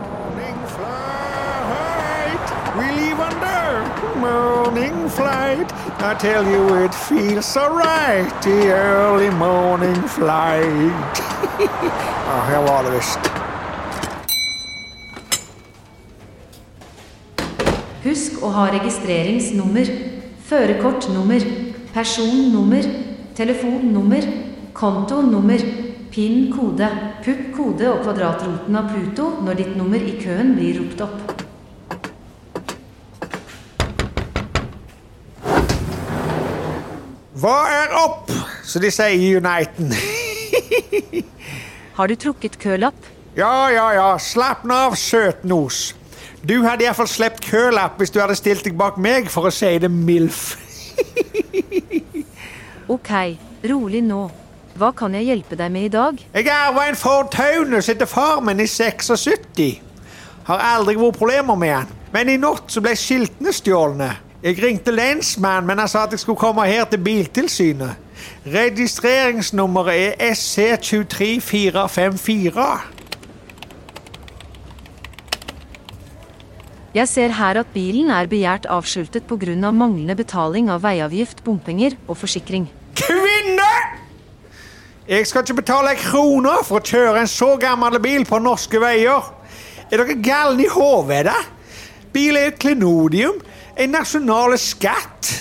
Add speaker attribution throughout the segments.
Speaker 1: Morning flight, we leave under. Morning flight, I tell you it feels so right. The early morning flight. ja, her var det visst.
Speaker 2: Husk å ha registreringsnummer, førerkortnummer, personnummer, telefonnummer, kontonummer, PIN-kode, PUP-kode og kvadratroten av Pluto når ditt nummer i køen blir ropt opp.
Speaker 1: Hva er opp? Så de sier i Uniten.
Speaker 2: Har du trukket kølapp?
Speaker 1: ja, ja, ja, slapp nå av, søt nos. Du hadde iallfall sluppet kølapp hvis du hadde stilt deg bak meg, for å si det milf.
Speaker 2: Ok, rolig nå. Hva kan jeg hjelpe deg med i dag?
Speaker 1: Jeg arva en Ford Taunus etter far min i 76. Har aldri vært problemer med han. Men i natt så ble skiltene stjålne. Jeg ringte lensmannen, men han sa at jeg skulle komme her til Biltilsynet. Registreringsnummeret er SC23454.
Speaker 2: Jeg ser her at bilen er begjært avskiltet pga. Av manglende betaling av veiavgift, bompenger og forsikring.
Speaker 1: Kvinne! Jeg skal ikke betale ei krone for å kjøre en så gammel bil på norske veier. Er dere galne i hodet? da? Bil er et klenodium. En nasjonal skatt.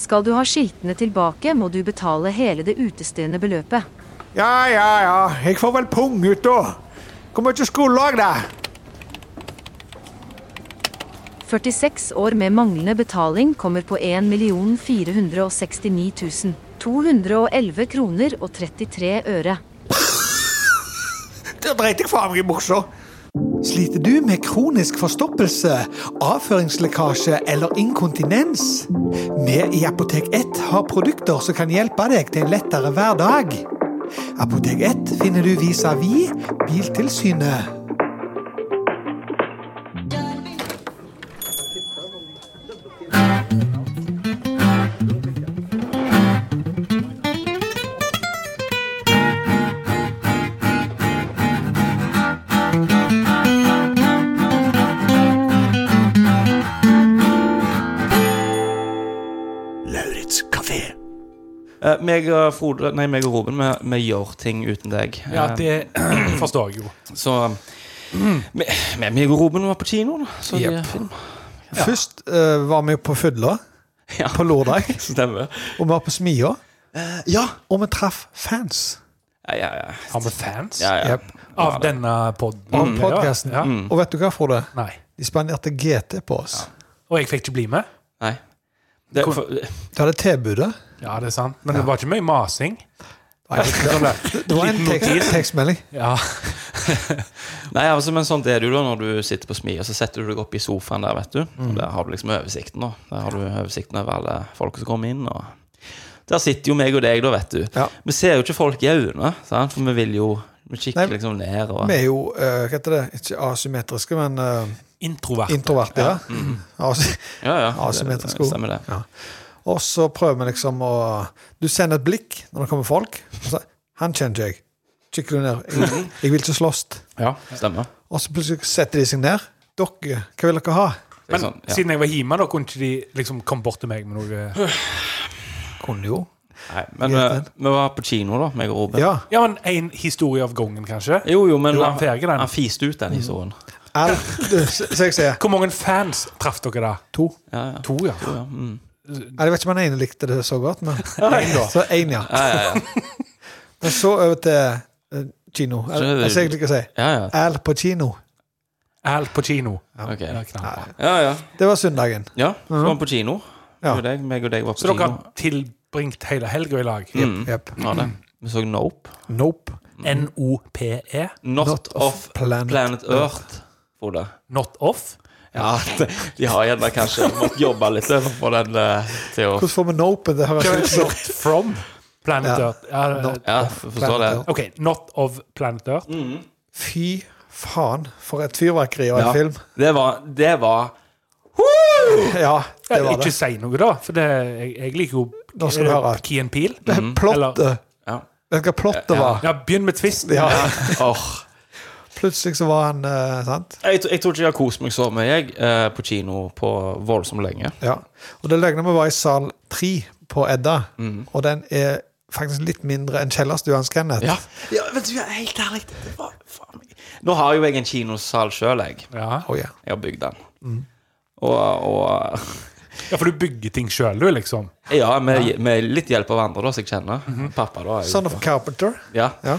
Speaker 2: Skal du ha skiltene tilbake, må du betale hele det utestående beløpet.
Speaker 1: Ja, ja, ja. Jeg får vel pung ut, da. Hvor mye skolelag, da?
Speaker 2: 46 år med manglende betaling kommer på 1 469 000. 211 kroner og 33 øre.
Speaker 1: Da dreit jeg faen meg i buksa.
Speaker 3: Sliter du med kronisk forstoppelse, avføringslekkasje eller inkontinens? Vi i Apotek 1 har produkter som kan hjelpe deg til en lettere hverdag. Apotek 1 finner du vis-à-vis Biltilsynet.
Speaker 4: Lauritz kafé.
Speaker 5: Eh, meg og Frode Nei, meg og Robin, vi, vi gjør ting uten deg.
Speaker 6: Ja,
Speaker 5: Eh,
Speaker 6: det forstår jeg jo.
Speaker 5: Så vi, vi- meg og Robin var på kino, da. Så vi-
Speaker 6: Jepp.
Speaker 5: film.
Speaker 3: Først eh, var vi på Fødla
Speaker 5: Ja.
Speaker 3: på lørdag,
Speaker 5: Stemmer.
Speaker 3: og vi var på Smia,
Speaker 5: Ja.
Speaker 3: og vi traff fans
Speaker 5: Ja, ja, ja.
Speaker 6: Har vi fans
Speaker 5: ja, ja.
Speaker 3: Jep.
Speaker 6: av denne podden?
Speaker 3: av
Speaker 6: Mm, Ja.
Speaker 3: podkasten.
Speaker 6: Ja.
Speaker 3: Og vet du hva, Frode?
Speaker 6: Nei.
Speaker 3: De spanderte GT på oss.
Speaker 6: Og jeg fikk ikke bli med?
Speaker 5: Nei. Det,
Speaker 6: Hvor-
Speaker 5: for,
Speaker 3: De hadde tilbudet.
Speaker 6: Ja, det er sant. Men det var ikke mye masing.
Speaker 3: Nei, Det det var en tekst, tekstmelding.
Speaker 6: Ja,
Speaker 5: nei, altså, men sånt er det jo da når du sitter på smi, og så setter du deg opp i sofaen der, vet du. Og der har du liksom oversikten, da. Der har du oversikten over alle folk som kommer inn. og... Der sitter jo meg og deg, da, vet du.
Speaker 3: Ja.
Speaker 5: Vi ser jo ikke folk i øynene, sant? for vi vil jo Vi kikker
Speaker 3: Nei,
Speaker 5: liksom ned og
Speaker 3: Vi er jo eh, hva heter det? ikke asymmetriske, men eh,
Speaker 6: introvert.
Speaker 3: introverte. Ja. As-
Speaker 5: Ja, ja.
Speaker 3: Asymmetrisk
Speaker 5: det-
Speaker 3: også.
Speaker 5: Stemmer det.
Speaker 3: Ja. Og så prøver vi liksom å Du sender et blikk når det kommer folk. Og så, 'Han kjenner jeg.' Kikker du ned. Jeg, 'Jeg vil ikke slåss.'
Speaker 6: ja.
Speaker 5: Stemmer.
Speaker 3: Og så plutselig setter de seg ned. 'Dere, hva vil dere ha?'
Speaker 5: Det er
Speaker 6: Men
Speaker 5: sånn, ja.
Speaker 6: siden jeg var hjemme, da kunne ikke de liksom komme bort til meg med noe
Speaker 3: Kunne jo.
Speaker 5: Nei, men
Speaker 3: Helt
Speaker 5: eh,
Speaker 3: enig.
Speaker 5: vi var på kino, da, meg og Robin.
Speaker 3: Ja.
Speaker 6: Ja, men en historie av gangen, kanskje?
Speaker 5: Jo, jo, men
Speaker 6: Jo, han
Speaker 5: han,
Speaker 6: feger den.
Speaker 5: han fiste ut
Speaker 3: Mm.
Speaker 5: den historien.
Speaker 3: Alt Så jeg sier
Speaker 6: Hvor mange fans traff dere da? To.
Speaker 5: Ja, ja.
Speaker 6: To, ja.
Speaker 5: Ja, mm.
Speaker 3: Nei, Jeg vet ikke om han ene likte det så godt, men Så én, ja.
Speaker 5: ja, ja, ja.
Speaker 3: Men så over til eh, kino.
Speaker 5: Så-
Speaker 3: Jeg sier ikke å si.
Speaker 5: ja, ja.
Speaker 3: Al på kino.
Speaker 6: Al Pacino.
Speaker 5: Ok.
Speaker 6: Ja, knallbra.
Speaker 5: ja, ja.
Speaker 3: Det var søndagen.
Speaker 5: ja. Så var han på kino.
Speaker 3: Mhm. Ja.
Speaker 5: Ja. Deg, meg og deg var på
Speaker 6: Så dere
Speaker 5: kino.
Speaker 6: har tilbringt hele helga i lag?
Speaker 5: Mm.
Speaker 3: Jep.
Speaker 5: Ja, det. Vi så Nope.
Speaker 3: Nope.
Speaker 6: N-O-P-E.
Speaker 5: Not,
Speaker 3: Not
Speaker 5: of
Speaker 3: of
Speaker 5: Planet,
Speaker 3: Planet
Speaker 5: Earth, Frode.
Speaker 6: Not off.
Speaker 5: Ja, de, de har gjerne kanskje måttet jobbe litt over på den eh, til å
Speaker 3: Hvordan får vi nope? Det høres ut som
Speaker 6: Not from Planet
Speaker 3: Ja.
Speaker 6: Earth. Ja,
Speaker 3: Not-
Speaker 5: Ja, f- forstår det.
Speaker 3: Planet
Speaker 6: OK, Not of Planet Earth.
Speaker 3: Mm, Fy faen, for et fyrverkeri og en
Speaker 5: Ja.
Speaker 3: film.
Speaker 5: Det var, det var
Speaker 3: Ja, det var
Speaker 6: ikke
Speaker 3: det.
Speaker 6: si noe, da. For det, jeg, jeg liker jo
Speaker 3: Nå skal du høre.
Speaker 6: Key and Peel.
Speaker 3: det plottet.
Speaker 5: Ja.
Speaker 3: Vet du hva plottet
Speaker 5: Ja.
Speaker 3: var?
Speaker 6: Ja, begynn med twisten.
Speaker 3: Ja.
Speaker 5: Åh.
Speaker 3: Plutselig så var han eh, sant?
Speaker 5: Jeg, tr- jeg tror ikke jeg har kost meg så mye jeg, eh, på kino på voldsomt lenge.
Speaker 3: Ja. Og det løgna vi var i sal tre på Edda,
Speaker 5: Mhm.
Speaker 3: og den er faktisk litt mindre enn kjellerstuens Kenneth.
Speaker 5: Ja, vet du, helt ærlig Nå har jo jeg en kinosal sjøl, jeg.
Speaker 6: Ja.
Speaker 3: Oh, ja.
Speaker 5: Jeg har bygd den. Og, og
Speaker 6: ja, for du bygger ting sjøl, du, liksom.
Speaker 5: Ja, med, med litt hjelp av andre, da, som jeg kjenner. Pappa, da. er jo-
Speaker 3: Son of a Carpenter.
Speaker 5: ja.
Speaker 3: Ja.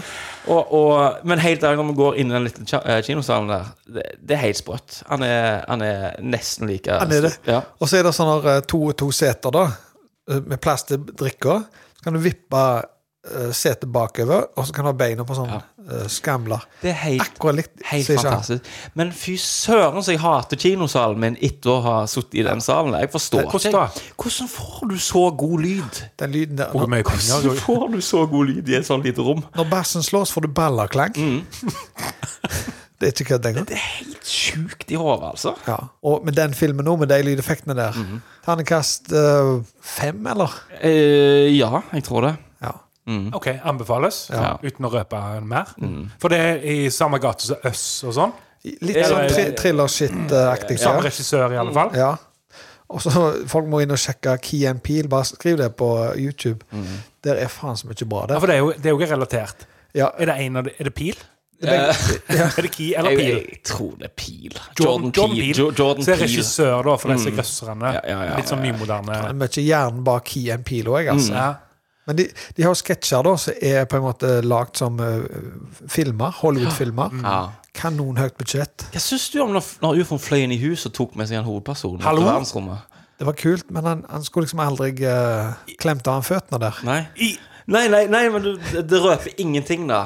Speaker 5: Og, og, men helt ærlig, når vi går inn i den lille kja- eh, kinosalen der, det, det er helt sprøtt. Han er, han er nesten like
Speaker 3: Han er det.
Speaker 5: stor. Ja.
Speaker 3: Og så er det sånne eh, to og to seter, da, eh, med plass til drikker. Så kan du vippe eh, setet bakover, og så kan du ha beina på sånn eh, skamler.
Speaker 5: Det er helt
Speaker 3: Akkurat likt.
Speaker 5: Helt
Speaker 3: sier ikke han.
Speaker 5: fantastisk. Men fy søren så jeg hater kinosalen min etter å ha sittet i den salen. Jeg forstår
Speaker 6: Hvordan
Speaker 5: ikke.
Speaker 6: da?
Speaker 5: Hvordan får du så god lyd?
Speaker 3: Den lyden der.
Speaker 6: Hvor
Speaker 3: Når,
Speaker 6: mye penger
Speaker 5: Hvordan
Speaker 6: du-
Speaker 5: får du så god lyd i et sånt lite rom?
Speaker 3: når bassen slås, får du ballerklang.
Speaker 5: Mhm.
Speaker 3: det er ikke kødd engang.
Speaker 5: Det er helt sjukt i hodet, altså.
Speaker 3: Ja. Og med den filmen nå, med de lydeffektene der Ternekast eh, fem, eller?
Speaker 5: Eh, ja, jeg tror det.
Speaker 3: Ja.
Speaker 6: OK, anbefales.
Speaker 5: Ja.
Speaker 6: Uten å røpe mer.
Speaker 3: Mm.
Speaker 6: For det er i samme gate som Øss og sånn.
Speaker 3: Litt
Speaker 5: Ja,
Speaker 3: sånn
Speaker 6: ja,
Speaker 3: tri
Speaker 6: ja, ja.
Speaker 3: thriller-shit-aktig.
Speaker 6: Samme regissør, i alle fall.
Speaker 3: Ja. Og så Folk må inn og sjekke Key and Peel. Bare skriv det på YouTube. Der er faen så mye bra
Speaker 6: Ja,
Speaker 3: der.
Speaker 6: For det er jo, det er jo ikke relatert.
Speaker 3: Ja,
Speaker 6: Er det en av de, Er det pil?
Speaker 5: Eh,
Speaker 6: Er det Key eller
Speaker 5: jeg,
Speaker 6: Pil?
Speaker 5: jeg tror det er Pil.
Speaker 6: Jordan, Jordan Peel.
Speaker 5: Jo- Jordan
Speaker 6: Så er
Speaker 5: Peele. Mm.
Speaker 6: regissør da for disse grøsserne.
Speaker 5: Ja, ja, ja,
Speaker 6: Litt sånn
Speaker 5: ja, ja.
Speaker 6: nymoderne.
Speaker 3: det er mye hjernen bak Key and Peel òg, altså.
Speaker 6: Ja.
Speaker 3: Men de, de har jo sketsjer da, som er på en måte lagd som eh, filmer. Hollywood-filmer.
Speaker 5: Ja.
Speaker 3: Kanonhøyt budsjett.
Speaker 5: Hva syns du om når, når ufoen fløy inn i huset og tok med seg en hovedperson?
Speaker 6: Hallo?
Speaker 5: til verdensrommet?
Speaker 3: Det var kult, men han, han skulle liksom aldri eh, klemt av han føttene der.
Speaker 5: Nei? nei, nei, nei, men du, det, det røper ingenting, da.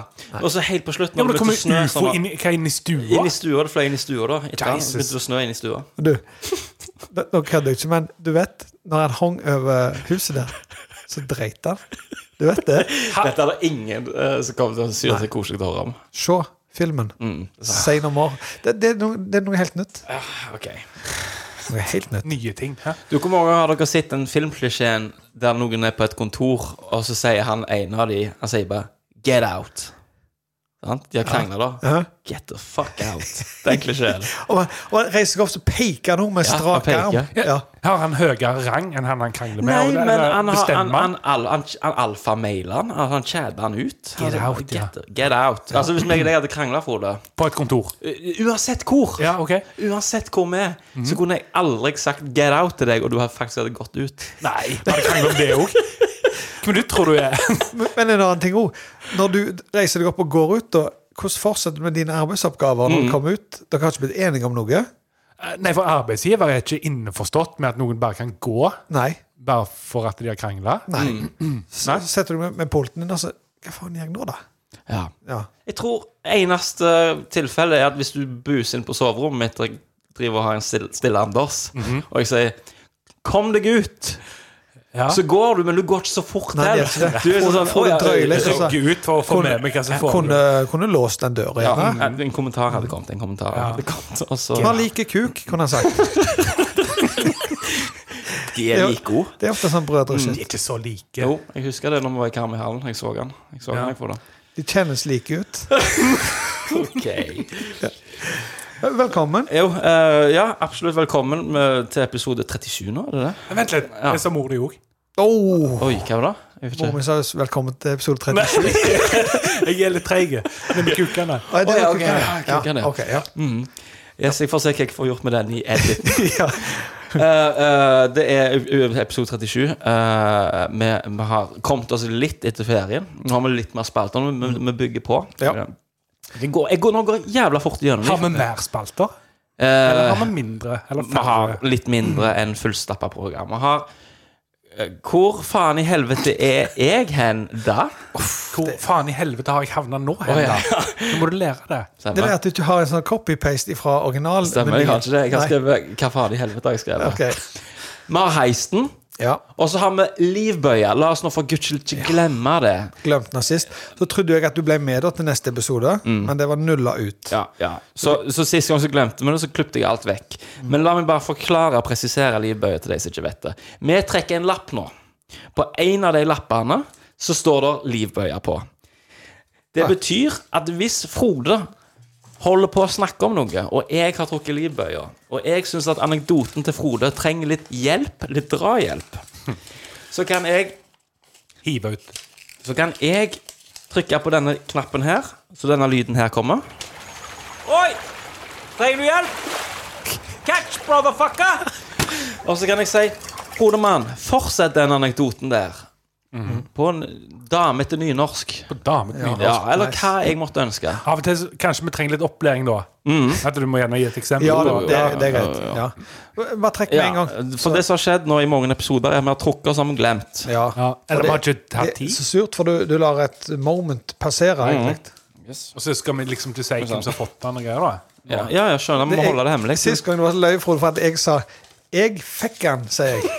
Speaker 5: Og så helt på slutten
Speaker 6: ja, men det kommer
Speaker 5: begynte å snø,
Speaker 6: jo ufo
Speaker 5: sånn at-
Speaker 6: inn, i- hva, inn i stua.
Speaker 5: Inn i stua, det fløy inn i stua da. Etter han
Speaker 6: Jesus.
Speaker 5: begynte det å snø inn i stua.
Speaker 3: Men Du, det- nå kødder jeg ikke, men du vet når han hang over huset der, så dreit han. Du vet det?
Speaker 5: Dette er det ingen eh, som kommer til å synes det er koselig å høre om.
Speaker 3: Se filmen.
Speaker 5: Mm.
Speaker 3: Say no more. Det, det, er noe, det er noe helt nytt. Noe helt nytt.
Speaker 6: Nye ting. Hæ?
Speaker 5: Du, Hvor mange ganger har dere sett den filmklisjeen der noen er på et kontor, og så sier han ene av de Han sier bare 'get out'. Sant? De har krangla, da.
Speaker 3: Ja.
Speaker 5: Get the fuck out. Den klisjeen.
Speaker 3: Og han, og han reiser seg opp, så peker han henne med
Speaker 5: Ja,
Speaker 3: strak
Speaker 5: han
Speaker 3: arm.
Speaker 5: peker.
Speaker 3: Ja.
Speaker 6: Har han høyere rang enn han han krangler med?
Speaker 5: Nei,
Speaker 6: og det-
Speaker 5: men
Speaker 6: eller
Speaker 5: han, har- han,
Speaker 6: bestemmer
Speaker 5: han, han, han, han alfamailer han. Altså, Han- Han kjeder han ut. Han
Speaker 6: Get
Speaker 5: bare,
Speaker 6: out, ja.
Speaker 5: Get, get out. Altså, hvis meg og deg hadde krangla, Frode
Speaker 6: på et kontor.
Speaker 5: u- Uansett hvor.
Speaker 6: Ja, Mhm. ok
Speaker 5: Uansett hvor vi er, så kunne jeg aldri sagt 'get out' til deg, og du hadde faktisk hadde gått ut.
Speaker 6: Nei, har du kranglet om det òg? Hvem du tror du er?
Speaker 3: Men men en annen ting òg. Når du reiser deg opp og går ut, da, hvordan fortsetter du med dine arbeidsoppgaver når du
Speaker 5: Mm.
Speaker 3: kommer ut? Dere har ikke blitt enige om noe?
Speaker 6: Eh, Nei, for arbeidsgiver er ikke innforstått med at noen bare kan gå
Speaker 3: Nei.
Speaker 6: bare for at de har krangla.
Speaker 3: Nei. Så så setter du deg med, med polten din, og så Hva faen gjør jeg nå, da?
Speaker 5: Ja.
Speaker 3: Ja.
Speaker 5: Jeg tror eneste tilfelle er at hvis du buser inn på soverommet mitt og jeg driver og har en still- stille Anders,
Speaker 3: Mhm.
Speaker 5: og jeg sier 'kom deg ut',
Speaker 6: Ja.
Speaker 5: så går du, men du går ikke så fort
Speaker 3: Nei,
Speaker 5: heller.
Speaker 3: det er ikke det.
Speaker 5: Du er sånn
Speaker 3: Får-
Speaker 5: sånn
Speaker 3: får
Speaker 5: «Å, ja,
Speaker 3: du drøye litt,
Speaker 5: ja,
Speaker 3: så-
Speaker 6: Jogge ut for å få
Speaker 3: Kunne-
Speaker 6: med meg hva som
Speaker 3: Kunne,
Speaker 6: foregår.
Speaker 3: kunne låst den døra
Speaker 5: ja,
Speaker 3: igjen. da.
Speaker 5: en- En kommentar hadde kommet. En kommentar hadde kommet og så,
Speaker 3: Han liker kuk, kunne han sagt.
Speaker 5: De er like gode.
Speaker 3: Det er ofte sånn brødre-shit.
Speaker 6: De er ikke så like.
Speaker 5: Jo, jeg husker det når vi var i Karmihallen. Jeg så han. Jeg så han, jeg, Frode.
Speaker 3: De kjennes like ut.
Speaker 5: Okay.
Speaker 3: Velkommen.
Speaker 5: Jo, eh, ja, absolutt velkommen med, til episode 37 nå, er det det?
Speaker 6: Men Vent litt, jeg sa mor di òg.
Speaker 3: Oh,
Speaker 5: Oi, hva var det? Jeg vet
Speaker 3: mor
Speaker 5: ikke.
Speaker 3: mi sa velkommen til episode 37.
Speaker 6: Jeg er litt treig. Det med kukene.
Speaker 3: Nei,
Speaker 5: Å,
Speaker 3: det
Speaker 5: ja,
Speaker 3: var
Speaker 5: ok,
Speaker 3: kukken,
Speaker 5: ja, kukken, ja.
Speaker 3: ja. ok, ja.
Speaker 5: Yes, jeg får se hva jeg får gjort med den i editen.
Speaker 3: ja.
Speaker 5: Eh, eh, det er u- u- episode 37. Eh, vi, vi har kommet oss litt etter ferien. Nå har vi litt mer spalter, men vi, vi bygger på.
Speaker 3: Ja.
Speaker 5: Det går, jeg går, nå går jeg jævla fort gjennom.
Speaker 6: Har vi mer spalter?
Speaker 5: Eh,
Speaker 6: Eller har vi mindre? Eller
Speaker 5: vi har
Speaker 6: færre?
Speaker 5: litt mindre enn fullstappa program. Vi har eh, Hvor faen i helvete er jeg hen da?
Speaker 6: Hvor faen i helvete har jeg havna nå? hen,
Speaker 5: Å, ja.
Speaker 6: da? Nå må du lære det.
Speaker 3: Det er at du ikke har en sånn copy-paste fra original.
Speaker 5: Stemmer, jeg har ikke det. Jeg har
Speaker 3: Nei.
Speaker 5: skrevet Hva faen i helvete har jeg skrevet?
Speaker 3: Ok.
Speaker 5: Vi har heisten,
Speaker 3: Ja,
Speaker 5: og så har vi livbøya. La oss nå for guds skyld ikke glemme det.
Speaker 3: glemt den sist. Så trodde jeg at du ble med da til neste episode, men det var nulla ut.
Speaker 5: Ja, ja. Så, så sist gang så glemte vi det, så klippte jeg alt vekk. Men la meg bare forklare og presisere livbøya til de som ikke vet det. Vi trekker en lapp nå. På en av de lappene så står det livbøya på. Det betyr at hvis Frode holder på å snakke om noe, og jeg har trukket livbøyer, og jeg syns at anekdoten til Frode trenger litt hjelp, litt drahjelp, så kan jeg
Speaker 6: Hiv ut.
Speaker 5: så kan jeg trykke på denne knappen her, så denne lyden her kommer. Oi! Trenger du hjelp? Catch, brotherfucker! Og så kan jeg si, Hodemann, fortsett den anekdoten der. På en dame etter nynorsk.
Speaker 6: På damen.
Speaker 5: Ja, eller hva jeg måtte ønske.
Speaker 6: Av og til så- kanskje vi trenger litt opplæring, da.
Speaker 5: Mm.
Speaker 6: At du må gjerne gi et eksempel.
Speaker 3: Ja,
Speaker 6: da.
Speaker 3: det, det er greit. Ja. Bare trekk med en
Speaker 5: Ja,
Speaker 3: gang.
Speaker 5: for det som har skjedd nå i mange episoder, er at vi har trukket som glemt.
Speaker 3: Ja.
Speaker 6: Ja, eller
Speaker 3: Og
Speaker 6: vi har
Speaker 3: det-
Speaker 6: ikke hatt
Speaker 3: Det er
Speaker 6: tid.
Speaker 3: så surt, for du, du lar et moment passere, egentlig.
Speaker 6: Og så skal vi liksom til å si hvem som har fått den og greier, da.
Speaker 5: Ja, ja, jeg skjønner, vi må holde det hemmelig.
Speaker 3: Sist gang du var så løy, Frode, for at jeg sa 'jeg fikk den', sier jeg.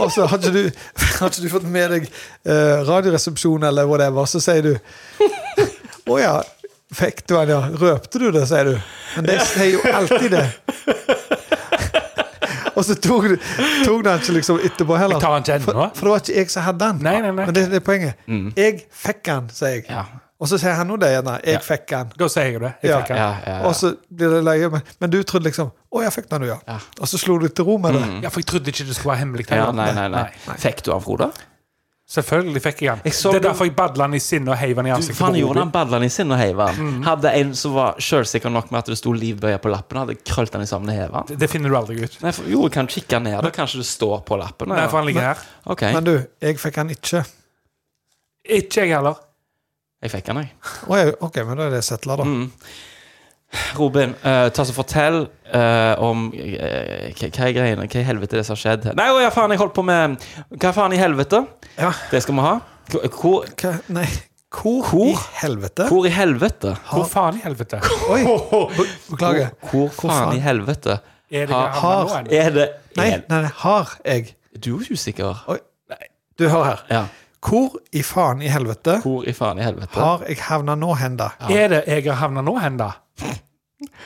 Speaker 3: Og så har ikke du, har ikke du fått med deg eh, Radioresepsjon eller whatever, så sier du 'Å ja, fikk du den, ja'. Røpte du det, sier du. Men de sier jo alltid det. Og så tok, du- tok den ikke liksom etterpå heller.
Speaker 6: Jeg tar den ikke ennå.
Speaker 3: For, for det var ikke jeg som hadde den.
Speaker 6: Nei, nei, nei.
Speaker 3: Men det, det er poenget. 'Jeg fikk den', sier jeg.
Speaker 5: Ja.
Speaker 3: Og så sier han nå det gjerne. 'Jeg fikk den'.
Speaker 6: Da sier jeg det. Jeg
Speaker 3: Ja.
Speaker 6: fikk den.
Speaker 5: Ja, ja, ja.
Speaker 3: Og så blir det leie, men, men du trodde liksom Å, jeg fikk den, jo, ja. Og så slo du til ro med det.
Speaker 6: ja, for jeg trodde ikke det skulle være hemmelig.
Speaker 5: Ja,
Speaker 6: heller.
Speaker 5: nei, nei, nei. Fikk du han, Frode?
Speaker 6: Selvfølgelig fikk jeg den.
Speaker 5: Jeg så
Speaker 6: det er
Speaker 5: du-
Speaker 6: derfor jeg badla den i sinne og heiv den i
Speaker 5: Du
Speaker 6: ansiktet.
Speaker 5: faen
Speaker 6: på
Speaker 5: gjorde
Speaker 6: Robin.
Speaker 5: han badlene i sin og heiv han.
Speaker 3: Mhm.
Speaker 5: Hadde en som var sjølsikker nok med at det sto livbøye på lappen, hadde krølt den i sammen og hevet han.
Speaker 6: Det finner du aldri ut.
Speaker 5: Nei, for, jo, jeg kan kikke ned, da kanskje det står på lappen.
Speaker 6: Nei,
Speaker 5: Ja.
Speaker 6: for han ligger her.
Speaker 5: Ok,
Speaker 3: Men du, jeg fikk den ikke.
Speaker 6: Ikke jeg heller.
Speaker 5: jeg fikk den, jeg.
Speaker 3: Å, jeg, ok, men da er det settler,
Speaker 5: Mm.
Speaker 3: da.
Speaker 5: Robin, eh, ta så fortell eh, om eh, hva hva er greiene, hva i helvete er det som har skjedd? Nei, å ja, faen, jeg holdt på med Hva faen i helvete?
Speaker 3: Ja.
Speaker 5: Det skal vi ha. Hvor,
Speaker 3: Hva? Nei, hvor,
Speaker 5: Hvor?
Speaker 3: i helvete?
Speaker 5: hvor i helvete?
Speaker 6: Hvor faen i helvete?
Speaker 3: Oi, beklager.
Speaker 5: Hvor faen i helvete
Speaker 6: Er det
Speaker 5: Har-
Speaker 6: hva han nå, eller?
Speaker 5: er det
Speaker 3: Nei,
Speaker 5: er,
Speaker 3: nei, nei, har jeg.
Speaker 5: Du er jo usikker.
Speaker 3: Du, hør her.
Speaker 5: Ja.
Speaker 3: Hvor i faen i helvete
Speaker 5: Hvor i faen i helvete?
Speaker 3: har jeg havna nå hen, da?
Speaker 6: Er det jeg har havna nå hen, da?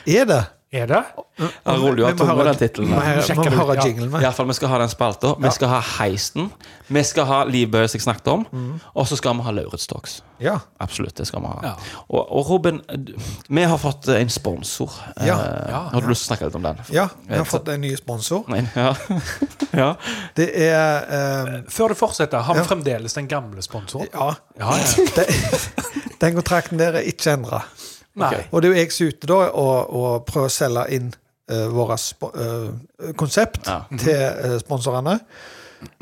Speaker 3: Er det?
Speaker 6: Er det?
Speaker 5: Ja, Roll, du har
Speaker 3: Vi må
Speaker 5: tunga
Speaker 3: høre-
Speaker 5: den tittelen.
Speaker 3: Vi må
Speaker 5: her.
Speaker 3: høre-
Speaker 6: Sjekker
Speaker 3: vi må
Speaker 6: det ut,
Speaker 3: høre
Speaker 6: ja.
Speaker 3: jinglen
Speaker 5: I
Speaker 3: med.
Speaker 5: alle fall, Vi skal ha den spalta. Vi skal ha Heisten. Vi skal ha Livbøye som jeg snakket om.
Speaker 3: Mm.
Speaker 5: Og så skal vi ha Lauritz Talks.
Speaker 3: Ja.
Speaker 5: Absolutt, det skal vi ha.
Speaker 6: Ja.
Speaker 5: Og, og Robin, du- vi har fått eh, en sponsor. Eh,
Speaker 3: Ja.
Speaker 5: Har du lyst til å snakke litt om den?
Speaker 3: ja. Vi har fått en ny sponsor.
Speaker 5: Nei, ja. ja.
Speaker 3: Det er eh,
Speaker 6: Før du fortsetter, har vi fremdeles den gamle sponsoren?
Speaker 3: Ja.
Speaker 6: Ja, ja.
Speaker 3: Den- Den kontrakten der er ikke endra.
Speaker 6: Nei.
Speaker 3: Og det er jo jeg som er ute da og, og prøver å selge inn uh, våre spo- eh, konsept
Speaker 5: Ja.
Speaker 3: til eh, sponsorene.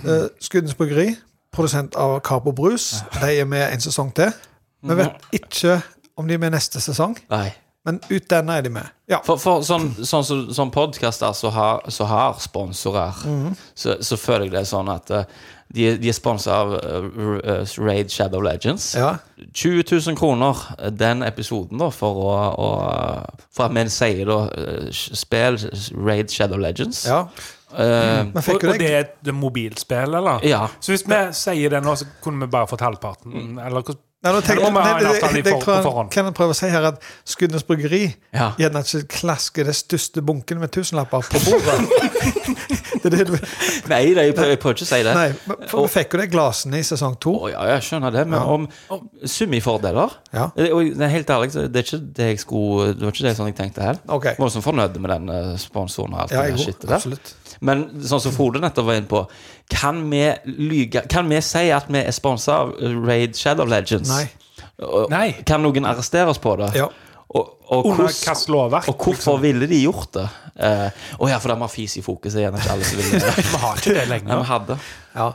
Speaker 3: Uh, Skuddens Bryggeri, produsent av Carbo Brus, de er med en sesong til. Vi
Speaker 6: Mhm.
Speaker 3: vet ikke om de er med neste sesong,
Speaker 5: Nei.
Speaker 3: men ut denne er de med. Ja.
Speaker 5: For, for sånn, sånn som sånn podkaster som har, så har sponsorer,
Speaker 3: Mm.
Speaker 5: så, så føler jeg det er sånn at eh, de, de er sponsa av eh, R- eh, Raid Shadow Legends.
Speaker 3: Ja.
Speaker 5: 20 000 kroner eh, den episoden da for å, å For at vi sier da eh, Spill Raid Shadow Legends.
Speaker 3: ja.
Speaker 5: Eh,
Speaker 3: Men
Speaker 6: Og,
Speaker 3: fikk jo
Speaker 6: og det
Speaker 3: deg
Speaker 6: er et mobilspill, eller?
Speaker 5: Ja. Mm.
Speaker 6: Så hvis vi sier det nå, så kunne vi bare fått halvparten? Eller hvordan
Speaker 3: Nei, nå tenker,
Speaker 6: Eller må vi ha
Speaker 3: nei,
Speaker 6: en
Speaker 3: det, det,
Speaker 6: avtale i
Speaker 3: det, det
Speaker 6: for-
Speaker 3: tror
Speaker 6: på
Speaker 3: jeg
Speaker 6: forhånd?
Speaker 3: kan jeg prøve å si her at Skuddens Bryggeri
Speaker 5: Ja.
Speaker 3: gjerne ikke klasker den største bunken med tusenlapper på bordet. det er det du
Speaker 5: Nei, det, jeg, prøver, jeg prøver ikke å si det.
Speaker 3: Nei, men for vi fikk jo de glasene i sesong to.
Speaker 5: Å, ja, jeg skjønner det, men om, om summifordeler
Speaker 3: Ja.
Speaker 5: Det- og det er Helt ærlig, så det er ikke det jeg skulle Det var ikke det sånn jeg tenkte her.
Speaker 3: Ok.
Speaker 5: Jeg var også fornøyd med den eh, sponsoren og alt
Speaker 3: Ja,
Speaker 5: det
Speaker 3: jeg
Speaker 5: der
Speaker 3: går,
Speaker 5: skittet der.
Speaker 3: absolutt.
Speaker 5: Men sånn som Frode nettopp var inne på, kan vi lyge Kan vi si at vi er sponsa av Raid Shadow Legends?
Speaker 3: Nei.
Speaker 5: Og-
Speaker 6: Nei.
Speaker 5: Kan noen arrestere oss på det?
Speaker 3: Ja.
Speaker 5: Og, og,
Speaker 6: Under
Speaker 5: hvordan-
Speaker 6: hvilket lovverk?
Speaker 5: og hvorfor ville de gjort det? Eh, Å ja, for det var fis i fokus. Det er gjerne ikke alle som ville det.
Speaker 6: Vi har ikke det
Speaker 5: Men
Speaker 6: lenger.
Speaker 5: vi hadde.
Speaker 3: Ja.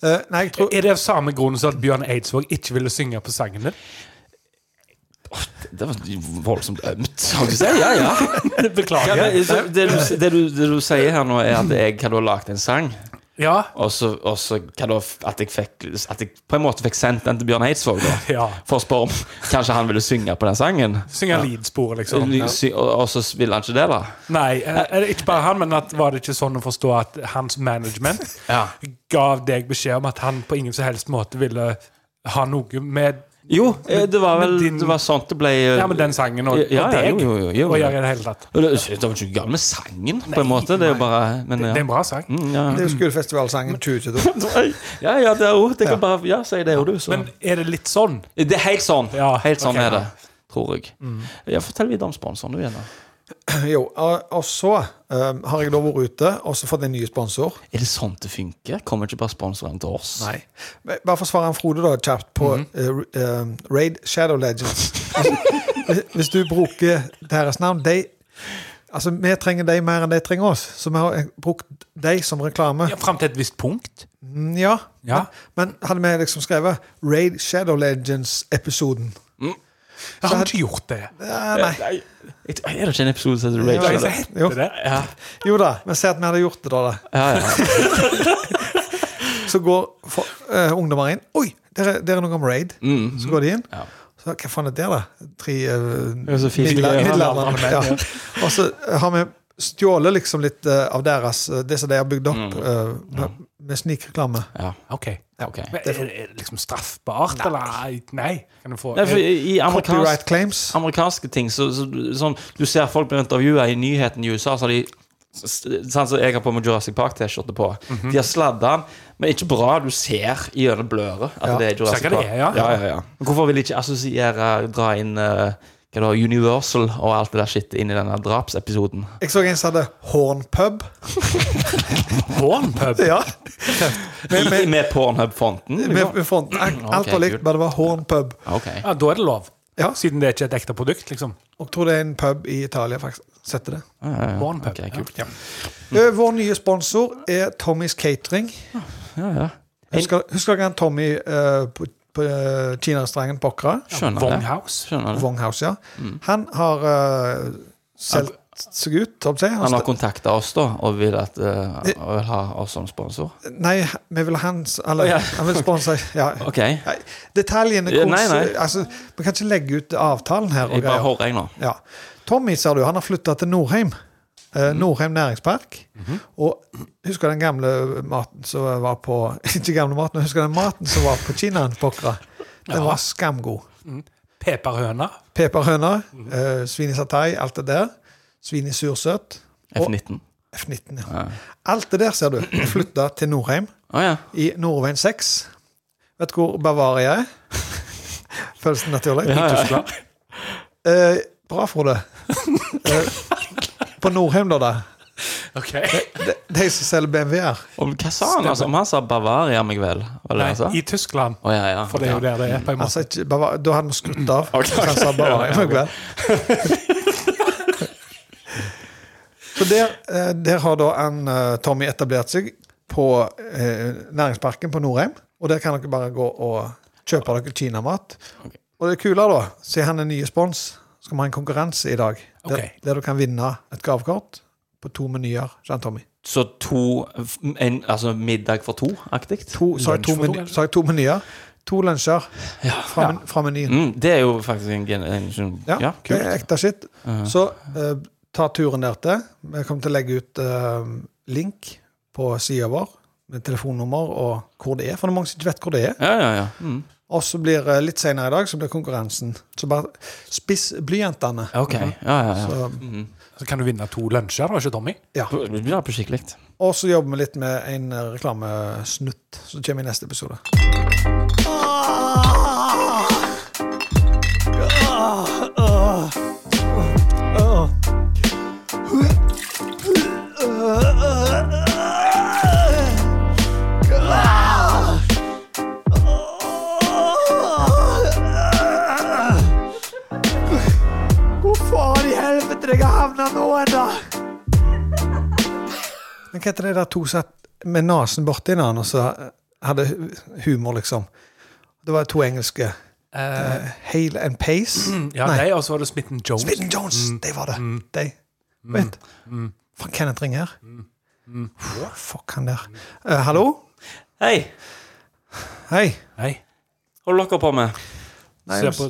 Speaker 3: Eh, nei, jeg tror
Speaker 6: Er det av samme grunn som at Bjørn Eidsvåg ikke ville synge på sangen din?
Speaker 5: Det var voldsomt ømt, skal du si. Ja, ja.
Speaker 6: Beklager.
Speaker 5: men, så, det, du, det, du, det du sier her nå, er at jeg hadde lagd en sang,
Speaker 6: Ja.
Speaker 5: og så, og så hva da, at, jeg fikk, at jeg på en måte fikk sendt den til Bjørn Eidsvåg, da.
Speaker 6: Ja.
Speaker 5: For å spørre om kanskje han ville synge på den sangen.
Speaker 6: Synge lead-sporet, liksom.
Speaker 5: Sy- Og, og så ville han ikke det, da.
Speaker 6: Nei, eh, er det ikke bare han, men at var det ikke sånn å forstå at hans management
Speaker 5: Ja.
Speaker 6: gav deg beskjed om at han på ingen som helst måte ville ha noe med,
Speaker 5: Jo, eh, det var vel
Speaker 6: Men din-
Speaker 5: Det var sånt det ble eh,
Speaker 6: ja, med den sangen og,
Speaker 5: Ja,
Speaker 6: og
Speaker 5: ja,
Speaker 6: deg
Speaker 5: jo, jo, jo, jo.
Speaker 6: å gjøre i det hele tatt?
Speaker 5: Det det var ikke galt med sangen, på en måte. Det er jo bare men,
Speaker 6: Det
Speaker 5: ja.
Speaker 6: er en bra sang.
Speaker 5: Mm, ja.
Speaker 3: det er jo Skuddfestivalsangen 2022.
Speaker 5: ja, ja, det er jo Det kan bare Ja, si det, jo, du, så.
Speaker 6: Men er det litt sånn?
Speaker 5: Det er helt sånn.
Speaker 6: Ja,
Speaker 5: helt sånn
Speaker 6: ok.
Speaker 5: er det. tror jeg. Ja, fortell videre om sponsoren du igjen, da.
Speaker 3: Jo, og, og så eh, har jeg da vært ute og så fått en ny sponsor.
Speaker 5: Er det sånn det funker? Kommer ikke bare sponsoren til oss?
Speaker 3: Nei. Men Bare forsvar han Frode da kjapt på eh, eh, Raid Shadow Legends. Altså, hvis- hvis du bruker deres navn de, Altså, Vi trenger de mer enn de trenger oss, så vi har eh, brukt de som reklame.
Speaker 6: Ja, Fram til et visst punkt.
Speaker 3: Mm, ja.
Speaker 6: Ja.
Speaker 3: Men hadde vi liksom skrevet Raid Shadow Legends-episoden
Speaker 6: Jeg har ikke gjort det. Det
Speaker 3: Eh, Nei.
Speaker 5: Nei. Et- Er det ikke en episode som heter Rage?
Speaker 6: er
Speaker 3: Ja,
Speaker 5: Shadow?
Speaker 6: jeg som heter
Speaker 3: Jo.
Speaker 6: det.
Speaker 5: Ja,
Speaker 3: Jo da, men se at vi hadde gjort det, da. da.
Speaker 5: ja, ja.
Speaker 3: Så går for, eh, ungdommer inn. Oi, der er, der er noe om raid.
Speaker 5: Mm.
Speaker 3: Så går de inn.
Speaker 5: Mhm. Ja.
Speaker 3: Så, hva faen er det, da? Tre uh,
Speaker 5: er så fint. Fire
Speaker 3: middelaldrende menn. Ja. Og så har vi stjålet liksom litt eh, av deres eh, det som de har bygd opp
Speaker 5: Mm.
Speaker 3: eh, med, med snikreklame.
Speaker 5: ja.
Speaker 6: Ok.
Speaker 5: ok.
Speaker 6: Men er det er det liksom straffbart, eller? Nei. Kan du få
Speaker 5: Nei, for i i
Speaker 3: Copyright
Speaker 5: amerikansk,
Speaker 3: claims.
Speaker 5: amerikanske ting så, så, sånn, Du ser folk blir intervjua i nyheten i USA, så har de s- Sånn som jeg har på meg Jurassic Park-T-skjorte på. De har sladda den, men ikke bra. Du ser i gjennom bløret at
Speaker 3: Ja,
Speaker 5: det er Jurassic
Speaker 6: ser hva
Speaker 5: Park.
Speaker 6: det er, ja.
Speaker 5: Ja, ja, ja. Men hvorfor vil de ikke assosiere, dra inn eh, hva da, Universal og alt det der shit inn i denne drapsepisoden?
Speaker 3: Jeg så en som hadde hornpub.
Speaker 6: Pornpub?
Speaker 3: Ja.
Speaker 5: Med, med, med Pornhub-fonten?
Speaker 3: Med, med fond. Alt var
Speaker 5: Mm.
Speaker 3: likt,
Speaker 5: kult.
Speaker 3: bare det var hornpub.
Speaker 5: Ok.
Speaker 6: Ja, da er det lov.
Speaker 3: Ja.
Speaker 6: Siden det ikke er et ekte produkt, liksom.
Speaker 3: Og jeg tror det er en pub i Italia, faktisk. Setter det.
Speaker 5: Ja, ja, ja.
Speaker 6: Pornpub.
Speaker 5: Ok, kult. Mm.
Speaker 3: Eh, Vår nye sponsor er Tommys Catering.
Speaker 5: Ah, Ja, ja.
Speaker 3: Husker, husker dere han Tommy eh, på, på eh, kinarestauranten Pokhara?
Speaker 5: Skjønner det.
Speaker 6: Vonghouse.
Speaker 5: Skjønner det.
Speaker 3: Vonghouse, ja. Han har uh, solgt seg ut, holdt jeg på å
Speaker 5: Han
Speaker 3: si.
Speaker 5: har kontakta oss da og vil, at, eh, og vil ha oss som sponsor.
Speaker 3: Nei, vi vil ha hans Eller,
Speaker 5: Å, ja.
Speaker 3: han vil sponse ja.
Speaker 5: Ok. Jeg
Speaker 3: Nei, Detaljene
Speaker 5: Ja, nei,
Speaker 3: kos-
Speaker 5: nei.
Speaker 3: Altså, Vi kan ikke legge ut avtalen her. Og
Speaker 5: bare
Speaker 3: greier.
Speaker 5: hører, jeg nå.
Speaker 3: ja. Tommy, ser du, han har flytta til Norheim. Eh,
Speaker 5: Mhm.
Speaker 3: Norheim næringspark. Og husker den gamle maten som var på Ikke gamle maten, men husker den maten som var på kinaen Pokhara? Den var skamgod.
Speaker 6: Peperhøna.
Speaker 3: Peperhøner,
Speaker 5: Mhm.
Speaker 3: eh, svin i satai, alt det der. Svin i sursøt. Og
Speaker 5: F19.
Speaker 3: F19, ja. Alt det der, ser du, er flytta til Norheim
Speaker 5: Å ja.
Speaker 3: i Nordveien 6. Vet du hvor Bavaria er? Føles det naturlig?
Speaker 6: Tyskland.
Speaker 3: Eh, bra, Frode. Eh, på Norheim, da, da.
Speaker 6: Ok.
Speaker 3: De, de som selger BMW-er.
Speaker 5: Om, hva sa han? Altså, om han sa Bavaria, meg vel? Var det det
Speaker 6: Nei,
Speaker 5: han sa?
Speaker 6: i Tyskland.
Speaker 5: Å ja, ja.
Speaker 6: For det er jo der det er, på en måte.
Speaker 3: Altså, ikke Bavaria, da hadde vi skrudd av. så han sa Bavaria,
Speaker 6: Ja, ja, ok.
Speaker 3: vel. Så der, eh, der har da en eh, Tommy etablert seg på eh, næringsparken på Norheim. Og der kan dere bare gå og kjøpe dere kinamat. Og det kule, da, siden han er ny spons, skal vi ha en konkurranse i dag. Der,
Speaker 6: Ok.
Speaker 3: der du kan vinne et gavekort på to menyer. Sant, Tommy?
Speaker 5: Så to f- en, Altså middag for to-aktig?
Speaker 3: To, sa, jeg
Speaker 6: Lunsj for
Speaker 3: to
Speaker 6: to,
Speaker 3: meny,
Speaker 6: kanskje?
Speaker 3: sa jeg to menyer? To lunsjer fra, men, fra menyen.
Speaker 5: Mm, det er jo faktisk en, gen- en, en
Speaker 3: Ja,
Speaker 5: Ja,
Speaker 3: det
Speaker 5: kult.
Speaker 3: er ekte shit. Så eh, ta turen der til. Vi kommer til å legge ut eh, link på sida vår med telefonnummer og hvor det er, for det er mange som ikke vet hvor det er.
Speaker 5: Ja, ja, ja. Mm.
Speaker 3: Og så blir eh, litt senere i dag så blir konkurransen. Så bare spiss blyantene.
Speaker 5: Ok. Mm. Ja, ja, ja.
Speaker 3: Så-
Speaker 6: Så kan du vinne to lunsjer, da, ikke Tommy?
Speaker 3: Ja.
Speaker 5: Det blir da på skikkelig.
Speaker 3: Og så jobber vi litt med en eh, reklamesnutt som kommer i neste episode. Hvor faen i helvete jeg har havna nå, da? Men hva heter det der to satt med nesen borti en annen og så hadde hu- humor, liksom? Det var to engelske. Eh, Hale and Pace.
Speaker 6: Ja,
Speaker 3: Nei.
Speaker 6: nei, og så var det Smitten Jones.
Speaker 3: Smitten Jones! De var det. De. Vent. Faen, Kenneth ringer. Puh, Fuck han der. Eh, hallo?
Speaker 5: Hei!
Speaker 3: Hei.
Speaker 6: Nei,
Speaker 5: Holder dere på med?
Speaker 3: Nei,
Speaker 6: se på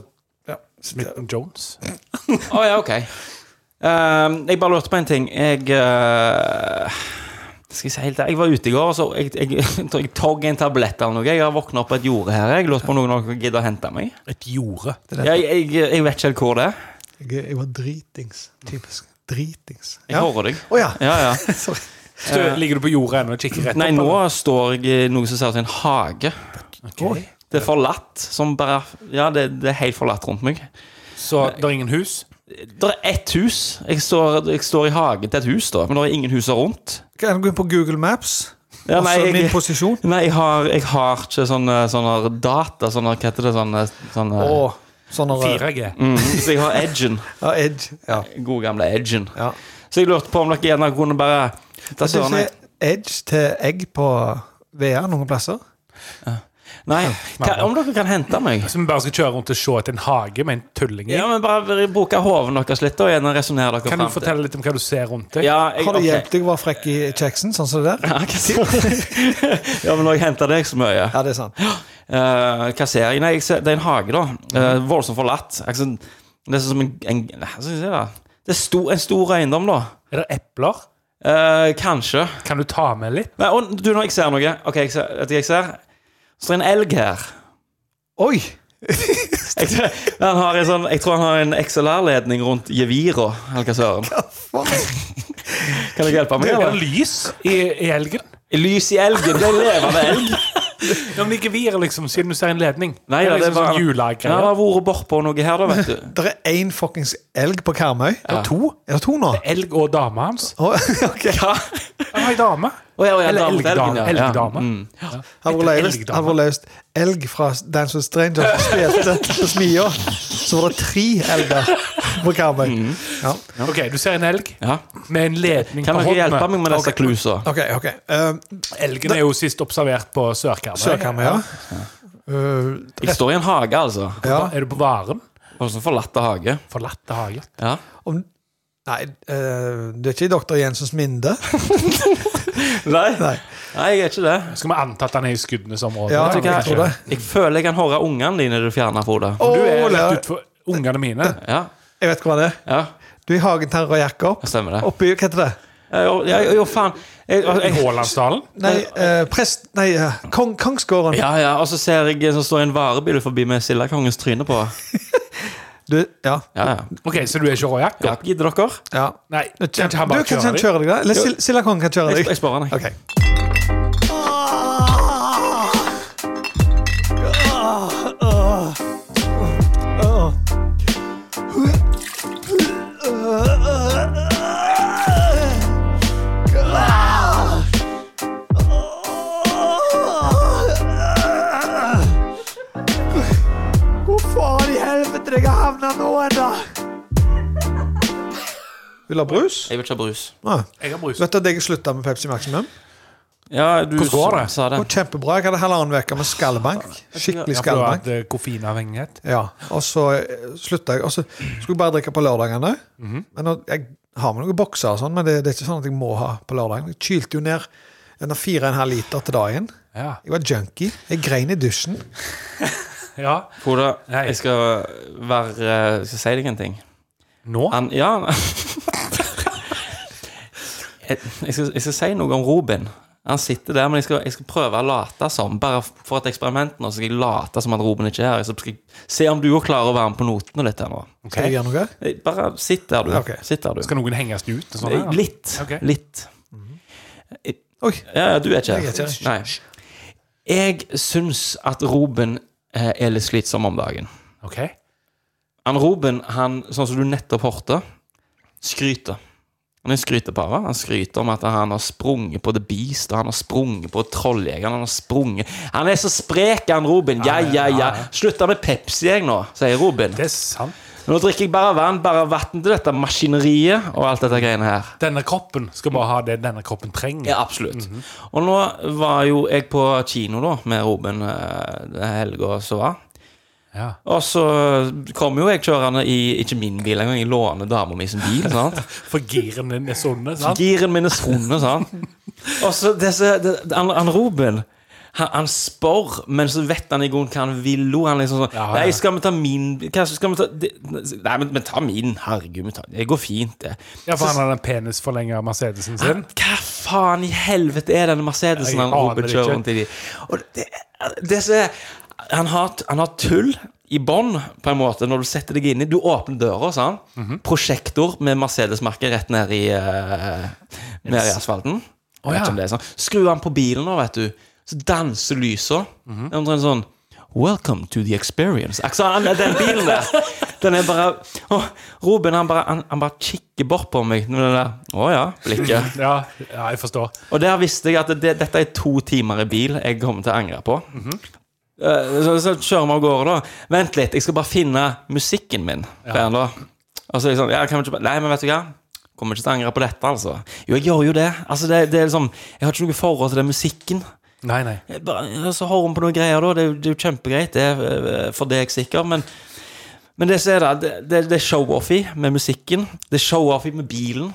Speaker 3: ja.
Speaker 6: Smitten Jones.
Speaker 5: Å ja, ok. Ehm, jeg bare lurte på en ting. Jeg eh, Skal jeg si helt ærlig, Jeg var ute i går, og så jeg, jeg, tror jeg tog en tablett eller noe. Jeg har våkna opp på et jorde her. Jeg lurte på om noen gidder å hente meg.
Speaker 6: Et jorde.
Speaker 5: Jeg, jeg, jeg vet ikke helt hvor det er.
Speaker 3: Jeg, jeg var dritings. Typisk. Dritings.
Speaker 5: Jeg
Speaker 3: Ja. Å
Speaker 5: hører deg.
Speaker 3: ja.
Speaker 5: Ja, ja.
Speaker 3: Sorry.
Speaker 6: Stø,
Speaker 3: Eh.
Speaker 6: ligger du på jordet ennå og kikker rett
Speaker 5: Nei, nå
Speaker 6: opp?
Speaker 5: står jeg i noe som ser ut som en hage.
Speaker 6: eller? Ok.
Speaker 5: Det er forlatt. Som bare Ja, det, det er helt forlatt rundt meg.
Speaker 6: Så det er ingen hus?
Speaker 5: Det er ett hus. Jeg står, jeg står i hagen til et hus, da, men det er ingen hus rundt.
Speaker 3: Kan du gå inn på Google Maps?
Speaker 5: Ja, nei,
Speaker 3: altså
Speaker 5: jeg-
Speaker 3: min posisjon?
Speaker 5: Nei, jeg har, jeg har ikke sånne, sånne data sånne, Hva heter det? Sånne, sånne
Speaker 3: Og sånn
Speaker 6: 4G.
Speaker 5: mm, Så jeg har edgen.
Speaker 3: Ja, Edge. Ja.
Speaker 5: God gamle edgen.
Speaker 3: Ja.
Speaker 5: Så jeg lurte på om dere gjerne kunne bare Ta
Speaker 3: Det
Speaker 5: søren
Speaker 3: er
Speaker 5: jeg-
Speaker 3: ikke Edge til egg på VR noen plasser?
Speaker 5: Nei, hva, om dere kan hente meg?
Speaker 6: Så vi bare skal kjøre rundt og se etter en hage med en tulling i?
Speaker 5: Ja, men bare bruke hoven deres litt, og gjerne resonnere dere
Speaker 6: Kan du
Speaker 5: frem til.
Speaker 6: fortelle litt om hva du ser rundt deg?
Speaker 5: Ja, jeg,
Speaker 3: Har det
Speaker 5: ok.
Speaker 3: hjulpet deg å være frekk i kjeksen, sånn som det der?
Speaker 5: Ja, hva sier du? ja, men når jeg henter deg så mye
Speaker 3: Ja, det er sant.
Speaker 5: Eh, Hva ser jeg? Nei, jeg ser, det er en hage, da. Eh,
Speaker 6: Mm.
Speaker 5: voldsomt forlatt. Altså, det er sånn som en, en Hva skal jeg si, da? Det er stor, en stor eiendom, da.
Speaker 6: Er det epler?
Speaker 5: Eh, kanskje.
Speaker 6: Kan du ta med litt?
Speaker 5: Nei, og, du, når jeg ser noe Ok, jeg ser, vet du hva jeg ser? Så er det en elg her.
Speaker 3: Oi!
Speaker 5: Jeg, ser- han har en sånn, jeg tror han har en XLR-ledning rundt gevira. Eller hva søren.
Speaker 3: faen?
Speaker 5: Kan jeg hjelpe ham med
Speaker 6: Er det
Speaker 5: det?
Speaker 6: lys i, i elgen?
Speaker 5: Lys i elgen. Det er en levende elg.
Speaker 6: Ja, men ikke vir, liksom, siden du ser en ledning.
Speaker 5: Nei,
Speaker 6: det
Speaker 5: ja,
Speaker 6: er liksom
Speaker 5: bare-
Speaker 6: sånn
Speaker 5: Ja,
Speaker 6: julegreier.
Speaker 5: det har vært bortpå noe her, da, vet du.
Speaker 3: Det er én fuckings elg på Karmøy. Er det to? Er det to nå?
Speaker 6: Elg og dama hans.
Speaker 3: Å, ok.
Speaker 5: Hva?
Speaker 6: Han har ei dame.
Speaker 5: Å, ja, ja,
Speaker 6: Eller
Speaker 5: dame-
Speaker 6: elgdame.
Speaker 5: elgen, ja.
Speaker 6: elgdame.
Speaker 5: Ja, mm.
Speaker 3: Har vært løst- har vært løst elg fra Dance with Strangers som spilte på smia. Så var det tre elger på Karmøy. Ja.
Speaker 6: Mm. Ok, du ser en elg
Speaker 5: ja.
Speaker 6: med en ledning
Speaker 5: Kan
Speaker 6: på
Speaker 5: dere hjelpe
Speaker 6: hånden.
Speaker 5: meg med disse klusa?
Speaker 3: OK. ok Um,
Speaker 6: Elgen er jo sist observert på Sør-Karmøy.
Speaker 3: Sørkarmøy, ja. Uh,
Speaker 5: Jeg står i en hage, altså.
Speaker 3: ja.
Speaker 6: Er du på Varen?
Speaker 5: Og så forlatte hage.
Speaker 6: Forlatte hage.
Speaker 5: Ja.
Speaker 3: Om, nei, uh, du er ikke i doktor Jensens minde?
Speaker 5: Nei.
Speaker 3: Nei.
Speaker 5: Nei, jeg er ikke det.
Speaker 6: Skal vi anta at han er i skuddenes område?
Speaker 3: Ja,
Speaker 5: Vet du hva?
Speaker 3: jeg tror det.
Speaker 5: Jeg føler jeg kan høre ungene dine du fjerner, Frode.
Speaker 3: Å,
Speaker 6: Du er
Speaker 3: Ole,
Speaker 6: rett utenfor ungene mine.
Speaker 5: Ja,
Speaker 3: Jeg vet hva det er.
Speaker 5: ja,
Speaker 3: Du er i hagen til Roy Jakob.
Speaker 5: det stemmer det.
Speaker 3: Oppi Hva heter det?
Speaker 5: Jo, jo, jo faen. Jeg,
Speaker 6: I
Speaker 5: jeg,
Speaker 6: Hålandsdalen.
Speaker 3: Nei, eh, prest... Nei, eh, kong, Kongsgården.
Speaker 5: ja, ja, og så ser jeg som står i en varebil forbi med Sildakongens tryne på.
Speaker 3: Du, ja.
Speaker 5: Ja, ja.
Speaker 6: Ok, Så du er ikke Roy Jakob?
Speaker 5: ja Gidder dere?
Speaker 3: ja.
Speaker 6: Nei,
Speaker 3: Du
Speaker 6: kanskje han bare
Speaker 3: kan
Speaker 6: kjører
Speaker 3: han
Speaker 6: deg?
Speaker 3: kjøre deg, da? Eller Sil- Silda Kong kan kjøre
Speaker 5: Jeg,
Speaker 3: deg.
Speaker 5: jeg spør han, jeg.
Speaker 3: Ok. Hvor faen i helvete jeg har havna nå ennå? Vil du ha brus?
Speaker 5: Jeg vil ikke ha brus.
Speaker 3: Ah.
Speaker 6: Jeg har brus.
Speaker 3: Vet du at jeg slutta med Pepsi Maximum?
Speaker 5: Ja, du
Speaker 6: Hvordan går
Speaker 5: sa-
Speaker 6: det?
Speaker 5: sa det.
Speaker 3: Og kjempebra. Jeg hadde halvannen uke med skallebank. Skikkelig
Speaker 6: Ja, for du har hatt
Speaker 3: skallebank.
Speaker 6: eh, koffeinavhengighet.
Speaker 3: Ja, Og så eh, slutta jeg. Og så skulle jeg bare drikke på lørdagene. Men nå- Jeg har med noen bokser og sånn, men det, det er ikke sånn at jeg må ha på lørdagen. Jeg kylte jo ned en av fire og en halv liter til dagen.
Speaker 6: Ja.
Speaker 3: Jeg var junkie. Jeg grein i dusjen.
Speaker 6: ja.
Speaker 5: Frode,
Speaker 6: Nei.
Speaker 5: jeg skal være Jeg skal si deg en ting.
Speaker 6: Nå?
Speaker 5: Han Ja. Jeg jeg skal, jeg skal si noe om Robin. Han sitter der, men jeg skal, jeg skal prøve å late som. Bare for et eksperiment nå, så skal jeg late som at Robin ikke er her. Så skal jeg se om du òg klarer å være med på notene litt her nå. Eh,
Speaker 3: Skal jeg gjøre noe?
Speaker 5: Bare sitt der, du.
Speaker 3: Ok.
Speaker 5: Sitt der, du.
Speaker 6: Skal noen henges ut? Og sånn,
Speaker 5: Eh,
Speaker 6: ja?
Speaker 5: Litt.
Speaker 6: Ok.
Speaker 5: Litt.
Speaker 3: Oi.
Speaker 5: Ja, ja, du er ikke
Speaker 3: Jeg er ikke
Speaker 5: her.
Speaker 3: her.
Speaker 5: Nei. Jeg syns at Robin eh, er litt slitsom om dagen.
Speaker 6: Ok.
Speaker 5: Han Robin, han, sånn som du nettopp hørte, skryter. Han er skrytepare. Han skryter om at han har sprunget på The Beast, og han har sprunget på Trolljegeren. Han har sprunget Han er så sprek, han Robin! Ja, ja, ja. Slutta med Pepsi, jeg, nå, sier Robin.
Speaker 6: Det er sant.
Speaker 5: Nå drikker jeg bare vann, bare vann til dette maskineriet og alt dette greiene her.
Speaker 6: Denne kroppen skal bare ha det denne kroppen trenger.
Speaker 5: Ja, absolutt. Og nå var jo jeg på kino, da, med Robin eh, den helga som var.
Speaker 6: Ja.
Speaker 5: Og så kom jo jeg kjørende i ikke min bil engang, jeg låner dama mi sin bil. sant?
Speaker 6: For giren din er sunne, sant?
Speaker 5: Giren min er svunnet, sa han. Og så disse, det, han, han Robin han, han spør, men så vet han i grunnen hva han vil. og Han liksom sånn
Speaker 6: Ja, ja.
Speaker 5: Nei, skal vi ta min Hva skal vi ta det, Nei, men, men ta min. Herregud, vi tar, det går fint, det.
Speaker 6: Ja, for han har den penisforlenga Mercedesen sin.
Speaker 5: Ah, Hva faen i helvete er denne Mercedesen
Speaker 6: Jeg
Speaker 5: han
Speaker 6: aner
Speaker 5: Robin
Speaker 6: det
Speaker 5: kjører
Speaker 6: ikke.
Speaker 5: rundt i? Og det, det som er han har, han har tull i bånn, på en måte, når du setter deg inni. Du åpner døra, sa han.
Speaker 6: Mhm.
Speaker 5: Prosjektor med Mercedes-merket rett ned i, eh, ned i asfalten. Jeg vet
Speaker 6: ja.
Speaker 5: ikke om det er sånn. Skru han på bilen nå, vet du. Så danser
Speaker 6: Mhm.
Speaker 5: lysa. Det er Omtrent sånn Welcome to the experience. Altså, han, den bilen der. Den er bare Å, Ruben han bare, han, han bare kikker bort på meg med det der Å ja, blikket.
Speaker 6: Ja, ja, jeg forstår.
Speaker 5: Og der visste jeg at det, dette er to timer i bil jeg kommer til å angre på. Eh, så, så kjører vi av gårde, da. Vent litt, jeg skal bare finne musikken min. Ja. Da. Og så er jeg sånn, ja, kan vi ikke bare Nei, men vet du hva? Kommer ikke til å angre på dette, altså. Jo, jeg gjør jo det. Altså, det, det er liksom Jeg har ikke noe forhold til den musikken.
Speaker 6: Nei, nei.
Speaker 5: Jeg bare, ja, så hører hun på noen greier, da. Det er jo, det er jo kjempegreit, det, er, eh, for det er jeg sikker. Men, men det som er da, det, det, det er show-off i med musikken. Det er show-off i med bilen.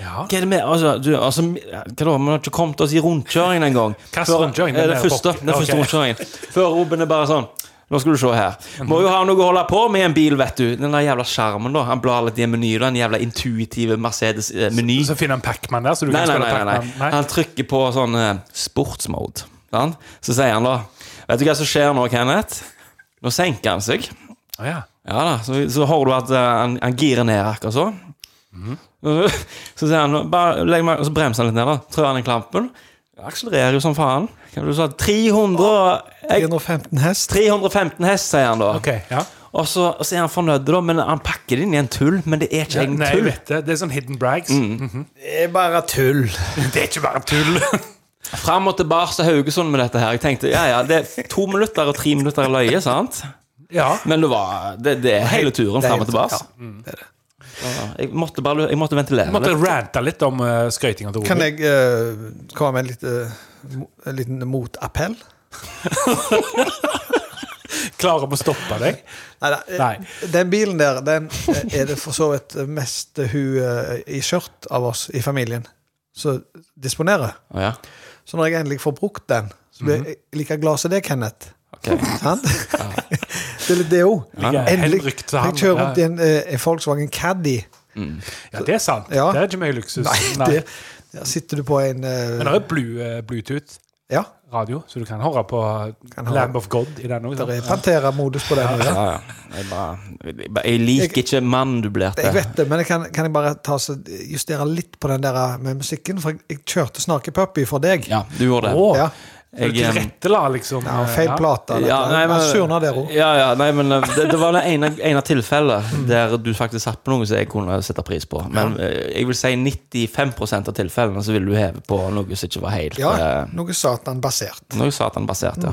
Speaker 6: Ja.
Speaker 5: Hva er det med Altså, du, altså hva da, vi har ikke kommet oss i rundkjøringen engang.
Speaker 6: Hva slags
Speaker 5: Før-
Speaker 6: rundkjøring?
Speaker 5: Eh,
Speaker 6: Den
Speaker 5: Den
Speaker 6: er
Speaker 5: første,
Speaker 6: bok.
Speaker 5: den første
Speaker 6: Ok.
Speaker 5: rundkjøringen. Før Robin er bare sånn nå skal du se her. Må jo ha noe å holde på med i en bil, vet du. Den der jævla skjermen, da. Han blar litt i en meny, da. En jævla intuitive Mercedes-meny.
Speaker 6: Så finner han Pac-Man der, så du
Speaker 5: Nei,
Speaker 6: kan
Speaker 5: nei,
Speaker 6: spille
Speaker 5: nei, nei,
Speaker 6: Pac-Man.
Speaker 5: nei. Han trykker på sånn eh, sportsmode. sant? Så sier han da Vet du hva som skjer nå, Kenneth? Nå senker han seg.
Speaker 6: Å, ja.
Speaker 5: Ja da, Så, så hører du at eh, han, han girer ned akkurat så. Så sier han bare legg meg, og Så bremser han litt ned, da. Trør han i klampen. Akselererer jo som faen. Hva var det du sa? 300, og- jeg,
Speaker 3: 315 hest.
Speaker 5: 315 hest, sier han da.
Speaker 6: Ok, ja.
Speaker 5: Og, så, og så er han fornøyd, da, men han pakker det inn i en tull. Men det er ikke en
Speaker 6: Nei, jeg
Speaker 5: tull. Mm.
Speaker 6: vet det. Det er sånn hidden brags.
Speaker 3: Det er bare tull.
Speaker 6: Det er ikke bare tull.
Speaker 5: Fram og tilbake til Haugesund med dette her. Jeg tenkte ja, ja, det er to minutter og tre minutter er løye, sant?
Speaker 6: ja.
Speaker 5: Men det var det, det er hele turen
Speaker 3: Det er
Speaker 5: fram og
Speaker 3: helt-
Speaker 5: tilbake.
Speaker 3: ja,
Speaker 5: Ja, Jeg måtte bare jeg måtte ventilere
Speaker 6: Jeg måtte
Speaker 5: litt.
Speaker 6: rante litt om uh, skøytinga til
Speaker 3: Kan
Speaker 6: Robin.
Speaker 3: jeg eh, komme med en liten, en liten motappell?
Speaker 6: Klarer vi å stoppe deg?
Speaker 3: Neida, eh,
Speaker 6: Nei.
Speaker 3: Den bilen der, den eh, er det for så vidt mest hun eh, i skjørt av oss i familien som disponerer.
Speaker 5: Ja,
Speaker 3: Så når jeg endelig får brukt den, så
Speaker 6: Mhm.
Speaker 3: blir jeg like glad som det, Kenneth.
Speaker 5: ok.
Speaker 3: Sant? det er litt det òg.
Speaker 6: Ligger
Speaker 3: Endelig.
Speaker 6: henrykt til han.
Speaker 3: Jeg kjører rundt i
Speaker 6: Ja.
Speaker 3: en, eh, en Volkswagen Caddy.
Speaker 5: Mm.
Speaker 6: Ja, det er sant.
Speaker 3: Ja.
Speaker 6: Det er ikke mye luksus. Nei.
Speaker 3: Der, der sitter du på en eh,
Speaker 6: Men det er jo blu- eh, Bluetooth-radio,
Speaker 3: Ja,
Speaker 6: så du kan høre på
Speaker 3: Kan høre.
Speaker 6: Lamb of God i den òg.
Speaker 3: der er Pantera-modus på den. også, Ja.
Speaker 5: Ja, ja. Jeg, bare, jeg, bare- jeg liker ikke manndublerte.
Speaker 3: Jeg vet det, men jeg kan, kan jeg bare ta, så justere litt på den der eh, med musikken? For jeg, jeg kjørte Snarkepuppy for deg.
Speaker 5: Ja, du gjorde det.
Speaker 6: Å,
Speaker 3: Ja.
Speaker 6: så du
Speaker 5: Jeg, eh,
Speaker 6: tilrettela liksom
Speaker 3: Ja,
Speaker 6: eh,
Speaker 3: feil
Speaker 5: ja,
Speaker 3: plate. dette.
Speaker 5: nei, men-
Speaker 3: Jeg surner der òg.
Speaker 5: ja, ja, nei, men eh, det, det var det ene, ene tilfellet
Speaker 3: Mm.
Speaker 5: der du faktisk satt på noe som jeg kunne sette pris på. Men eh, jeg vil si 95 av tilfellene så ville du heve på noe som ikke var helt
Speaker 3: Ja,
Speaker 5: eh,
Speaker 3: noe satanbasert.
Speaker 5: Noe satanbasert, ja.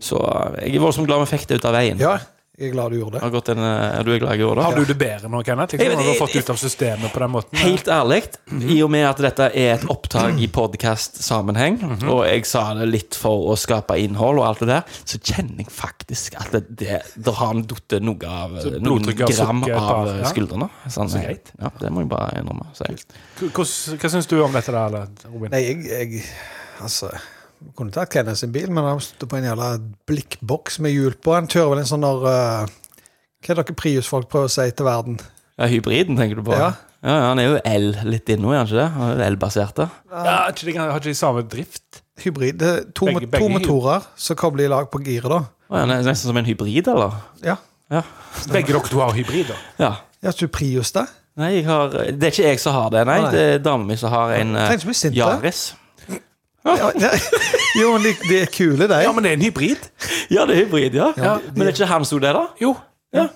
Speaker 5: Så eh, jeg er voldsomt glad vi fikk det ut av veien.
Speaker 3: Ja, jeg er glad du gjorde det.
Speaker 5: Har gått en, eh, er du glad jeg gjorde det?
Speaker 6: Har du det bedre nå, Kenneth?
Speaker 5: Jeg
Speaker 6: Liksom,
Speaker 5: vet-
Speaker 6: når du har fått
Speaker 5: jeg-
Speaker 6: ut av systemet på den måten?
Speaker 5: Helt ærlig, i og med at dette er et opptak i podcast-sammenheng,
Speaker 6: Mhm.
Speaker 5: og jeg sa det litt for å skape innhold og alt det der, så kjenner jeg faktisk at det, det, det har datt noe av noen
Speaker 6: blodtrykket har
Speaker 5: gram
Speaker 6: sunket et
Speaker 5: av
Speaker 6: par- ja.
Speaker 5: skuldrene. Sånn,
Speaker 6: Så greit.
Speaker 5: Ja, det må jeg bare innrømme. Så jeg,
Speaker 6: K- hvordan- Hva syns du om dette, der, eller, Robin?
Speaker 3: Nei, jeg, jeg Altså jeg kunne tatt Kenneth sin bil, men han står på en jævla blikkboks med hjul på. Han kjører vel en sånn der eh, Hva er det dere Prius-folk prøver å si til verden?
Speaker 5: ja, hybriden tenker du på?
Speaker 3: Ja.
Speaker 5: Ja, ja, han er jo el litt inne nå, er han ikke det? Han er jo elbaserte.
Speaker 6: Ja, ikke de- har ikke de samme drift?
Speaker 3: Hybrid. Det er to,
Speaker 6: Begge-
Speaker 3: mot-
Speaker 6: begge
Speaker 3: to
Speaker 6: hjul.
Speaker 3: motorer som kobler i lag på giret, da.
Speaker 5: Å, ja, han er nesten som en hybrid, eller?
Speaker 3: Ja.
Speaker 5: Ja.
Speaker 6: Begge dere to har hybrider.
Speaker 5: ja.
Speaker 3: Ja, så Prius, da?
Speaker 5: Nei, jeg har, det er ikke jeg som har det, nei.
Speaker 3: Nei.
Speaker 5: Det er damen min som har en eh,
Speaker 3: Tenk så mye sint, da.
Speaker 5: Yaris.
Speaker 3: Ja, ja. Jo, men de, de er kule, de.
Speaker 6: Ja, men det er en hybrid.
Speaker 5: Ja, det er hybrid, ja.
Speaker 6: Ja.
Speaker 5: Men er ikke han som det, da?
Speaker 6: Jo.
Speaker 5: Ja.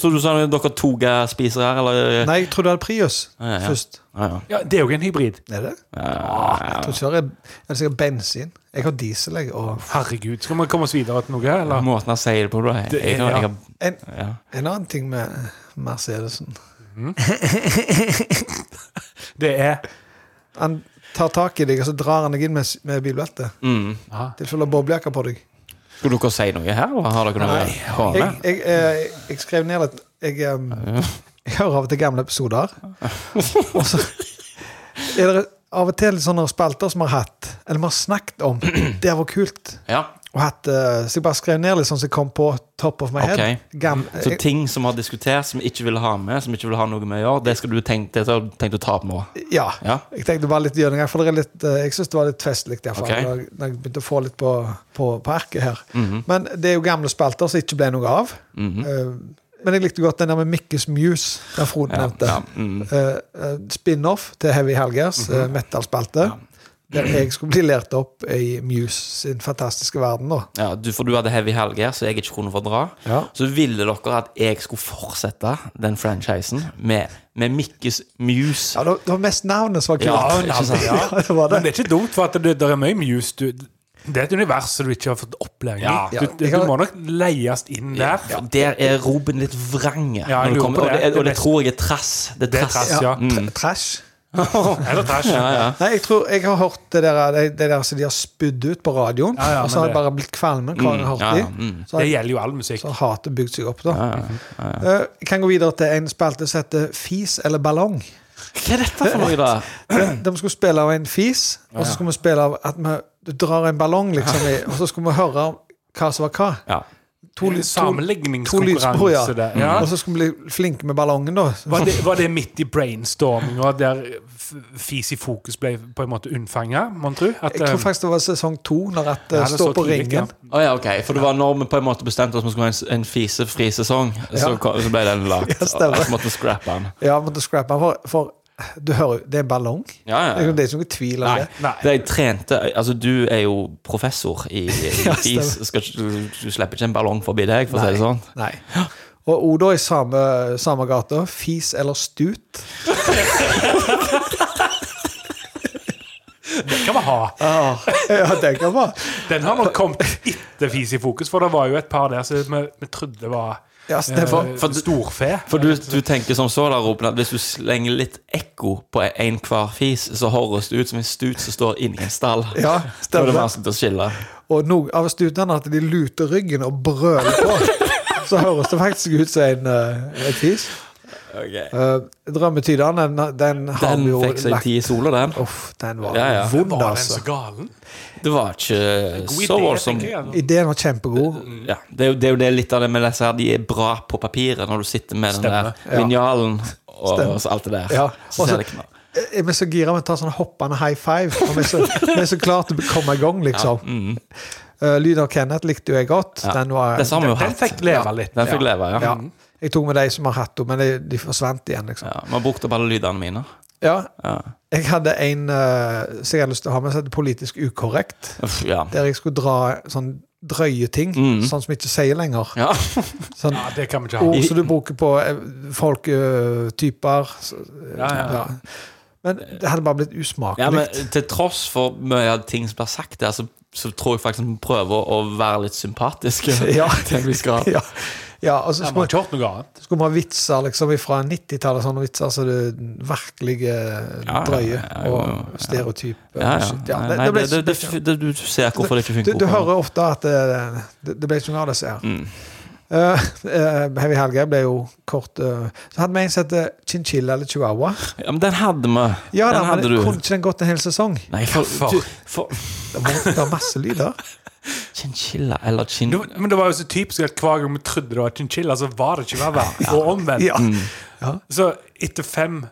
Speaker 5: Så du sa dere toga-spisere her, eller?
Speaker 3: Nei, jeg trodde du hadde Prius
Speaker 5: Ja, ja, ja.
Speaker 3: først.
Speaker 5: Ja, ja.
Speaker 6: Ja, det er jo en hybrid.
Speaker 3: Er det? Ah, Jeg tror ikke det er, det er sikkert bensin. Jeg har diesel, jeg. Og
Speaker 6: Herregud. Skal vi komme oss videre til noe, eller?
Speaker 5: Måten han sier det på, da. sånn Jeg,
Speaker 6: Det er-
Speaker 5: jeg, har- jeg,
Speaker 6: ja.
Speaker 5: har-
Speaker 3: en,
Speaker 5: ja.
Speaker 3: en annen ting med Mercedesen.
Speaker 6: Det er
Speaker 3: Han tar tak i deg, og så drar han deg inn med, med bilbeltet.
Speaker 5: mm.
Speaker 3: Tilfeller boblejakke på deg.
Speaker 5: Skal dere si noe her, eller har dere noe
Speaker 3: Jeg,
Speaker 5: håne?
Speaker 3: jeg, eh, jeg skrev ned at jeg, em, jeg hører av og til gamle episoder. Og så er det av og til sånne spalter som vi har hatt, eller vi har snakket om. Det var kult.
Speaker 5: Ja.
Speaker 3: Og hatt, eh, så jeg bare skrev ned litt sånn som kom på top of my head.
Speaker 5: Ok.
Speaker 3: Gam,
Speaker 5: Så
Speaker 3: jeg,
Speaker 5: ting som har diskutert, som vi ikke ville ha med, som ikke ville ha noe med å gjøre, det skal du tenke, det har du tenkt å ta opp nå?
Speaker 3: eh, ja.
Speaker 5: Ja.
Speaker 3: Jeg tenkte bare litt gjennom, for det er litt, eh, jeg syns det var litt festlig derfor,
Speaker 5: Ok.
Speaker 3: når jeg- når jeg begynte å få litt på, på, på arket her. Men det er jo gamle spalter som ikke ble noe av.
Speaker 5: Mhm.
Speaker 3: Eh, men jeg likte godt den der med Mikkes Muse, den Frode
Speaker 5: Ja,
Speaker 3: nevnte.
Speaker 5: ja, mm.
Speaker 3: Eh, eh, Spin-off til Heavy Helgers, mm eh, metal-spalte. der jeg skulle bli lært opp i Muse sin fantastiske verden. da.
Speaker 5: Ja, du, for du hadde heavy helger, så jeg ikke kunne få dra.
Speaker 3: Ja.
Speaker 5: Så ville dere at jeg skulle fortsette den franchisen med, med Mikkes Muse.
Speaker 3: Ja, det var- det var mest navnet som var kult.
Speaker 5: Ja, ikke sant?
Speaker 3: Ja, det var
Speaker 6: Men
Speaker 3: det.
Speaker 6: det er ikke dumt, for at det, det er mye muse du, Det er et univers som du ikke har fått opplæring i.
Speaker 5: Ja.
Speaker 6: Du, du, du må nok leies inn der.
Speaker 5: For Der er Robin litt vrange.
Speaker 6: Ja,
Speaker 5: når
Speaker 6: jeg
Speaker 5: du
Speaker 6: lurer
Speaker 5: kommer,
Speaker 6: på
Speaker 5: og,
Speaker 6: det.
Speaker 5: det, og
Speaker 6: Det
Speaker 5: det
Speaker 6: er
Speaker 5: tror jeg er trass. Det
Speaker 6: Det
Speaker 5: er
Speaker 6: er
Speaker 5: trass.
Speaker 6: trass, ja.
Speaker 3: Tr- Trash.
Speaker 6: Eller trash.
Speaker 3: Nei, jeg tror jeg har hørt det der, det, det der som de har spydd ut på radioen,
Speaker 6: Ja, ja,
Speaker 3: og
Speaker 6: men
Speaker 3: så har jeg
Speaker 6: det- Mm,
Speaker 3: bare blitt kvalm hver gang jeg har hørt
Speaker 5: ja, ja,
Speaker 3: de. Så har
Speaker 6: Det
Speaker 3: jeg-
Speaker 6: gjelder jo all musikk.
Speaker 3: så har hatet bygd seg opp, da. Eh, Jeg kan gå videre til en spalte som heter Fis eller ballong.
Speaker 5: Hva er dette for noe, da?
Speaker 3: De skulle spille av en fis, og så skulle vi spille av at vi drar en ballong, liksom, i, og så skulle vi høre om hva som var hva.
Speaker 5: Ja.
Speaker 3: To, ly- to, to lydspor, ja. Mm.
Speaker 6: Sammenligningskonkurranse der. Ja.
Speaker 3: Og så skulle vi bli flinke med ballongen, da.
Speaker 6: Var det, var det midt i brainstorminga der f- fis i fokus ble på en måte unnfanga, mon tro? At,
Speaker 3: Jeg tror
Speaker 6: eh,
Speaker 3: faktisk det var sesong to, når at det
Speaker 6: det
Speaker 3: står
Speaker 6: står
Speaker 3: på
Speaker 6: tidlig,
Speaker 3: ringen.
Speaker 5: Å ja, ok, For det var når vi på en måte bestemte oss for å skulle ha en, en fisefri sesong, så, kom- så ble den lagt.
Speaker 3: Ja, stemmer.
Speaker 5: og så måtte vi scrappe den.
Speaker 3: Ja, jeg måtte scrape den, for, for du hører jo, det er en ballong.
Speaker 5: Ja,
Speaker 3: Det
Speaker 5: ja,
Speaker 3: er
Speaker 5: ja.
Speaker 3: jo- det er ikke noen tvil om
Speaker 5: Nei,
Speaker 3: det.
Speaker 6: Nei.
Speaker 5: det jeg trente Altså, du er jo professor i, i
Speaker 3: Ja,
Speaker 5: fis. Skal, ikke- du, du slipper ikke en ballong forbi deg, for å si det sånn.
Speaker 3: Nei. Og Oda i samme, samme gata. Fis eller stut?
Speaker 6: den kan vi ha.
Speaker 5: Ah.
Speaker 3: Ja, det kan være.
Speaker 6: Den har nok kommet etter fis i fokus, for det var jo et par der som vi, vi trodde var
Speaker 3: Ja, stemmer.
Speaker 6: eh,
Speaker 5: for-
Speaker 6: storfe.
Speaker 5: For du, du tenker som så, da, Robin, at hvis du slenger litt ekko på e, en hver fis, så høres det ut som en stut som står inni en stall.
Speaker 3: Ja,
Speaker 5: Da er det
Speaker 3: stemmer.
Speaker 5: vanskelig å skille.
Speaker 3: Og noen av stutene at de luter ryggen og brøler på. Så høres det faktisk ut som en, eh, en fis.
Speaker 5: Okay.
Speaker 3: Uh, Drømmetyderen, den, den har
Speaker 5: Den
Speaker 3: vi jo
Speaker 5: fikk seg
Speaker 3: lagt
Speaker 5: ti i sola, den.
Speaker 3: Uff, den var
Speaker 5: Ja, ja.
Speaker 3: vond,
Speaker 6: Var den
Speaker 3: altså.
Speaker 6: så galen?
Speaker 5: Det var ikke
Speaker 6: God
Speaker 5: så
Speaker 6: idé,
Speaker 5: voldsomt.
Speaker 6: tenker jeg. altså.
Speaker 3: Ideen var kjempegod.
Speaker 5: Ja, det, er jo, det er jo det litt av det med disse her. De er bra på papiret når du sitter med
Speaker 6: Stemmer.
Speaker 5: den der linjalen og,
Speaker 3: Stemmer.
Speaker 5: og så alt det der.
Speaker 3: Ja.
Speaker 5: Så
Speaker 3: Og
Speaker 5: ser
Speaker 3: så-
Speaker 5: det ikke noe.
Speaker 3: Eh, Vi er så gira vi tar sånn hoppende high five. Og vi er så, vi er så klare til å komme i gang, liksom. Eh, Lyd av Kenneth likte jo jeg godt.
Speaker 5: mm. Ja.
Speaker 3: Den var
Speaker 5: Det samme har vi jo
Speaker 6: Den
Speaker 5: hatt.
Speaker 6: fikk leve litt.
Speaker 5: Den fikk leve, ja.
Speaker 3: ja. Jeg tok med de som har hatt det, men de, de forsvant igjen, liksom.
Speaker 5: ja. Vi har brukt opp alle lydene mine.
Speaker 3: Ja.
Speaker 5: Ja.
Speaker 3: Jeg hadde en eh, som jeg hadde lyst til å ha med, som heter Politisk ukorrekt.
Speaker 5: Uff, ja.
Speaker 3: Der jeg skulle dra sånn drøye ting, sånn som vi ikke sier lenger.
Speaker 5: Mm. ja.
Speaker 3: Sånn
Speaker 6: Ja, det kan vi ikke ha.
Speaker 3: ord som du bruker på eh, folketyper.
Speaker 6: Ja, ja.
Speaker 3: Ja. Men det hadde bare blitt usmakelig.
Speaker 5: ja, men til tross for mye av ting som blir sagt der, så, så tror jeg faktisk vi prøver å være litt sympatiske.
Speaker 3: Ja.
Speaker 5: Til vi skal
Speaker 3: ja. ja, og så
Speaker 6: Vi har
Speaker 3: skulle,
Speaker 6: ikke hørt noe annet.
Speaker 3: skulle man ha vitser liksom, fra 90-tallet, sånne vitser som så virkelig eh,
Speaker 5: ja,
Speaker 3: drøye
Speaker 5: ja, jo, jo,
Speaker 3: og stereotyp.
Speaker 5: ja,
Speaker 3: og
Speaker 5: ja.
Speaker 3: shit.
Speaker 5: Nei,
Speaker 3: det-
Speaker 5: nei,
Speaker 3: det ble
Speaker 5: det, det,
Speaker 3: ikke-
Speaker 5: det, det, Du ser hvorfor det ikke
Speaker 3: du,
Speaker 5: funker.
Speaker 3: du hører ofte at eh, det, det ble ikke noe av disse her.
Speaker 5: Mm.
Speaker 3: Eh, eh, Heavy Helge ble jo kort eh, Så hadde vi en som het chinchilla eller chihuahua.
Speaker 5: Ja, men den hadde vi.
Speaker 3: Ja, da,
Speaker 5: den
Speaker 3: men
Speaker 5: hadde
Speaker 3: det,
Speaker 5: du.
Speaker 3: kunne ikke den gått en hel sesong?
Speaker 5: Nei, for,
Speaker 6: Hvorfor?
Speaker 5: du, for
Speaker 3: Det var, det var masse lyder.
Speaker 5: Chinchilla eller chin...
Speaker 6: Det var- Men det var jo så typisk at hver gang vi trodde det var chinchilla, så var det chihuahua. Og omvendt.
Speaker 3: Ja.
Speaker 5: Mm.
Speaker 6: Så etter fem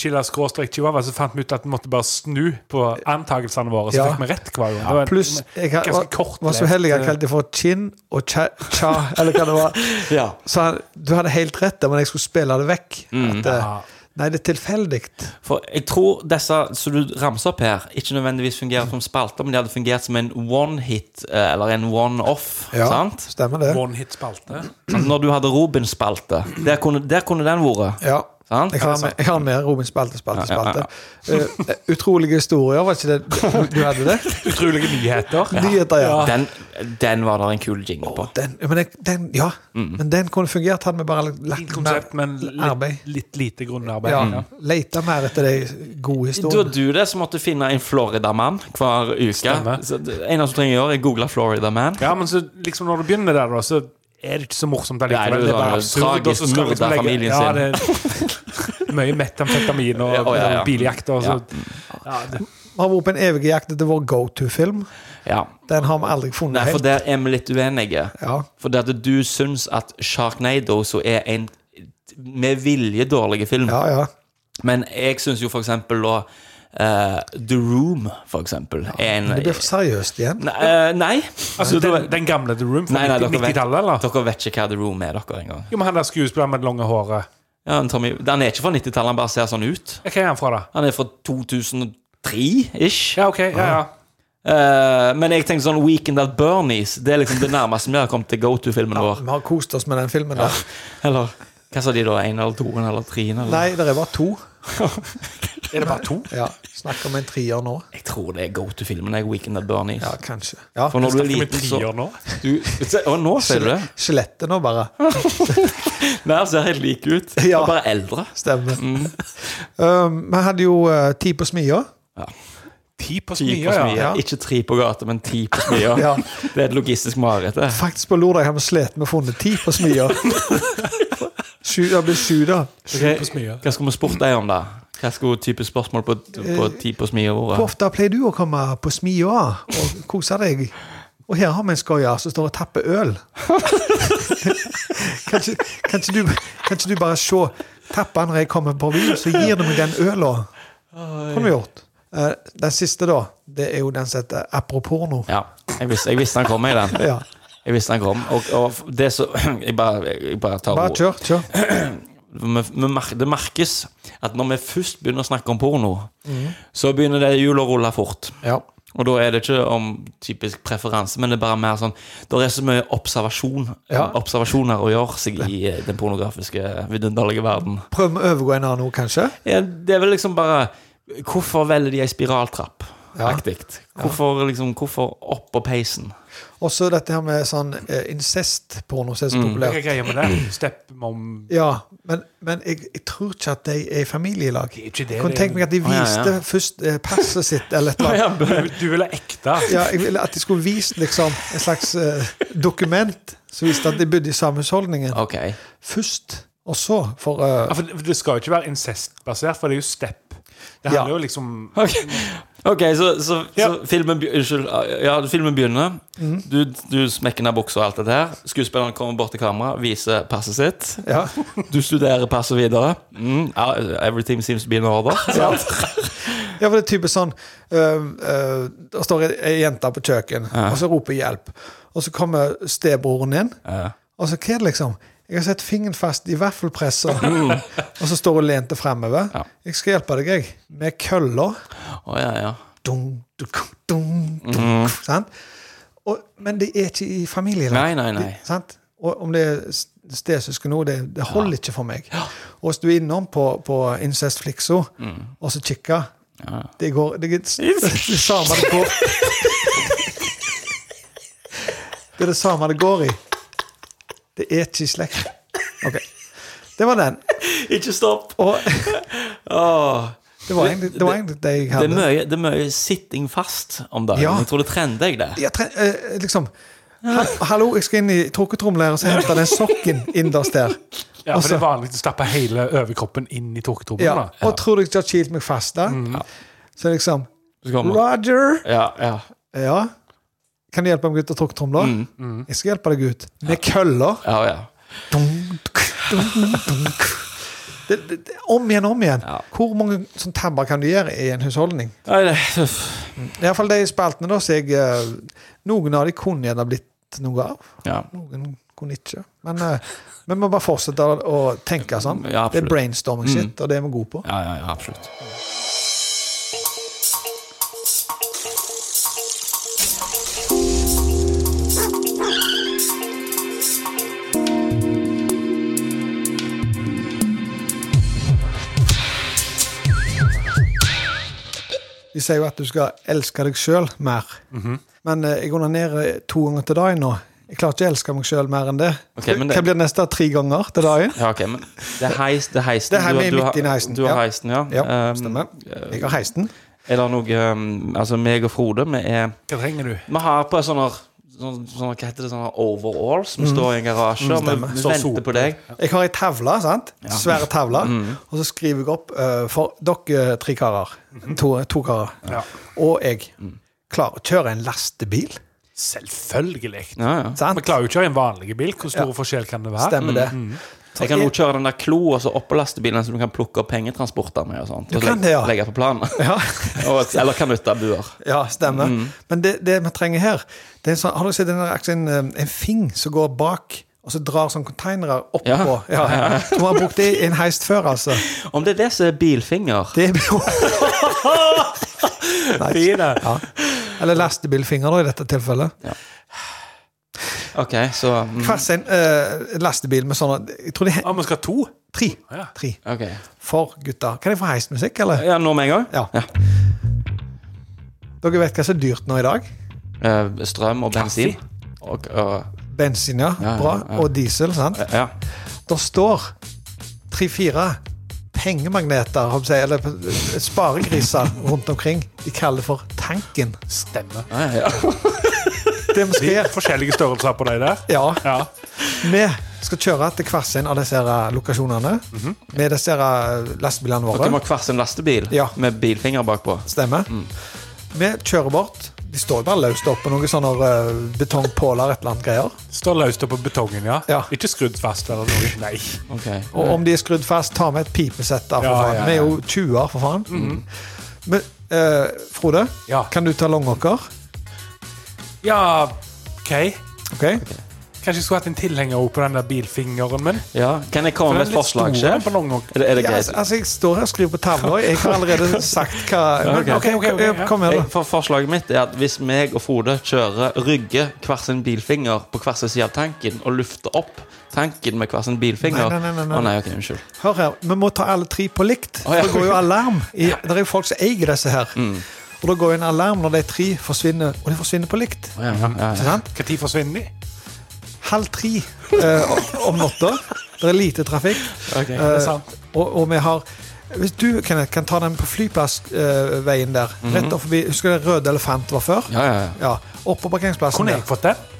Speaker 6: chinchilla-chihuahua så fant vi ut at vi måtte bare snu på antakelsene våre. Så
Speaker 3: Ja.
Speaker 6: fikk vi rett hver gang. Det var en
Speaker 3: Pluss jeg har-
Speaker 6: ganske
Speaker 3: var,
Speaker 6: kort
Speaker 3: var så
Speaker 6: lest,
Speaker 3: heldig jeg
Speaker 6: eh,
Speaker 3: kalte det for chin og cha, cha eller hva det var.
Speaker 5: Ja. Mm.
Speaker 3: Så han, du hadde helt rett, der, men jeg skulle spille det vekk. At, eh,
Speaker 6: Ja.
Speaker 3: Nei, det er tilfeldig.
Speaker 5: For jeg tror disse som du ramser opp her, ikke nødvendigvis fungerer som spalter, men de hadde fungert som en one-hit, eh, eller en one-off. sant?
Speaker 3: stemmer det.
Speaker 6: one-hit-spalte.
Speaker 5: Sånn, Når du hadde Robin-spalte, der, kunne- der kunne den vært.
Speaker 3: Ja.
Speaker 5: Sant?
Speaker 3: Jeg har, med, jeg har med Robin spalte, spalte,
Speaker 5: Ja, ja,
Speaker 3: spalte. Eh, utrolige historier, var ikke det du- du hadde det?
Speaker 6: Utrolige nyheter.
Speaker 3: Nyheter, ja.
Speaker 5: Den, den var det en kul jingle på.
Speaker 3: Den, men jeg, den, ja.
Speaker 5: Mm.
Speaker 3: men den kunne fungert, hadde vi bare
Speaker 6: Fint
Speaker 3: lagt
Speaker 6: konsept,
Speaker 3: mer
Speaker 6: men
Speaker 3: arbeid.
Speaker 6: litt, litt lite grunnarbeid.
Speaker 3: Ja,
Speaker 5: Mm.
Speaker 6: Ja.
Speaker 3: Leta mer etter de gode
Speaker 5: Da er
Speaker 3: historiene.
Speaker 5: du det som måtte finne en Floridaman hver uke.
Speaker 6: Stemmer.
Speaker 5: Så det eneste du trenger å gjøre, er google Floridaman.
Speaker 6: ja, men så liksom når du begynner der, da, så er det ikke så morsomt
Speaker 5: Nei, det er
Speaker 6: allikevel. Det er bare
Speaker 5: sånn
Speaker 6: absurd. og så skal
Speaker 5: tragisk
Speaker 6: du liksom legge-
Speaker 5: mord av familien
Speaker 6: Ja, det er mye metamfetamin og
Speaker 5: Ja, å, ja, ja.
Speaker 6: biljakter. og så- Ja, det-
Speaker 3: Vi har vært på en evig jakt etter vår go to-film.
Speaker 5: Ja.
Speaker 3: Den har vi aldri funnet
Speaker 5: Nei, for
Speaker 3: helt.
Speaker 5: der er vi litt uenige.
Speaker 3: Ja.
Speaker 5: Fordi at du syns at Sharknado så er en med vilje dårlig film.
Speaker 3: Ja, ja.
Speaker 5: Men jeg syns jo for eksempel da eh, The Room, for eksempel, er en
Speaker 3: Men det blir for seriøst igjen.
Speaker 5: Nei, eh, nei.
Speaker 6: Altså, den, den gamle The Room fra
Speaker 5: Nei, nei, dere vet-
Speaker 6: 90-tallet, eller?
Speaker 5: Dere vet ikke hva The Room er, dere engang.
Speaker 6: Jo, men han der skuespilleren med det lange håret.
Speaker 5: Ja, en Tommy- den er ikke fra 90-tallet, han bare ser sånn ut.
Speaker 6: Hva er han fra, da?
Speaker 5: Han er fra 2003 tre-ish.
Speaker 6: Ja, OK. Ja, ja.
Speaker 5: Eh, men jeg tenkte sånn Weekend at Bernies Det er liksom det nærmeste vi har kommet til go to-filmen vår.
Speaker 3: Vi har kost oss med den filmen der.
Speaker 5: Eller hva sa de da? Én eller to eller tre? Eller?
Speaker 3: Nei, det er bare to.
Speaker 6: Er det bare to?
Speaker 3: Ja, Snakk om en trier nå.
Speaker 5: Jeg tror det er go to-filmen. jeg, Weekend at Bernies.
Speaker 3: Ja, kanskje. Ja,
Speaker 5: For når du er
Speaker 6: Snakker vi
Speaker 5: liten, så
Speaker 6: trier nå?
Speaker 5: du, se, Å, nå sier du det?
Speaker 3: Skjelettet nå, bare.
Speaker 5: Hver altså, ser helt lik ut.
Speaker 3: Ja.
Speaker 5: Bare eldre.
Speaker 3: Stemmer.
Speaker 5: Mm.
Speaker 3: Um, vi hadde jo eh, Ti på smia.
Speaker 6: Ti på
Speaker 5: Ti på smia.
Speaker 6: smia, ja.
Speaker 3: ja.
Speaker 5: Ikke tre på gata, men ti på smia.
Speaker 3: Ja.
Speaker 5: Det er et logistisk mareritt. det.
Speaker 3: Faktisk på lørdag har vi slet med å funnet ti på smia. Sju, det blir sju, da.
Speaker 5: Ok,
Speaker 6: på smia.
Speaker 5: Hva skulle vi spurt deg om, da? Hva skulle type spørsmål på, på
Speaker 3: Eh,
Speaker 5: ti på smia-ordet?
Speaker 3: Hvor ofte pleier du å komme på smia og kose deg? Og her har vi en skoie som står og tapper øl. Kanskje, kanskje, du, kanskje du bare se tappa når jeg kommer på byen, så gir du meg den øla. Kunne vi gjort. Eh, Den siste, da, det er jo den som heter aproporno.
Speaker 5: Ja, jeg visste, jeg visste han kom, jeg, den.
Speaker 3: Ja.
Speaker 5: Jeg visste han kom. Og, og det så Jeg bare, jeg bare tar
Speaker 3: Bare
Speaker 5: ordet.
Speaker 3: kjør, kjør.
Speaker 5: vi, vi mer, det merkes at når vi først begynner å snakke om porno,
Speaker 3: Mm.
Speaker 5: så begynner det hjulet å rulle fort.
Speaker 3: Ja.
Speaker 5: Og da er det ikke om typisk preferanse, men det er bare mer sånn Det er så mye observasjon,
Speaker 3: Ja.
Speaker 5: observasjoner å gjøre seg i eh, den pornografiske, vidunderlige verden.
Speaker 3: Prøv med å overgå en annen nå, kanskje.
Speaker 5: Ja, det er vel liksom bare Hvorfor velger de ei spiraltrapp?
Speaker 3: Ja.
Speaker 5: Aktig. Hvorfor, liksom, hvorfor opp på peisen?
Speaker 3: Og så dette her med sånn eh, incestporno som er så
Speaker 6: Hva er
Speaker 3: populært.
Speaker 6: greia med det? Stepmom
Speaker 3: Ja, men, men jeg, jeg tror ikke at de er i familielag.
Speaker 6: Det er ikke det.
Speaker 3: Jeg kunne
Speaker 6: det er-
Speaker 3: tenkt meg at de
Speaker 5: Å, ja, ja.
Speaker 3: viste først eh, passet sitt, eller et eller annet.
Speaker 6: Du, du vil ha ekte.
Speaker 3: Ja, jeg ville at de skulle vist liksom et slags eh, dokument som viste at de bodde i samme husholdningen.
Speaker 5: Ok.
Speaker 3: Først, og så for eh,
Speaker 6: Ja, for det- for det skal jo ikke være incestbasert, for det er jo step. Det handler
Speaker 3: Ja.
Speaker 6: jo liksom
Speaker 5: Ok, Ok, så, så,
Speaker 6: Ja.
Speaker 5: så filmen, be- unnskyld, ja, filmen begynner.
Speaker 3: Mhm.
Speaker 5: Du, du smekker ned buksa og alt dette her. Skuespilleren kommer bort til kamera, viser passet sitt.
Speaker 3: ja.
Speaker 5: Du studerer passet videre. Mm, ja, everything seems to be in order.
Speaker 3: Ja. ja, for det er typisk sånn øh, øh, Der står ei- ei jente på kjøkken, og så roper 'hjelp'. Og så kommer stebroren inn,
Speaker 5: Ja.
Speaker 3: og så hva er det liksom? Jeg har sett fingeren fast i vaffelpressa, og så står hun lente framover.
Speaker 5: Mm. Ja.
Speaker 3: Jeg skal hjelpe deg, jeg. Med kølla.
Speaker 5: Å, ja, ja.
Speaker 3: Dun, dun, dun, dun,
Speaker 5: Mhm.
Speaker 3: sant? Og, men det er ikke i familie. da.
Speaker 5: Nei, nei, nei.
Speaker 3: Det- Sant? Og om det er s- stesøsken nå, det, det holder ikke for meg. Og hvis du er innom på, på incestfliksa
Speaker 5: Mm.
Speaker 3: og så kikker Det går det, er s- det samme det går Det er det samme det går i. Det er ikke i slekt. Ok. Det var den.
Speaker 5: Ikke stopp! Ah,
Speaker 3: Og
Speaker 5: Åh.
Speaker 3: det var egentlig det, var egentlig det jeg
Speaker 5: Det er,
Speaker 3: hadde.
Speaker 5: mye, det er mye sitting fast om dagen.
Speaker 3: Ja.
Speaker 5: Jeg tror det trender deg, det.
Speaker 3: jeg tre, eh, liksom ha- Hallo, jeg skal inn i tråkketromler og så henter den sokken innerst der.
Speaker 6: Ja, for
Speaker 3: Altså-
Speaker 6: det er vanlig å stappe hele overkroppen inn i tåketrommelen.
Speaker 3: Ja.
Speaker 6: da.
Speaker 3: Og tror du ikke jeg har kilt meg fast der? Så liksom
Speaker 5: Så kommer-
Speaker 3: Roger!
Speaker 5: Ja, ja.
Speaker 3: Ja. Kan du hjelpe meg ut av tråkketromler? Jeg skal hjelpe deg ut. Med køller.
Speaker 5: Mm. ja, ja.
Speaker 3: Dunk, dunk, dunk. Det, det, det, om igjen, om igjen.
Speaker 5: Ja.
Speaker 3: Hvor mange sånne tabber kan du gjøre i en husholdning?
Speaker 5: Nei, det- uff.
Speaker 3: Iallfall de spaltene, da, så jeg eh, Noen av de kunne gjerne blitt noe av.
Speaker 5: ja.
Speaker 3: Noen kunne ikke. Men eh, vi må bare fortsette å- å tenke sånn.
Speaker 5: Ja, absolutt. Mm.
Speaker 3: det er brainstorming shit, og det er vi gode på.
Speaker 5: Ja, ja, ja, absolutt.
Speaker 3: De sier jo at du skal elske deg sjøl mer.
Speaker 5: Mhm.
Speaker 3: Men eh, jeg onanerer to ganger til dagen nå. Jeg klarer ikke å elske meg sjøl mer enn det.
Speaker 5: Ok, men det-
Speaker 3: Hva blir det neste? Tre ganger til dagen?
Speaker 5: Ja, ok, men det er heis, det er heisen.
Speaker 3: Det er her
Speaker 5: Du har-
Speaker 3: vi er
Speaker 5: du
Speaker 3: midt
Speaker 5: har-
Speaker 3: inne i heisen,
Speaker 5: Du har
Speaker 3: ja.
Speaker 5: heisen, ja.
Speaker 3: Ja,
Speaker 5: Um,
Speaker 3: stemmer. Jeg har heisen.
Speaker 5: Er det noe um, Altså, meg og Frode, vi er
Speaker 6: Hva trenger du?
Speaker 5: Vi har på sånne Sånn, sånn, hva heter det, sånne overalls
Speaker 3: Mm.
Speaker 5: som står i en garasje, og vi, vi
Speaker 6: Står
Speaker 5: venter
Speaker 6: soper.
Speaker 5: på deg.
Speaker 3: Jeg har ei tavle, sant? Svære tavle.
Speaker 5: Mhm.
Speaker 3: Og så skriver jeg opp eh, for dere tre karer.
Speaker 5: Mhm.
Speaker 3: To, eh, to karer.
Speaker 6: Ja.
Speaker 3: Og jeg.
Speaker 5: Mm.
Speaker 3: Klarer å kjøre en lastebil.
Speaker 6: Selvfølgelig.
Speaker 5: Ja, ja.
Speaker 3: Sant?
Speaker 6: Vi klarer jo ikke å ha en vanlig bil. Hvor stor
Speaker 3: Ja.
Speaker 6: forskjell kan det være?
Speaker 3: Stemmer det.
Speaker 5: Mm, Jeg kan jo kjøre den der kloa som oppå lastebilen, som du kan plukke opp pengetransporter med. og sånt.
Speaker 3: Du
Speaker 5: og
Speaker 3: kan
Speaker 5: legge-
Speaker 3: det, ja.
Speaker 5: Legge på planen.
Speaker 3: Ja.
Speaker 5: og, eller kanuttabuer.
Speaker 3: Ja, stemmer.
Speaker 5: Mm.
Speaker 3: Men det, det vi trenger her det er en sånn, Har du sett den der, akkurat en, eh, en fing som går bak, og så drar sånn containere oppå?
Speaker 5: Ja.
Speaker 3: Ja. Ja, Du har brukt det i en heist før, altså.
Speaker 5: Om det er det som er bilfinger
Speaker 3: Det er jo
Speaker 6: Fine.
Speaker 3: Ja. Eller lastebilfinger, da, i dette tilfellet.
Speaker 5: Ok, så mm,
Speaker 3: Kvass en eh, lastebil med sånne Jeg tror det er
Speaker 6: Ah, vi skal ha to?
Speaker 3: tre.
Speaker 6: Ja.
Speaker 3: tre.
Speaker 5: Ok.
Speaker 3: For gutter. Kan jeg få heismusikk, eller?
Speaker 5: Ja, nå med en gang?
Speaker 3: Ja.
Speaker 5: Ja.
Speaker 3: Dere vet hva som er dyrt nå i dag?
Speaker 5: Eh, strøm og bensin.
Speaker 6: Kaffe.
Speaker 5: Og, og
Speaker 3: Bensin, ja.
Speaker 5: Ja, ja,
Speaker 3: Bra.
Speaker 5: ja.
Speaker 3: Og diesel, sant?
Speaker 5: Ja.
Speaker 3: Det står tre-fire pengemagneter, håper jeg, eller sparegriser rundt omkring. De kaller det for tanken.
Speaker 6: Stemmer.
Speaker 5: Ah, Ja, ja, ja.
Speaker 3: Det vi skal
Speaker 6: Det er
Speaker 3: gjøre
Speaker 6: forskjellige størrelser på de der.
Speaker 3: Ja,
Speaker 6: Ja.
Speaker 3: vi skal kjøre til hver sin av disse her lokasjonene.
Speaker 6: Mhm.
Speaker 3: Med disse her lastebilene
Speaker 5: Dere må
Speaker 3: våre.
Speaker 5: ha hver sin lastebil
Speaker 3: Ja.
Speaker 5: med bilfinger bakpå.
Speaker 3: Stemmer.
Speaker 6: Mm.
Speaker 3: Vi kjører bort. De står jo bare løst opp på noen sånne eh, betongpåler, et eller annet greier.
Speaker 6: Står løst oppå betongen, ja.
Speaker 3: Ja.
Speaker 6: Ikke skrudd fast eller noe. Nei.
Speaker 5: Ok.
Speaker 3: Og om de er skrudd fast, ta med et pipesetter, for
Speaker 6: Mm. Ja,
Speaker 3: faen.
Speaker 6: ja,
Speaker 3: Vi er
Speaker 6: ja. Mhm.
Speaker 3: jo 20-er, for faen. Men eh, Frode,
Speaker 6: Ja.
Speaker 3: kan du ta Longåker?
Speaker 6: Ja, OK.
Speaker 3: Ok?
Speaker 6: Kanskje jeg skulle hatt en tilhenger også på den der bilfingeren min?
Speaker 5: Ja. Kan jeg komme
Speaker 6: For
Speaker 5: med et
Speaker 6: den er litt
Speaker 5: forslag,
Speaker 6: stor, den
Speaker 5: sjef?
Speaker 6: på lang nok.
Speaker 5: Er det, er det
Speaker 3: Ja,
Speaker 5: greit?
Speaker 3: altså, altså, jeg står her og skriver på tavla. Jeg har allerede sagt hva men,
Speaker 6: ok, ok, ok,
Speaker 3: eh, Kom her, da.
Speaker 5: Jeg, for forslaget mitt er at Hvis meg og Frode kjører rygger hver sin bilfinger på hver sin side av tanken og lufter opp tanken med hver sin bilfinger
Speaker 3: Nei, nei, nei, nei, nei.
Speaker 5: Å, nei ok, Unnskyld.
Speaker 3: Hør her, vi må ta alle tre på likt.
Speaker 5: ja.
Speaker 3: For det går jo alarm. I, det er jo folk som eier disse her. Og da går jo en alarm når de tre forsvinner, og de forsvinner på likt.
Speaker 5: Å, Ja, ja,
Speaker 3: Ikke
Speaker 5: ja.
Speaker 3: sant?
Speaker 6: Når forsvinner de?
Speaker 3: Halv tre eh, om natta. Det er lite trafikk.
Speaker 5: Ok.
Speaker 3: Eh,
Speaker 6: Det er sant.
Speaker 3: og, og vi har Hvis du Kenneth, kan ta den på flyplassveien der, rett opp forbi Husker du den røde elefant var før?
Speaker 5: ja, ja, ja.
Speaker 3: Ja, Oppe på parkeringsplassen.
Speaker 6: Kunne
Speaker 3: der.
Speaker 6: jeg fått den?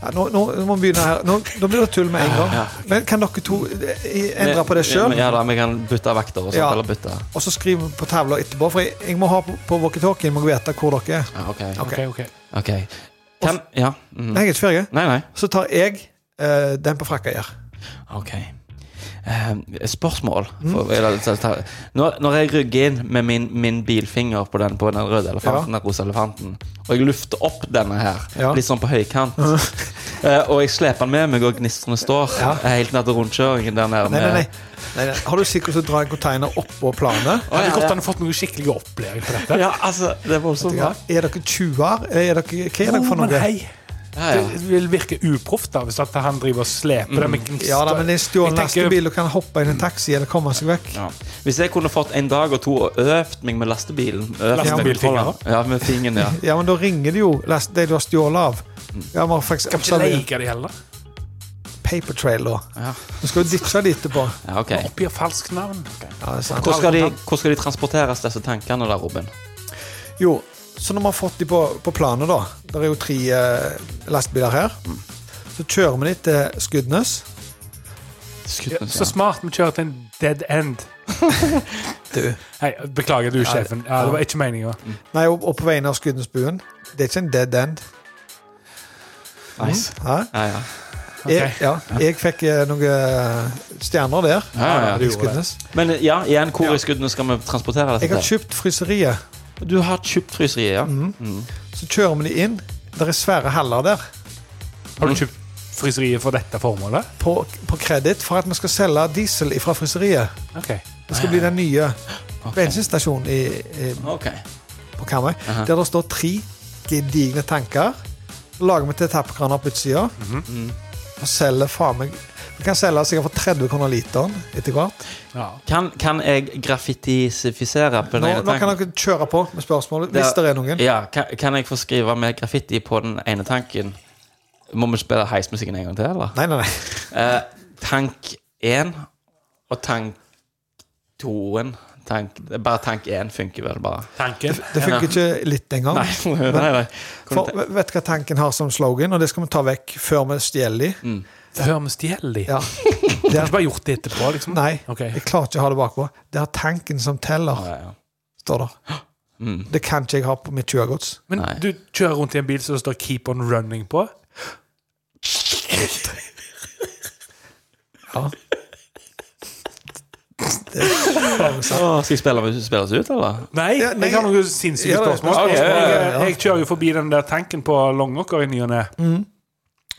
Speaker 3: Ja, nå, nå, nå må vi begynne her. Nå, nå blir det tull med en gang. Men kan dere to eh, endre på det sjøl?
Speaker 5: Ja da, vi kan bytte vekter og sånt.
Speaker 3: Ja.
Speaker 5: Eller bytte
Speaker 3: Og så skriv på tavla etterpå, for jeg, jeg må ha på, på walkietalkien må jeg vite hvor dere er.
Speaker 5: ja, Ok.
Speaker 3: Ok.
Speaker 6: Ok, ok.
Speaker 5: ok Hvem Ja. Mm.
Speaker 3: Nei, jeg er ikke ferdig.
Speaker 5: Nei, nei.
Speaker 3: Så tar jeg eh, den på frakka her.
Speaker 5: Ok. Eh, spørsmål
Speaker 3: Mm.
Speaker 5: for, eller, ta- ta- når, når jeg rygger inn med min, min bilfinger på den, på den røde elefanten, den rosa elefanten, og jeg lufter opp denne her,
Speaker 3: Ja.
Speaker 5: litt sånn på høykant, eh, og jeg sleper den med meg og gnistrene står
Speaker 3: Ja.
Speaker 5: eh, helt ned til rundkjøringen der nede
Speaker 3: Nei, nei, nei.
Speaker 5: med-
Speaker 3: nei, nei. Har du sikkert så drar en container oppå planet?
Speaker 5: Å,
Speaker 6: Hadde
Speaker 5: ja,
Speaker 6: godt
Speaker 5: ja.
Speaker 6: han fått noe skikkelig opplæring på dette.
Speaker 5: ja, altså, det er voldsomt
Speaker 3: Ja.
Speaker 5: bra.
Speaker 3: Er dere 20-er? Er dere, hva er
Speaker 6: Jo,
Speaker 3: dere for
Speaker 6: men
Speaker 3: noe?
Speaker 6: hei.
Speaker 5: Ja, ja.
Speaker 6: Det vil virke uproft da, hvis at han driver og sleper det med gnist.
Speaker 3: Ja da, men det er
Speaker 6: Jeg
Speaker 3: stjålet
Speaker 6: tenker-
Speaker 3: lastebil og kan hoppe inn i en taxi eller komme seg vekk.
Speaker 5: Ja. Hvis jeg kunne fått en dag og to og øvd meg med lastebilen øvd meg med
Speaker 6: Lastebilfinger.
Speaker 5: kontrollen. Ja, med fingeren, ja.
Speaker 3: Ja, men da ringer det jo last- de du har stjålet av. Ja, vi har faktisk
Speaker 6: Kan vi ikke
Speaker 3: observert
Speaker 6: leke det heller?
Speaker 3: paper trail, da.
Speaker 5: Ja.
Speaker 3: Du skal jo ditche det etterpå.
Speaker 5: ja ok.
Speaker 6: Oppgir falskt navn.
Speaker 3: Ja, det er sant.
Speaker 5: Hvor skal, de, hvor skal de transporteres, disse tankene der, Robin?
Speaker 3: Jo, så når vi har fått de på, på planet, da Det er jo tre eh, lastebiler her. Så kjører vi de til Skudenes.
Speaker 5: Skutt
Speaker 6: Så smart vi kjører til en dead end.
Speaker 3: Du.
Speaker 6: Hei, beklager, du er sjefen. Ja, det var ikke meninga.
Speaker 3: Nei, og, og på vegne av Skudenesbuen. Det er ikke en dead end.
Speaker 5: Nice.
Speaker 3: Hæ?
Speaker 5: Ja, ja.
Speaker 3: Jeg, ja, jeg fikk eh, noen stjerner der.
Speaker 5: Ja, ja, ja.
Speaker 3: i Skudenes.
Speaker 5: Men ja, igjen, hvor i skuddene skal vi transportere
Speaker 3: Jeg
Speaker 5: dette?
Speaker 3: har Mhm. kjøpt fryseriet.
Speaker 5: til? Du har kjøpt fryseriet, ja.
Speaker 3: Så kjører vi de inn. Det er svære haller der.
Speaker 6: Har du kjøpt fryseriet for dette formålet?
Speaker 3: På, på kreditt for at vi skal selge diesel fra fryseriet.
Speaker 6: Ok.
Speaker 3: Det skal bli den nye
Speaker 5: Ok.
Speaker 3: bensinstasjonen i, i,
Speaker 5: Ok.
Speaker 3: på kammeret. Der det står tre gedigne tanker. Så lager vi til tappkraner på utsida.
Speaker 5: Mhm.
Speaker 3: Og selger faen meg Vi kan selge sikkert for 30 kroner literen etter hvert.
Speaker 6: Ja.
Speaker 5: Kan, kan jeg graffitisifisere på den
Speaker 3: Nå,
Speaker 5: ene
Speaker 3: nå kan
Speaker 5: tanken?
Speaker 3: dere kjøre på med spørsmål hvis det er noen.
Speaker 5: Ja, kan, kan jeg få skrive med graffiti på den ene tanken? Må vi spille heismusikken en gang til, eller?
Speaker 3: Nei, nei, nei.
Speaker 5: Eh, tank 1 og tank 2-en. Tank, bare tank 1 funker vel bare.
Speaker 6: Tanken.
Speaker 3: Det funker ikke litt engang.
Speaker 5: Nei, nei, nei.
Speaker 3: For vet du hva tanken har som slogan, og det skal vi ta vekk før vi stjeler de?
Speaker 5: Mm.
Speaker 6: Før vi stjeler de.
Speaker 3: Ja.
Speaker 6: Du har ikke bare gjort det etterpå, liksom?
Speaker 3: Nei,
Speaker 6: Ok.
Speaker 3: jeg klarer ikke å ha det bakpå. Det er tanken som teller,
Speaker 5: Ja, ja.
Speaker 3: står det.
Speaker 5: Mm.
Speaker 3: Det kan ikke jeg ha på mitt tjuegods.
Speaker 6: Men
Speaker 5: Nei.
Speaker 6: du kjører rundt i en bil som det står 'Keep on running' på.
Speaker 5: Åh, Skal jeg spille, spille oss ut, eller?
Speaker 6: Nei,
Speaker 3: Ja, nei.
Speaker 6: jeg har noen sinnssyke
Speaker 3: Ja, det er
Speaker 6: spørsmål.
Speaker 3: spørsmål.
Speaker 6: Jeg,
Speaker 5: Ja,
Speaker 3: ja, ja.
Speaker 6: jeg kjører jo forbi den der tanken på Longåker i ny og ne.
Speaker 3: Mm.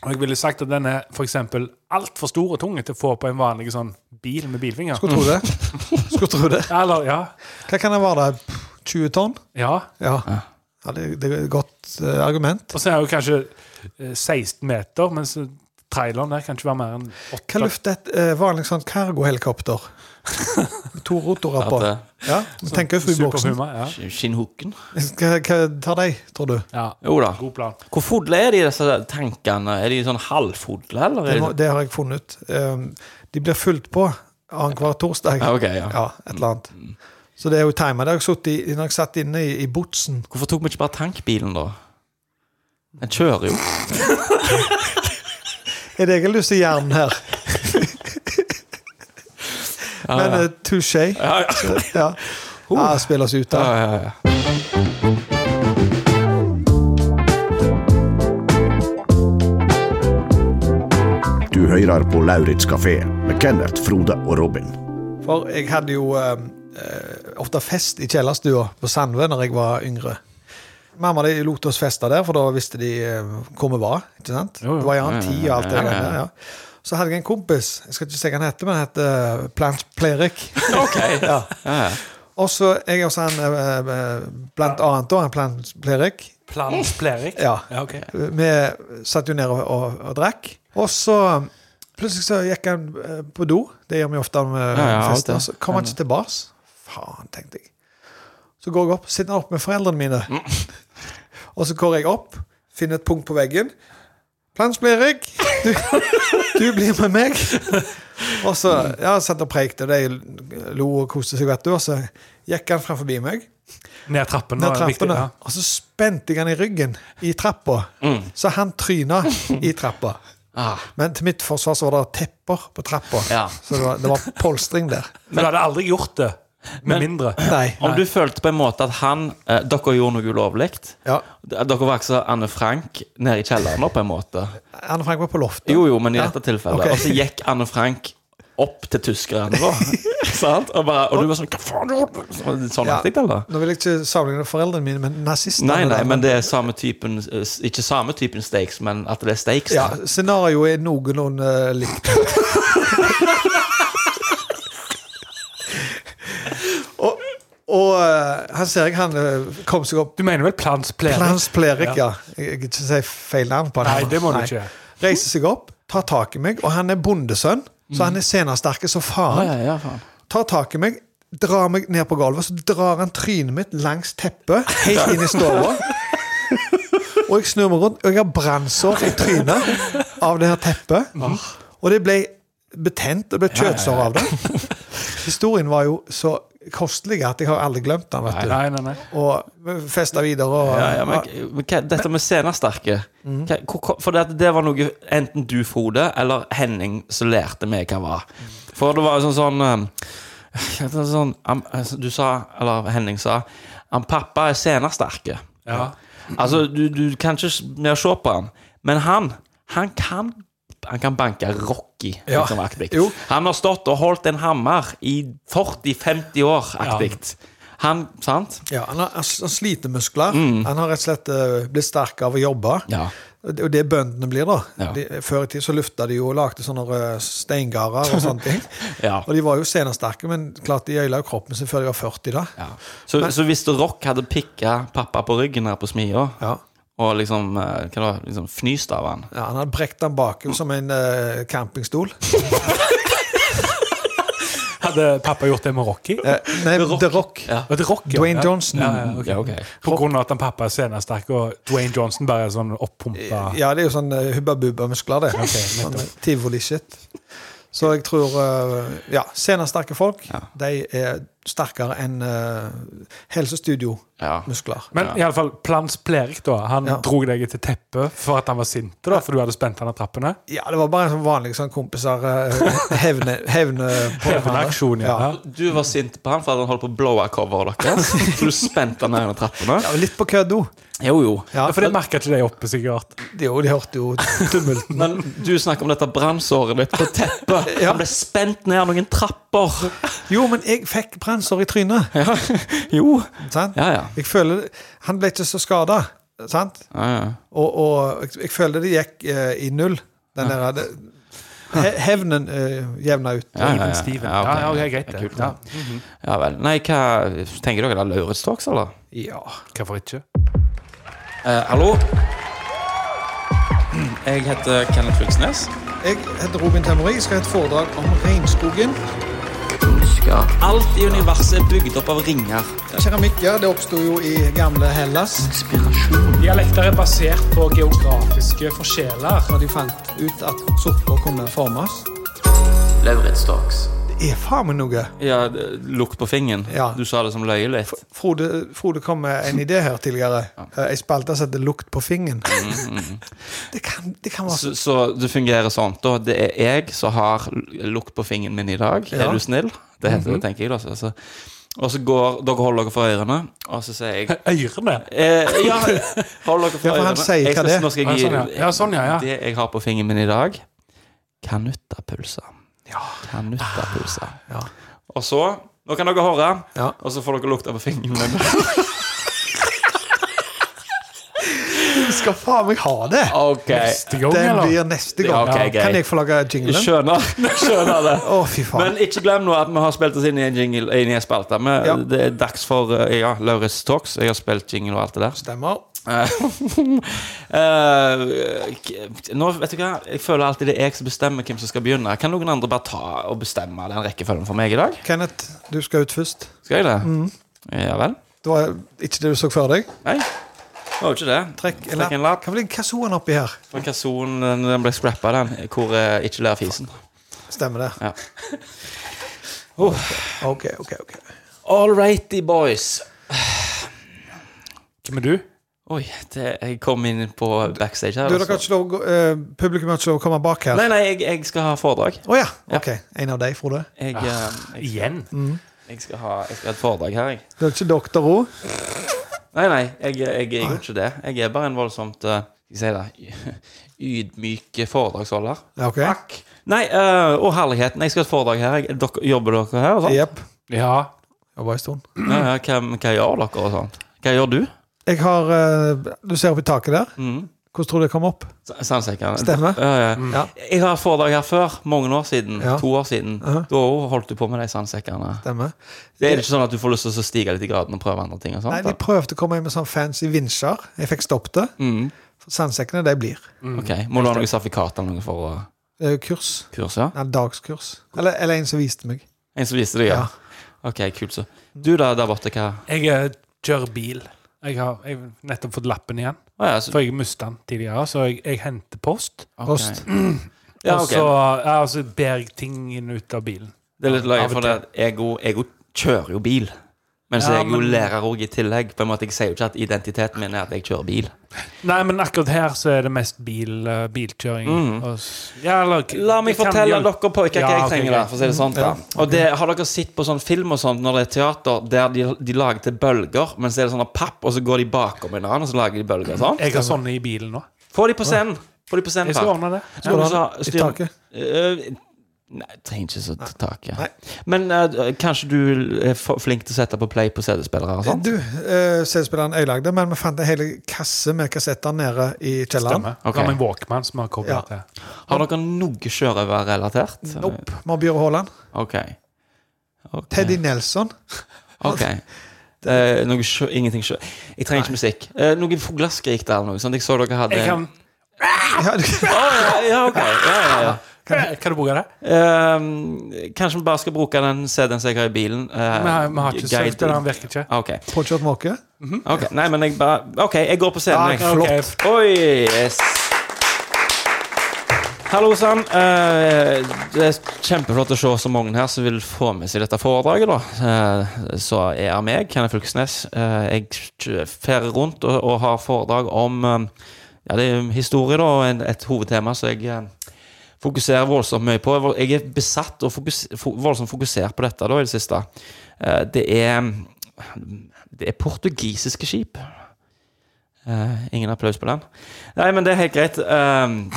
Speaker 6: Og jeg ville sagt at den er for eksempel altfor stor og tung til å få på en vanlig sånn bil med bilfinger.
Speaker 3: Skulle tro det. Skulle tro det.
Speaker 6: Eller, ja.
Speaker 3: Hva kan det være? da? 20 tonn?
Speaker 6: Ja.
Speaker 3: Ja. ja det, det er et godt eh, argument.
Speaker 6: Og så er det jo kanskje eh, 16 meter, mens traileren der kan ikke være mer enn
Speaker 3: Hva
Speaker 6: 8.
Speaker 3: lufter et eh, vanlig sånn cargohelikopter? Med to rotorer på.
Speaker 5: At,
Speaker 3: Ja, vi tenker FU-boksen.
Speaker 6: Ja.
Speaker 5: eh, Skinnhukken.
Speaker 3: Hva hva tar de, tror du?
Speaker 6: ja.
Speaker 5: Jo da.
Speaker 6: God plan.
Speaker 5: Hvor fodle er de, disse tankene? Er de sånn halvfodle, eller? Er
Speaker 3: Det, må,
Speaker 5: de... sånn-
Speaker 3: det har jeg funnet ut. Um, de blir fulgt på annenhver torsdag.
Speaker 5: Ja, ok, ja.
Speaker 3: et eller annet. Så det er jo timer. Det har jeg satt i, når jeg satt inne i, i botsen.
Speaker 5: Hvorfor tok vi ikke bare tankbilen, da? Den kjører jo.
Speaker 3: Er det egentlig lyst til jern her? Men eh, touché.
Speaker 5: Ja, ja. Oh.
Speaker 3: Ja. Ja, spill oss ut
Speaker 5: Ja,
Speaker 3: av.
Speaker 5: ja, ja.
Speaker 4: Du hører på Lauritz kafé med Kenneth, Frode og Robin.
Speaker 3: For jeg hadde jo um, eh, ofte fest i kjellerstua på Sandve når jeg var yngre. Mamma de lot oss feste der, for da visste de eh, hvor vi var. ikke sant?
Speaker 6: Jo, jo.
Speaker 3: Det var gjerne ti og alt det
Speaker 5: Ja, ja,
Speaker 3: der.
Speaker 5: ja.
Speaker 3: Ja. Så hadde jeg en kompis, jeg skal ikke si hva han heter, men han heter Plant Plerik.
Speaker 5: Ok. Ja,
Speaker 3: Ja.
Speaker 5: ja.
Speaker 3: Og så jeg og så han eh, eh, blant annet da, han Plant Plerik.
Speaker 6: Plans Plerik?
Speaker 3: Ja.
Speaker 6: Ja, ok.
Speaker 3: Vi satt jo nede og, og, og drakk. Og så plutselig så gikk han eh, på do. Det gjør vi ofte om eh,
Speaker 5: Ja, ja, alt
Speaker 3: fester.
Speaker 5: det.
Speaker 3: Så kom han ikke tilbake. Faen, tenkte jeg. Så går jeg opp, sitter opp med foreldrene mine. Og så går jeg opp, finner et punkt på veggen. Plans blir jeg. Du, du blir med meg. Og så ja, satt og preikte, og de lo og koste seg, vet du. Og så gikk han frem forbi meg
Speaker 6: Ned trappen.
Speaker 3: ned
Speaker 6: var viktig,
Speaker 3: trappene.
Speaker 6: ja.
Speaker 3: Og så spente jeg han i ryggen i trappa, så han tryna i trappa.
Speaker 5: Mm. Ah,
Speaker 3: Men til mitt forsvar så var det tepper på trappa,
Speaker 5: Ja.
Speaker 3: så det var, det var polstring der.
Speaker 6: Men du hadde aldri gjort det med mindre.
Speaker 3: Nei.
Speaker 5: Om du følte på en måte at han eh, Dere gjorde noe ulovlig.
Speaker 3: Ja.
Speaker 5: Dere var ikke så Anne Frank nede i kjelleren, da, på en måte.
Speaker 3: Anne Frank var på loftet.
Speaker 5: Jo, jo, men i dette tilfellet.
Speaker 3: ok.
Speaker 5: Og så gikk Anne Frank opp til tyskerne, da. Sant? Og, bare, og du var sånn Hva faen gjorde du? Så- Sånn
Speaker 3: Ja.
Speaker 5: aktig, eller?
Speaker 3: Nå vil jeg ikke sammenligne foreldrene mine med nazistene.
Speaker 5: Nei, nei,
Speaker 3: der,
Speaker 5: men det er samme typen eh, s- Ikke samme typen stakes, men at det er stakes.
Speaker 3: ja,
Speaker 5: da.
Speaker 3: Scenarioet er noenlunde likt. og og eh, han ser jeg han eh, kom seg opp
Speaker 6: Du mener vel Plans Plerik?
Speaker 3: Plans Plerik, ja. Jeg gidder ikke si feil navn på han.
Speaker 6: Nei, det må du ikke.
Speaker 3: Reiser seg opp, tar tak i meg, og han er bondesønn,
Speaker 6: Mm.
Speaker 3: så han er senasterke som
Speaker 5: Ja,
Speaker 3: faen.
Speaker 5: ja, ja, faen.
Speaker 3: Tar tak i meg, drar meg ned på gulvet, så drar han trynet mitt langs teppet, helt inn i stua. Og jeg snur meg rundt, og jeg har brannsår i trynet av det her teppet.
Speaker 6: Ah.
Speaker 3: Og det ble betent, og det ble kjøttsår av det. Historien var jo så kostelig at jeg har aldri glemt den, vet du.
Speaker 6: Nei, nei, nei.
Speaker 3: Og festa videre og
Speaker 5: Ja, ja, men, men hva, dette med scenesterke hva, hvor- hvor- For det, det var noe enten du, Frode, eller Henning som lærte meg hva var. For det var jo sånn sånn, eh, sånn, sånn am, altså, Du sa, eller Henning sa, han pappa er scenesterke.
Speaker 6: Ja.
Speaker 5: Altså, du, du kan ikke s- mer se på han, men han, han kan han kan banke Rocky.
Speaker 3: Ja.
Speaker 5: Liksom, aktig.
Speaker 3: Jo.
Speaker 5: Han har stått og holdt en hammer i 40-50 år. Aktig. Han, sant?
Speaker 3: Ja, han har han s- han sliter muskler. Han har rett og slett eh, blitt sterk av å jobbe.
Speaker 5: Mm. Ja.
Speaker 3: Og det- Og det bøndene blir, da.
Speaker 5: Ja.
Speaker 3: De, før i tid så lufta de jo og lagde sånne eh, steingarder og sånne ting.
Speaker 5: Ja.
Speaker 3: Og de var jo senesterke, men klart de øyla jo kroppen sin før de var 40, da.
Speaker 5: Ja. Så, så hvis Rock hadde pikka pappa på ryggen her på smia,
Speaker 3: Ja.
Speaker 5: og liksom, eh, hva da, liksom fnyst av han
Speaker 3: Ja, han hadde brekt den baken som en eh, campingstol.
Speaker 6: Hadde pappa gjort det med Rocky?
Speaker 3: Eh, nei,
Speaker 5: Rock.
Speaker 3: The Rock.
Speaker 5: Ja.
Speaker 6: Var det Rocky?
Speaker 3: Dwayne
Speaker 6: Ja.
Speaker 3: Johnson.
Speaker 6: Ja, ja, ok.
Speaker 5: Ja, ok.
Speaker 6: På grunn av at han pappa er scenesterk, og Dwayne Johnson bare er sånn oppumpa
Speaker 5: Ah.
Speaker 3: Ja, det er jo sånn eh, hubba bubba-muskler, det. sånn
Speaker 6: nettopp.
Speaker 3: Tivoli-shit. Så jeg tror eh, Ja, senesterke folk,
Speaker 5: Ja.
Speaker 3: de er sterkere enn uh,
Speaker 5: Ja.
Speaker 3: helsestudiomuskler.
Speaker 6: Men i alle fall, Plans Plerik, da. Han
Speaker 3: Ja.
Speaker 6: dro deg til teppet for at han var sint, da, for du hadde spent han av trappene.
Speaker 3: Ja, det var bare en sånn vanlig sånn kompiser eh, hevne, hevne på
Speaker 6: Hevnaksjon, ja.
Speaker 3: Ja.
Speaker 5: Du var sint på han for at han holdt på å blowe coveret deres. Så du spente han ned under trappene.
Speaker 3: Ja, Litt på kødd òg.
Speaker 5: Jo, jo.
Speaker 3: Ja,
Speaker 6: For det merka ikke de oppe, sikkert.
Speaker 3: Jo, de hørte jo tumulten.
Speaker 5: Men du snakker om dette brannsåret ditt på teppet.
Speaker 3: Ja.
Speaker 5: Han ble spent ned noen trapper.
Speaker 3: Jo, men jeg fikk brannsår i trynet.
Speaker 5: Ja. Jo.
Speaker 3: Sant?
Speaker 5: Ja, ja.
Speaker 3: Jeg føler Han ble ikke så skada, sant?
Speaker 5: Ja, ja.
Speaker 3: Og, og jeg, jeg føler det gikk eh, i null. Den der, det, He- Hevnen eh, jevna ut.
Speaker 5: Ja, ja, ja.
Speaker 6: Steven.
Speaker 5: Ja, ok.
Speaker 6: Ja, ja, ok, greit det.
Speaker 5: Kult,
Speaker 6: Ja.
Speaker 5: da. Ja vel. Nei, hva Tenker dere det er Lauritz-talks, eller?
Speaker 6: Ja, hvorfor ikke?
Speaker 5: Eh, hallo? Jeg heter Kenneth Fylkesnes.
Speaker 3: Jeg heter Robin Temori. Jeg skal ha et foredrag om regnskogen.
Speaker 5: Alt i universet er bygd opp av ringer.
Speaker 3: Keramikker det oppsto jo i gamle Hellas.
Speaker 7: Dialekter er basert på geografiske forskjeller.
Speaker 3: Når de fant ut at sorter kunne formes. Det er faen meg noe.
Speaker 5: Ja, det- lukt på fingeren.
Speaker 3: Ja.
Speaker 5: Du sa det som løye litt.
Speaker 3: Frode, Frode kom med en idé her tidligere. Eh, Ei spalte som heter 'Lukt på fingeren'. Det kan, det kan være
Speaker 5: Så,
Speaker 3: så
Speaker 5: så det fungerer sånn. Da, det er jeg som har l- lukt på fingeren min i dag.
Speaker 3: Ja. Mhm.
Speaker 5: Er du snill? Det heter det, tenker jeg. da, så- så- Og så går Dere holder dere for ørene, og så sier jeg
Speaker 6: Ørene.
Speaker 5: eh, Ja, hold dere for
Speaker 3: Ja, for han
Speaker 5: ørene.
Speaker 3: sier
Speaker 5: Jeg
Speaker 3: hva
Speaker 5: skal-
Speaker 3: det er.
Speaker 5: Nå skal
Speaker 6: Ja,
Speaker 5: jeg gi
Speaker 6: sånn, ja. Ja, sånn, ja, ja.
Speaker 5: det jeg har på fingeren min i dag. Kanuttapølse. Kanuttapølse. Og så Nå kan dere høre,
Speaker 3: Ah, Ja.
Speaker 5: og så får dere lukte på fingeren min.
Speaker 3: Skal faen meg ha det!
Speaker 5: Ok,
Speaker 6: Neste gang,
Speaker 3: Den
Speaker 6: eller?
Speaker 3: blir neste
Speaker 5: Ja,
Speaker 3: gang.
Speaker 5: ok,
Speaker 3: Kan
Speaker 5: greit.
Speaker 3: jeg få lage jinglen? Å,
Speaker 5: Skjønner, skjønner det.
Speaker 3: fy faen.
Speaker 5: Men ikke glem nå at vi har spilt oss inn i en jingle Inn i en spalte. Men
Speaker 3: Ja.
Speaker 5: det er dags for eh, ja, Lauritz Talks. Jeg har spilt jingle og alt det der.
Speaker 3: Stemmer.
Speaker 5: Eh, eh, k- nå, vet du hva? Jeg føler alltid det er jeg som bestemmer hvem som skal begynne. Kan noen andre bare ta og bestemme den rekkefølgen for meg i dag?
Speaker 3: Kenneth, du skal ut først.
Speaker 5: Skal jeg det?
Speaker 3: Mm.
Speaker 5: Ja vel?
Speaker 3: Det var ikke det du så for deg?
Speaker 5: Nei. Det var jo ikke det.
Speaker 3: Trekk en
Speaker 5: Trekk en
Speaker 3: lapp.
Speaker 5: lapp.
Speaker 3: Hva var det- hva så han oppi her?
Speaker 5: For Kasson, den, den ble scrappa, den. Hvor eh, ikke ler fisen.
Speaker 3: Stemmer det. Oh,
Speaker 5: Ja.
Speaker 3: Ok, ok, ok.
Speaker 5: All righty, boys.
Speaker 6: Hvem er du?
Speaker 5: Oi, det, jeg kom inn på backstage her.
Speaker 3: Du, dere
Speaker 5: altså.
Speaker 3: har ikke lov, å gå- eh, publikum har ikke lov å komme bak her.
Speaker 5: Nei, nei, jeg, jeg skal ha foredrag.
Speaker 3: Å ja. Ok. En av deg, Frode.
Speaker 5: Jeg, eh, jeg,
Speaker 6: Igjen?
Speaker 3: Mm.
Speaker 5: jeg, skal, ha, jeg skal ha et foredrag her, jeg.
Speaker 3: Du er ikke doktor òg?
Speaker 5: Nei, nei, jeg, jeg, jeg gjør ikke det. Jeg er bare en voldsomt eh, Skal jeg si det ydmyk foredragsholder.
Speaker 3: Ja, ok.
Speaker 5: Nei, eh, å herligheten, jeg skal ha et foredrag her. Jeg, dere, jobber dere her? og sånt?
Speaker 3: Jepp.
Speaker 6: Ja.
Speaker 3: Jobba en stund.
Speaker 5: Ja, ja, hva, hva gjør dere og sånt? Hva gjør du?
Speaker 3: Jeg har eh, Du ser oppi taket der.
Speaker 5: Mhm.
Speaker 3: Hvordan tror du det kom opp?
Speaker 5: S- Sandsekken.
Speaker 3: Stemmer. Mm.
Speaker 5: Ja, ja.
Speaker 3: Ja.
Speaker 5: Jeg har et foredrag her før, mange år siden.
Speaker 3: Ja.
Speaker 5: To år siden.
Speaker 3: Aha.
Speaker 5: Da holdt du på med de sandsekkene.
Speaker 3: Stemmer.
Speaker 5: Det er ikke sånn at du får lyst til å stige litt i graden og prøve andre ting? og sånt?
Speaker 3: Nei, de prøvde å komme inn med sånn fancy vinsjer. Jeg fikk stoppet det.
Speaker 5: Mm.
Speaker 3: For Sandsekkene, de blir.
Speaker 5: Ok, Må du ha noe sertifikat eller noe for å
Speaker 3: Det er jo kurs.
Speaker 5: kurse?
Speaker 3: Ja, dagskurs. Eller, eller en som viste meg.
Speaker 5: En som viste deg, ja.
Speaker 3: Ja.
Speaker 5: Ok, kult så Du da, der borte, hva?
Speaker 6: Jeg eh, kjører bil. Jeg har jeg har nettopp fått lappen igjen.
Speaker 5: Å ja, så,
Speaker 6: For jeg mistet den tidligere, så jeg, jeg henter post.
Speaker 5: ok.
Speaker 3: Post.
Speaker 5: Ja,
Speaker 6: Og
Speaker 5: ok.
Speaker 6: så ja, og så ber jeg tingene ut av bilen.
Speaker 5: Det er litt løye,
Speaker 6: Av og
Speaker 5: for det, at jeg, jo- jeg jo kjører jo bil. Men så er
Speaker 6: Ja,
Speaker 5: jeg jo
Speaker 6: men-
Speaker 5: lærer òg i tillegg. På en måte, Jeg sier jo ikke at identiteten min er at jeg kjører bil.
Speaker 6: Nei, men akkurat her så er det mest bil, eh, bilkjøring.
Speaker 5: Mhm.
Speaker 6: Og s- ja, eller,
Speaker 5: La meg
Speaker 6: det kan
Speaker 5: fortelle
Speaker 6: hjelpe.
Speaker 5: dere pojker hva
Speaker 6: Ja,
Speaker 5: jeg
Speaker 6: ok,
Speaker 5: trenger.
Speaker 6: greit.
Speaker 5: da, for å si det sånn da. Og det, Har dere sett på sånn film og sånt når det er teater, der de, de lager til bølger, men så er det sånn av papp, og så går de bakom en annen, og så lager de bølger? sånn
Speaker 6: Jeg har sånne i bilen nå.
Speaker 5: Få de på scenen! Få de på scenen
Speaker 6: Jeg skal
Speaker 5: Pat.
Speaker 6: ordne det.
Speaker 5: Skal du ha
Speaker 3: I
Speaker 5: styr-
Speaker 3: taket.
Speaker 5: Eh, Nei, trenger ikke så ta tak i. Men eh, kanskje du er for flink til å sette på play på CD-spillere og sånn?
Speaker 3: Du, eh, CD-spilleren jeg lagde, men vi fant en hel kasse med kassetter nede i kjelleren.
Speaker 6: Stemmer.
Speaker 5: Ok.
Speaker 6: Okay. Har vi Walkman som har koblet
Speaker 3: Ja.
Speaker 6: til?
Speaker 5: Har dere noe sjørøverrelatert?
Speaker 3: Nope. Vi har Bjøre Haaland.
Speaker 5: Ok. Ok.
Speaker 3: Teddy Nelson.
Speaker 5: Ok. Eh, noe sjø, ingenting sjø Jeg trenger ikke musikk. Eh, noe fugleskrik der eller noe sånt. Jeg så dere hadde
Speaker 6: Jeg kan,
Speaker 3: Ja, du-
Speaker 5: Å, ja, ja, ok. Ja, ja, ja.
Speaker 6: kan, kan du bruke det?
Speaker 5: Eh, kanskje vi bare skal bruke den CD-en som jeg har i bilen. eh,
Speaker 6: Vi har, vi har ikke
Speaker 5: guide-
Speaker 6: søkt det, den virker ikke.
Speaker 5: Ah, Ok.
Speaker 3: Påkjørt måke.
Speaker 5: Ok, Nei, men jeg bare Ok, jeg går på scenen. jeg.
Speaker 6: ok.
Speaker 5: Flott. Oi, yes. Hallo sann. Eh, det er kjempeflott å se så mange her som vil få med seg dette foredraget. da. Eh, så jeg er meg, Kenneth Fylkesnes. Eh, jeg ferder rundt og, og har foredrag om eh, ja, det er historie da, og en, et hovedtema som jeg eh, fokuserer voldsomt mye på. Jeg er besatt og fokus, fo- voldsomt fokusert på dette da, i det siste. Eh, det er det er portugisiske skip. Eh, ingen applaus på den. Nei, men det er helt greit. Um,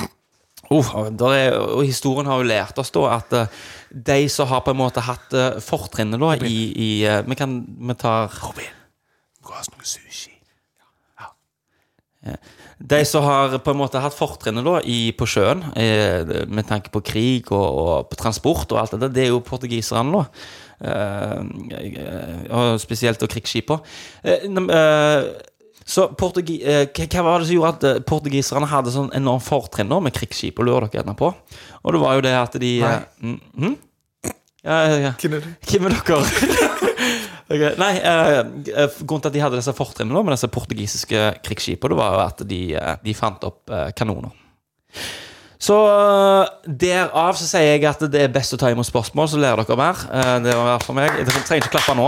Speaker 5: oh, der er, og historien har jo lært oss da at eh, de som har på en måte hatt eh, fortrinnet da i, i eh, Vi kan Vi tar
Speaker 6: Gå og ha oss noe sushi.
Speaker 5: Eh, De som har på en måte hatt fortrinnet da i, på sjøen, eh, med tanke på krig og, og på transport og alt det der, det er jo portugiserne, da. Eh, og spesielt og krigsskipa. Eh, nem- eh, så portugi, eh, hva hva var det som gjorde at eh, portugiserne hadde sånn enormt fortrinn da med krigsskip? Og lurer dere gjerne på. Og det var jo det at de eh, mm, mm? Ja, ja, ja.
Speaker 3: Hvem er det?
Speaker 5: Hvem er dere? Ok, Nei, eh, eh, Grunnen til at de hadde disse fortrinnene da, med disse portugisiske krigsskipene, det var jo at de, eh, de fant opp eh, kanoner. Så eh, derav så sier jeg at det er best å ta imot spørsmål, så lærer dere mer. Eh, Det var alt for meg. Dere trenger ikke klappe nå.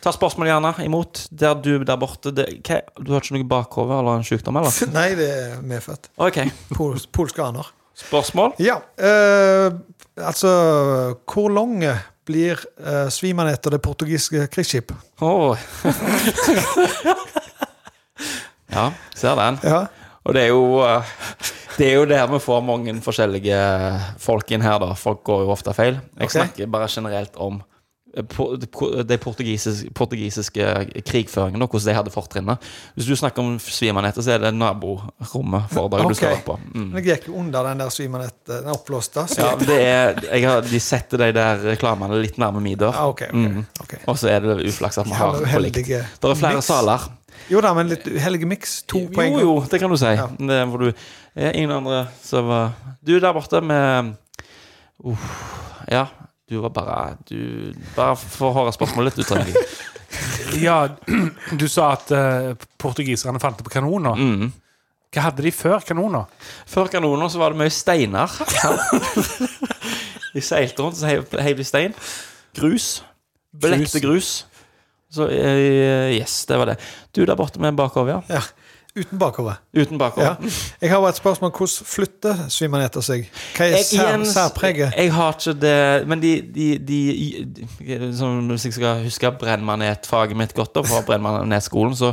Speaker 5: Ta spørsmål gjerne imot. Der du der borte det, hva, Du har ikke noe bakhode eller en sykdom, eller?
Speaker 3: Nei, det er medfødt.
Speaker 5: Ok.
Speaker 3: Pol, polske aner.
Speaker 5: Spørsmål?
Speaker 3: Ja, eh, altså Hvor lang blir eh, svimen etter det portugisiske krigsskip?
Speaker 5: Åh. ja, ser den.
Speaker 3: Ja.
Speaker 5: Og det er jo eh, Det er jo der vi får mange forskjellige folk inn her, da. Folk går jo ofte feil. Jeg
Speaker 3: Ok.
Speaker 5: snakker bare generelt om eh, po- de portugisiske, portugisiske krigføringene og hvordan de hadde fortrinnet. Hvis du snakker om svimanetter, så er det naborommet foredraget du skal
Speaker 3: Ok.
Speaker 5: være på. Mm.
Speaker 3: Men jeg gikk jo under den der svimen etter den oppblåste. Så.
Speaker 5: Ja, det er, jeg har, de setter de der reklamene litt nærme min dør.
Speaker 3: Ah, ok, ok,
Speaker 5: Mm.
Speaker 3: ok.
Speaker 5: Og så er det uflaks at vi har
Speaker 3: Jævla
Speaker 5: på likt.
Speaker 3: uheldige
Speaker 5: Det er flere
Speaker 3: mix.
Speaker 5: saler.
Speaker 3: Jo da, men litt uheldig miks. To poeng.
Speaker 5: Jo, jo, det kan du si.
Speaker 3: Ja.
Speaker 5: Det er hvor du er ingen andre som var Du der borte med Uff, Ja, du var bare Du Bare få høre spørsmålet litt, du trenger ikke.
Speaker 6: Ja, du sa at eh, portugiserne fant opp kanoner.
Speaker 5: Mm.
Speaker 6: Hva hadde de før kanoner?
Speaker 5: Før kanoner så var det mye steiner. De seilte rundt, så heiv heiv de stein. Grus. Belekte grus. Så eh, Yes, det var det. Du der borte med bakover, ja.
Speaker 3: Ja, Uten bakover.
Speaker 5: Uten
Speaker 3: Ja.
Speaker 5: bakover.
Speaker 3: Jeg har bare et spørsmål hvordan flytter svimen etter seg? Hva er sær,
Speaker 5: igjen-
Speaker 3: særpreget?
Speaker 5: Jeg har ikke det Men de, de, de, de som, Hvis jeg skal huske brennmanetfaget mitt godt, da, fra brennmanetskolen, så,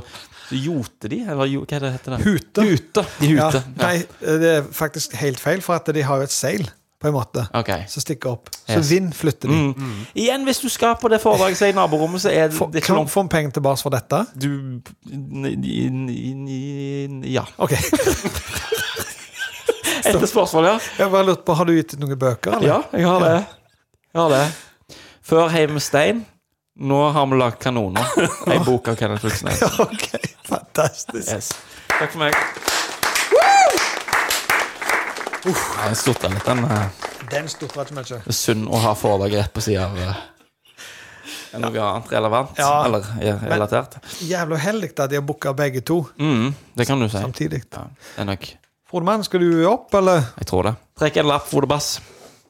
Speaker 5: så jote de, eller jo, hva er det heter det?
Speaker 3: Hute.
Speaker 5: Hute. De
Speaker 3: Ja,
Speaker 5: hute. Ja.
Speaker 3: nei, eh, det er faktisk helt feil, for at de har jo et seil, på en måte,
Speaker 5: Ok.
Speaker 3: som stikker opp. Så
Speaker 5: Yes.
Speaker 3: vind flytter de.
Speaker 5: Mm. Igjen, hvis du skal på det foredraget som er i naborommet, så er det,
Speaker 3: Få-
Speaker 5: det er ikke
Speaker 3: Kan
Speaker 5: langt
Speaker 3: få en penge tilbake for dette?
Speaker 5: du n- n- n- Ja.
Speaker 3: Ok.
Speaker 5: Etter spørsmål, ja.
Speaker 3: Jeg bare lurte på, Har du gitt ut noen bøker, eller?
Speaker 5: Ja, jeg har det. Jeg har det. Før heiv vi stein. Nå har vi lagd kanoner. Ei bok av Kenneth Fylkesnes.
Speaker 3: Ok, fantastisk.
Speaker 5: Yes. Takk for meg. Uff, jeg stotter litt den eh,
Speaker 3: Den stotra ikke mye.
Speaker 5: Det er synd å ha foredrag rett på sida av eh, noe annet relevant.
Speaker 3: Ja.
Speaker 5: Eller eh, relatert.
Speaker 3: Jævla uheldig at de har booka begge to
Speaker 5: Mm, det kan du si.
Speaker 3: samtidig.
Speaker 5: Ja, det er nok.
Speaker 3: Frodemann, skal du opp, eller?
Speaker 5: Jeg tror det. Trekk en lapp, Fodebass.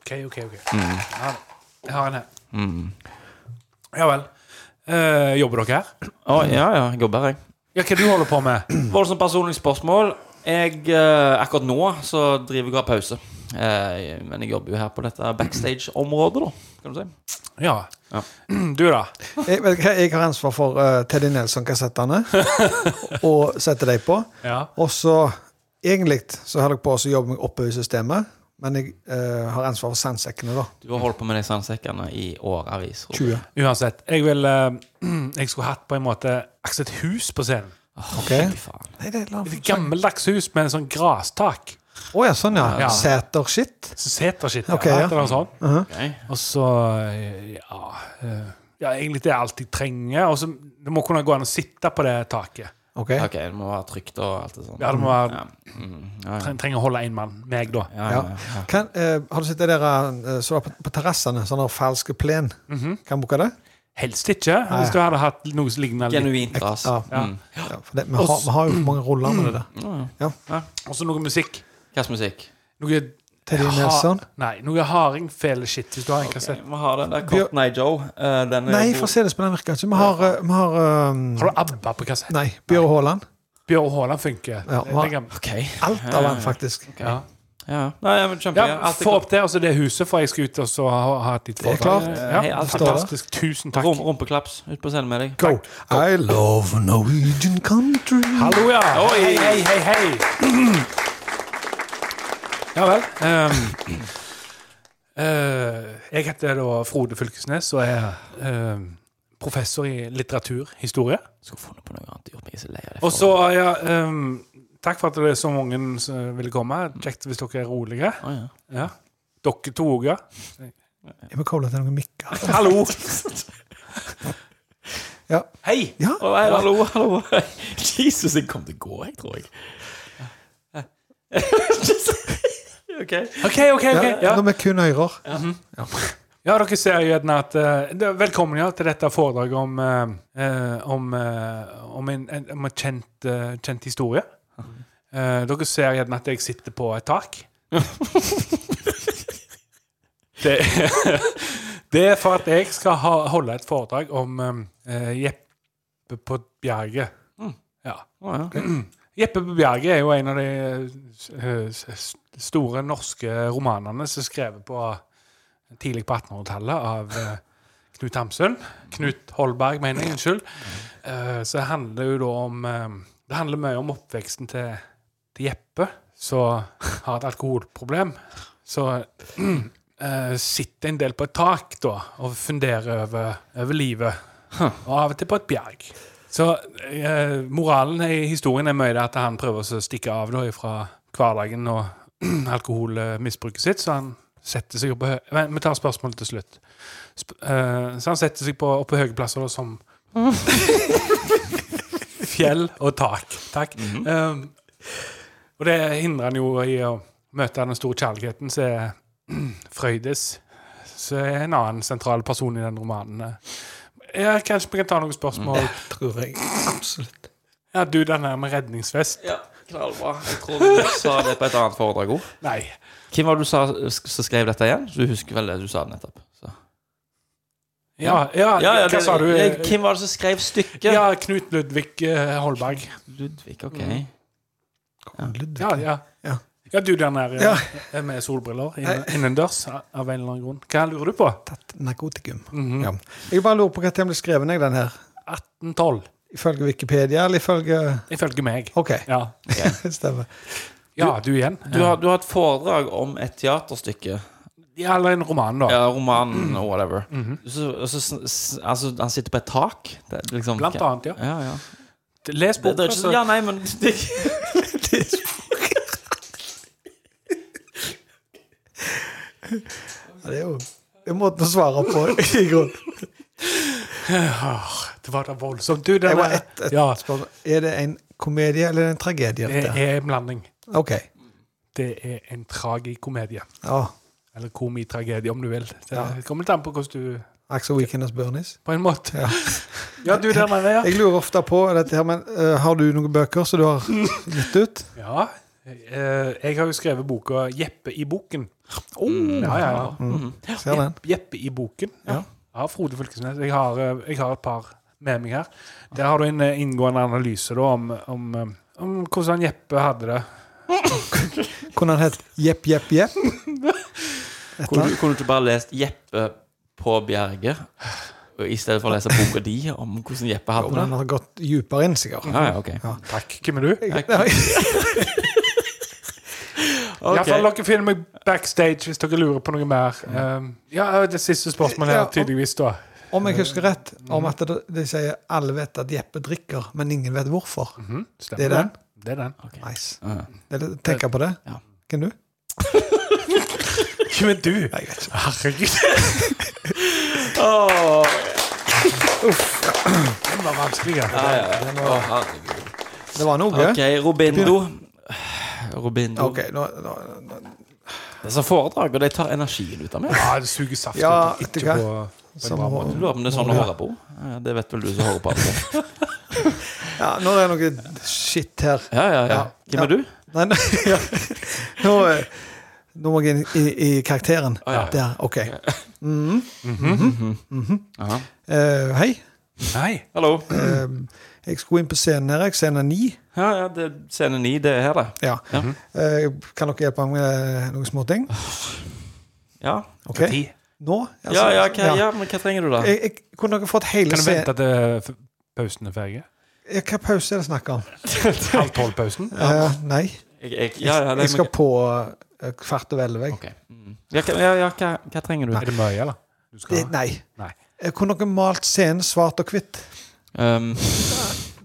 Speaker 6: Ok, ok, ok. Jeg har det. Jeg har en her.
Speaker 5: Mm.
Speaker 6: Ja vel. Eh, jobber dere her?
Speaker 5: Å, ja, ja. Jeg jobber, jeg.
Speaker 6: Ja, hva du holder på med?
Speaker 5: Voldsomt personlig spørsmål. Jeg, eh, akkurat nå så driver jeg og har pause. Eh, men jeg jobber jo her på dette backstage-området, da. Kan du si.
Speaker 6: Ja.
Speaker 5: Ja.
Speaker 6: Du, da?
Speaker 3: Jeg, vet du hva, jeg har ansvar for eh, Teddy Nelson-kassettene og setter deg på.
Speaker 6: Ja.
Speaker 3: Og så egentlig så holder jeg på å jobbe meg oppover i systemet, men jeg eh, har ansvar for sandsekkene, da.
Speaker 5: Du har holdt på med de sandsekkene i årevis. Robert.
Speaker 3: 20.
Speaker 6: Uansett. Jeg vil eh, Jeg skulle hatt på en måte akkurat et hus på scenen.
Speaker 3: Ok.
Speaker 5: Fy faen.
Speaker 3: Nei, det er la-
Speaker 6: Et gammeldags hus med en sånn grastak.
Speaker 3: Å ja, sånn, ja.
Speaker 6: Ja.
Speaker 3: Sæter-shit.
Speaker 6: Så Seterskitt.
Speaker 3: Ok, ja. Uh-huh.
Speaker 6: ja. Eller noe sånt.
Speaker 5: Ok.
Speaker 6: Og så ja, eh, ja Egentlig det er alt jeg trenger. Og så Det må kunne gå an å sitte på det taket.
Speaker 3: Ok.
Speaker 5: Ok, det må være trygt og alt det sånn.
Speaker 6: Ja, det må være,
Speaker 5: Mm, ja, ja.
Speaker 6: tre- trenger å holde én mann. Meg, da.
Speaker 5: Ja, ja,
Speaker 3: Ja.
Speaker 5: ja.
Speaker 3: Kan, eh, har du sett det der eh, som var på, på terrassene? Sånne falske plen? Kan du bruke det?
Speaker 6: Helst ikke, hvis du hadde hatt noe som ligner litt.
Speaker 5: Genuint ras.
Speaker 3: Ja.
Speaker 5: Mm.
Speaker 3: Ja, for det, vi, har, vi har jo mange roller med det der.
Speaker 6: Og så noe musikk.
Speaker 5: Hvilken musikk?
Speaker 6: Noe
Speaker 3: Teddy
Speaker 6: ha-
Speaker 3: Nelson.
Speaker 6: Nei, noe hardingfele-shit, hvis du har en kassett.
Speaker 5: Vi har den der Cotton Eye Joe. eh, den er
Speaker 3: Nei,
Speaker 5: god.
Speaker 3: for å se det på den virker ikke. Vi har, eh, vi har eh,
Speaker 6: Har du ABBA på kassett?
Speaker 3: Nei,
Speaker 6: Ah.
Speaker 3: Bjøre Haaland.
Speaker 6: Bjørn Haaland funker.
Speaker 3: Ja,
Speaker 6: Det-
Speaker 3: hva-
Speaker 6: det kan-
Speaker 5: Ok.
Speaker 6: Ah.
Speaker 3: Alt av han, faktisk.
Speaker 6: Ja.
Speaker 5: Ja. Nei, ja, men kjempe.
Speaker 6: Ja,
Speaker 5: alt er
Speaker 6: Få
Speaker 5: klart.
Speaker 6: opp det, og så det huset, for jeg skal ut og så ha, ha et litt
Speaker 3: Det er
Speaker 6: foredrag.
Speaker 3: klart.
Speaker 5: Hei,
Speaker 6: Ja,
Speaker 5: alt
Speaker 3: står der.
Speaker 6: fantastisk. Tusen takk.
Speaker 5: Rom, rumpeklaps ut på scenen med deg.
Speaker 3: Go. I love Norwegian country.
Speaker 6: Hallo, ja.
Speaker 5: Oi.
Speaker 6: Hei, hei, hei, hei. Ja vel. ehm, eh, jeg heter da Frode Fylkesnes og er ehm, professor i litteraturhistorie.
Speaker 5: Skulle funnet på noe annet. Gjort meg så lei av det.
Speaker 6: Og så har jeg ah, ehm, Takk for at det er så mange som ville komme. Kjekt hvis dere er rolige.
Speaker 5: Å, ja.
Speaker 6: Ja. Dere to òg, ja.
Speaker 3: Jeg må koble til noen mikker.
Speaker 6: Hallo!
Speaker 3: Ja.
Speaker 5: Hei!
Speaker 3: Ja.
Speaker 5: Å, hei, hallo, hallo. Jesus, jeg kom til å gå, jeg, tror jeg. OK.
Speaker 6: OK, OK. ok.
Speaker 3: Ja, når vi kun hører.
Speaker 6: Ja, dere ser jo gjerne at eh, det- Velkommen ja, til dette foredraget om, eh, eh, om, eh, om, en, en, om en kjent, eh, kjent historie. Eh, dere ser gjerne at jeg sitter på et tak. det, det er for at jeg skal ha, holde et foredrag om eh, Jeppe på Bjerget. Ja.
Speaker 5: Mm. Å, ja.
Speaker 6: Jeppe på Bjerget er jo en av de eh, s- s- store norske romanene som er skrevet på tidlig på 1800-tallet av eh, Knut Hamsun. Knut Holberg, mener jeg. Unnskyld. Eh, Så det handler jo da om eh, Det handler mye om oppveksten til, til Jeppe, som har et alkoholproblem. Så eh, sitter en del på et tak da og funderer over, over livet. Og av og til på et bjerg. Så eh, moralen i historien er mye det at han prøver å stikke av da fra hverdagen og alkoholmisbruket sitt, så han setter seg opp på hø Vent, Vi tar spørsmålet til slutt. Sp eh, så han setter seg på, opp på høye plasser da, som fjell og tak. Takk. Eh, og det hindrer han jo i å møte den store kjærligheten som er Frøydes, som er en annen sentral person i den romanen. eh. Ja, kanskje vi kan ta noen spørsmål?
Speaker 3: Tror jeg. Absolutt.
Speaker 6: Ja, du, den her med redningsvest?
Speaker 5: ja. Knallbra. Jeg tror du sa det på et annet foredrag òg.
Speaker 6: Nei.
Speaker 5: Hvem var det du sa sk- som skrev dette igjen? Du husker vel det du sa nettopp? Så.
Speaker 6: Ja, ja, hva
Speaker 5: det-
Speaker 6: sa du?
Speaker 5: jeg- Hvem var det som skrev stykket?
Speaker 6: Ja, Knut Ludvig eh, Holberg.
Speaker 5: Ludvig, OK.
Speaker 6: Ja, ja.
Speaker 3: Ja.
Speaker 6: Ja, du den der
Speaker 3: Ja.
Speaker 6: eh, med solbriller inn- innendørs av en eller annen grunn. Hva lurer du på?
Speaker 3: Tatt narkotikum.
Speaker 6: Mhm.
Speaker 3: ja. Jeg bare lurer på hva den ble skrevet, jeg, den her.
Speaker 6: 1812,
Speaker 3: Ifølge Wikipedia, eh, eller ifølge
Speaker 6: ifølge meg.
Speaker 3: OK.
Speaker 6: Ja,
Speaker 3: Stemmer.
Speaker 6: ja du igjen?
Speaker 5: Du har, du har et foredrag om et teaterstykke.
Speaker 6: Ja, eller en roman, da.
Speaker 5: Ja, romanen og whatever.
Speaker 6: Mhm.
Speaker 5: så, og så, sn- s- altså, han sitter på et tak? Det, er liksom,
Speaker 6: Blant annet, ja.
Speaker 5: Ja, ja.
Speaker 6: Les
Speaker 5: Det, det er
Speaker 6: altså. boka,
Speaker 5: ikke
Speaker 6: så
Speaker 5: så Ja, nei, men det,
Speaker 3: Ja, det er jo det er måten å svare på, i grunnen.
Speaker 6: Det var da voldsomt. Du,
Speaker 3: Det
Speaker 6: den
Speaker 3: var
Speaker 6: er
Speaker 3: ett et
Speaker 6: Ja,
Speaker 3: spørsmål. Er det en komedie eller en tragedie?
Speaker 6: det
Speaker 3: Dette?
Speaker 6: er en blanding.
Speaker 3: OK.
Speaker 6: Det er en tragikomedie.
Speaker 3: Ja.
Speaker 6: Eller komitragedie, om du vil.
Speaker 3: Ja.
Speaker 6: Det kommer litt an på hvordan du
Speaker 3: Axel Weekend hos Burnies.
Speaker 6: På en måte.
Speaker 3: Ja.
Speaker 6: Ja, du, den er ja.
Speaker 3: Jeg lurer ofte på dette her, men eh, har du noen bøker som du har
Speaker 5: Mm.
Speaker 3: gitt ut?
Speaker 6: Ja. eh, Jeg har jo skrevet boka 'Jeppe i boken'.
Speaker 3: Oh,
Speaker 6: Mm. ja, ja, ja.
Speaker 3: Ser Mm, den?
Speaker 6: Jeppe i boken.
Speaker 3: Ja.
Speaker 6: Ja. Av Frode Fylkesnes. Jeg har, eh, jeg har et par med meg her. Der har du en eh, inngående analyse da, om, om, eh, om hvordan Jeppe hadde det.
Speaker 3: Kunne han hett Jepp, Jepp, Jepp?
Speaker 5: kunne, du- kunne du ikke bare lest Jeppe på Bjerget? og I stedet for å lese boka di om hvordan Jeppe hadde
Speaker 3: Om han
Speaker 5: det? Ah,
Speaker 3: har gått dypere inn, sikkert.
Speaker 5: Ja, ja, ok.
Speaker 6: Takk. Hvem er du?
Speaker 3: Jeg- Nei,
Speaker 6: I hvert fall
Speaker 5: Ok.
Speaker 6: dere finner meg backstage hvis dere lurer på noe mer. Eh, ja, Det siste spørsmålet her,
Speaker 3: Mm. Ja.
Speaker 6: tydeligvis, da.
Speaker 3: Om jeg husker rett, om at det- de sier alle vet at Jeppe drikker, men ingen vet hvorfor.
Speaker 6: Stemmer
Speaker 3: Det er den?
Speaker 6: Det er den.
Speaker 3: Nice.
Speaker 5: Mhm. Ja.
Speaker 3: Det er litt- Tenker på det?
Speaker 5: Ja.
Speaker 3: Hvem du?
Speaker 6: Hvem er du?
Speaker 3: Nei, jeg vet ikke.
Speaker 6: Herregud.
Speaker 5: Åh,
Speaker 6: Den var vanskelig. ja.
Speaker 5: ja, ja, ja. Åh, herregud.
Speaker 3: Det var noe.
Speaker 5: OK, Robindo. Robindo.
Speaker 3: Ok, nå, nå, nå.
Speaker 5: Det er sånn foredrag, og de tar energien ut av meg.
Speaker 6: Ja, det suger saft
Speaker 3: Ja,
Speaker 6: ut.
Speaker 3: vet du
Speaker 6: Ikke
Speaker 3: hva?
Speaker 6: på, på en bra måte.
Speaker 5: Du lurer på om det er sånn å høre på? Ja, Det vet vel du som hører på. Altså.
Speaker 3: Ja, nå er det noe shit her.
Speaker 5: Ja, ja, ja.
Speaker 3: Ja.
Speaker 5: Hvem er du?
Speaker 3: Nei, nei, ja. nå, eh, nå må jeg inn i, i karakteren.
Speaker 5: ja, ja.
Speaker 3: Der, OK.
Speaker 5: Aha.
Speaker 3: Eh, hei.
Speaker 6: Nei.
Speaker 5: Hallo.
Speaker 3: Eh, jeg skulle inn på scenen her. Jeg scene ni.
Speaker 5: Ja, ja, det er scene ni, det er her, det.
Speaker 3: Ja.
Speaker 5: Ja.
Speaker 3: Eh, kan dere hjelpe meg med noen småting?
Speaker 5: Ja,
Speaker 3: Ok. Nå? Altså,
Speaker 5: ja, ja, hva, ja men hva trenger du, da?
Speaker 3: Jeg, jeg, kunne dere fått hele
Speaker 6: Kan du
Speaker 3: scenen
Speaker 6: vente til eh, f- pausen er ferdig?
Speaker 3: Ja, Hva pause er det snakk om?
Speaker 6: Halv tolv-pausen?
Speaker 3: Eh, nei.
Speaker 5: Jeg, jeg, ja, ja, det,
Speaker 3: Jeg skal på eh, kvart over elleve. jeg.
Speaker 5: Ok. Mm. Ja, hva, ja, ja, hva, hva trenger du?
Speaker 6: Er det mye, eller? Du skal
Speaker 3: Det- Nei.
Speaker 6: Nei.
Speaker 3: Eh, Kunne dere malt scenen svart og hvitt?
Speaker 5: Um,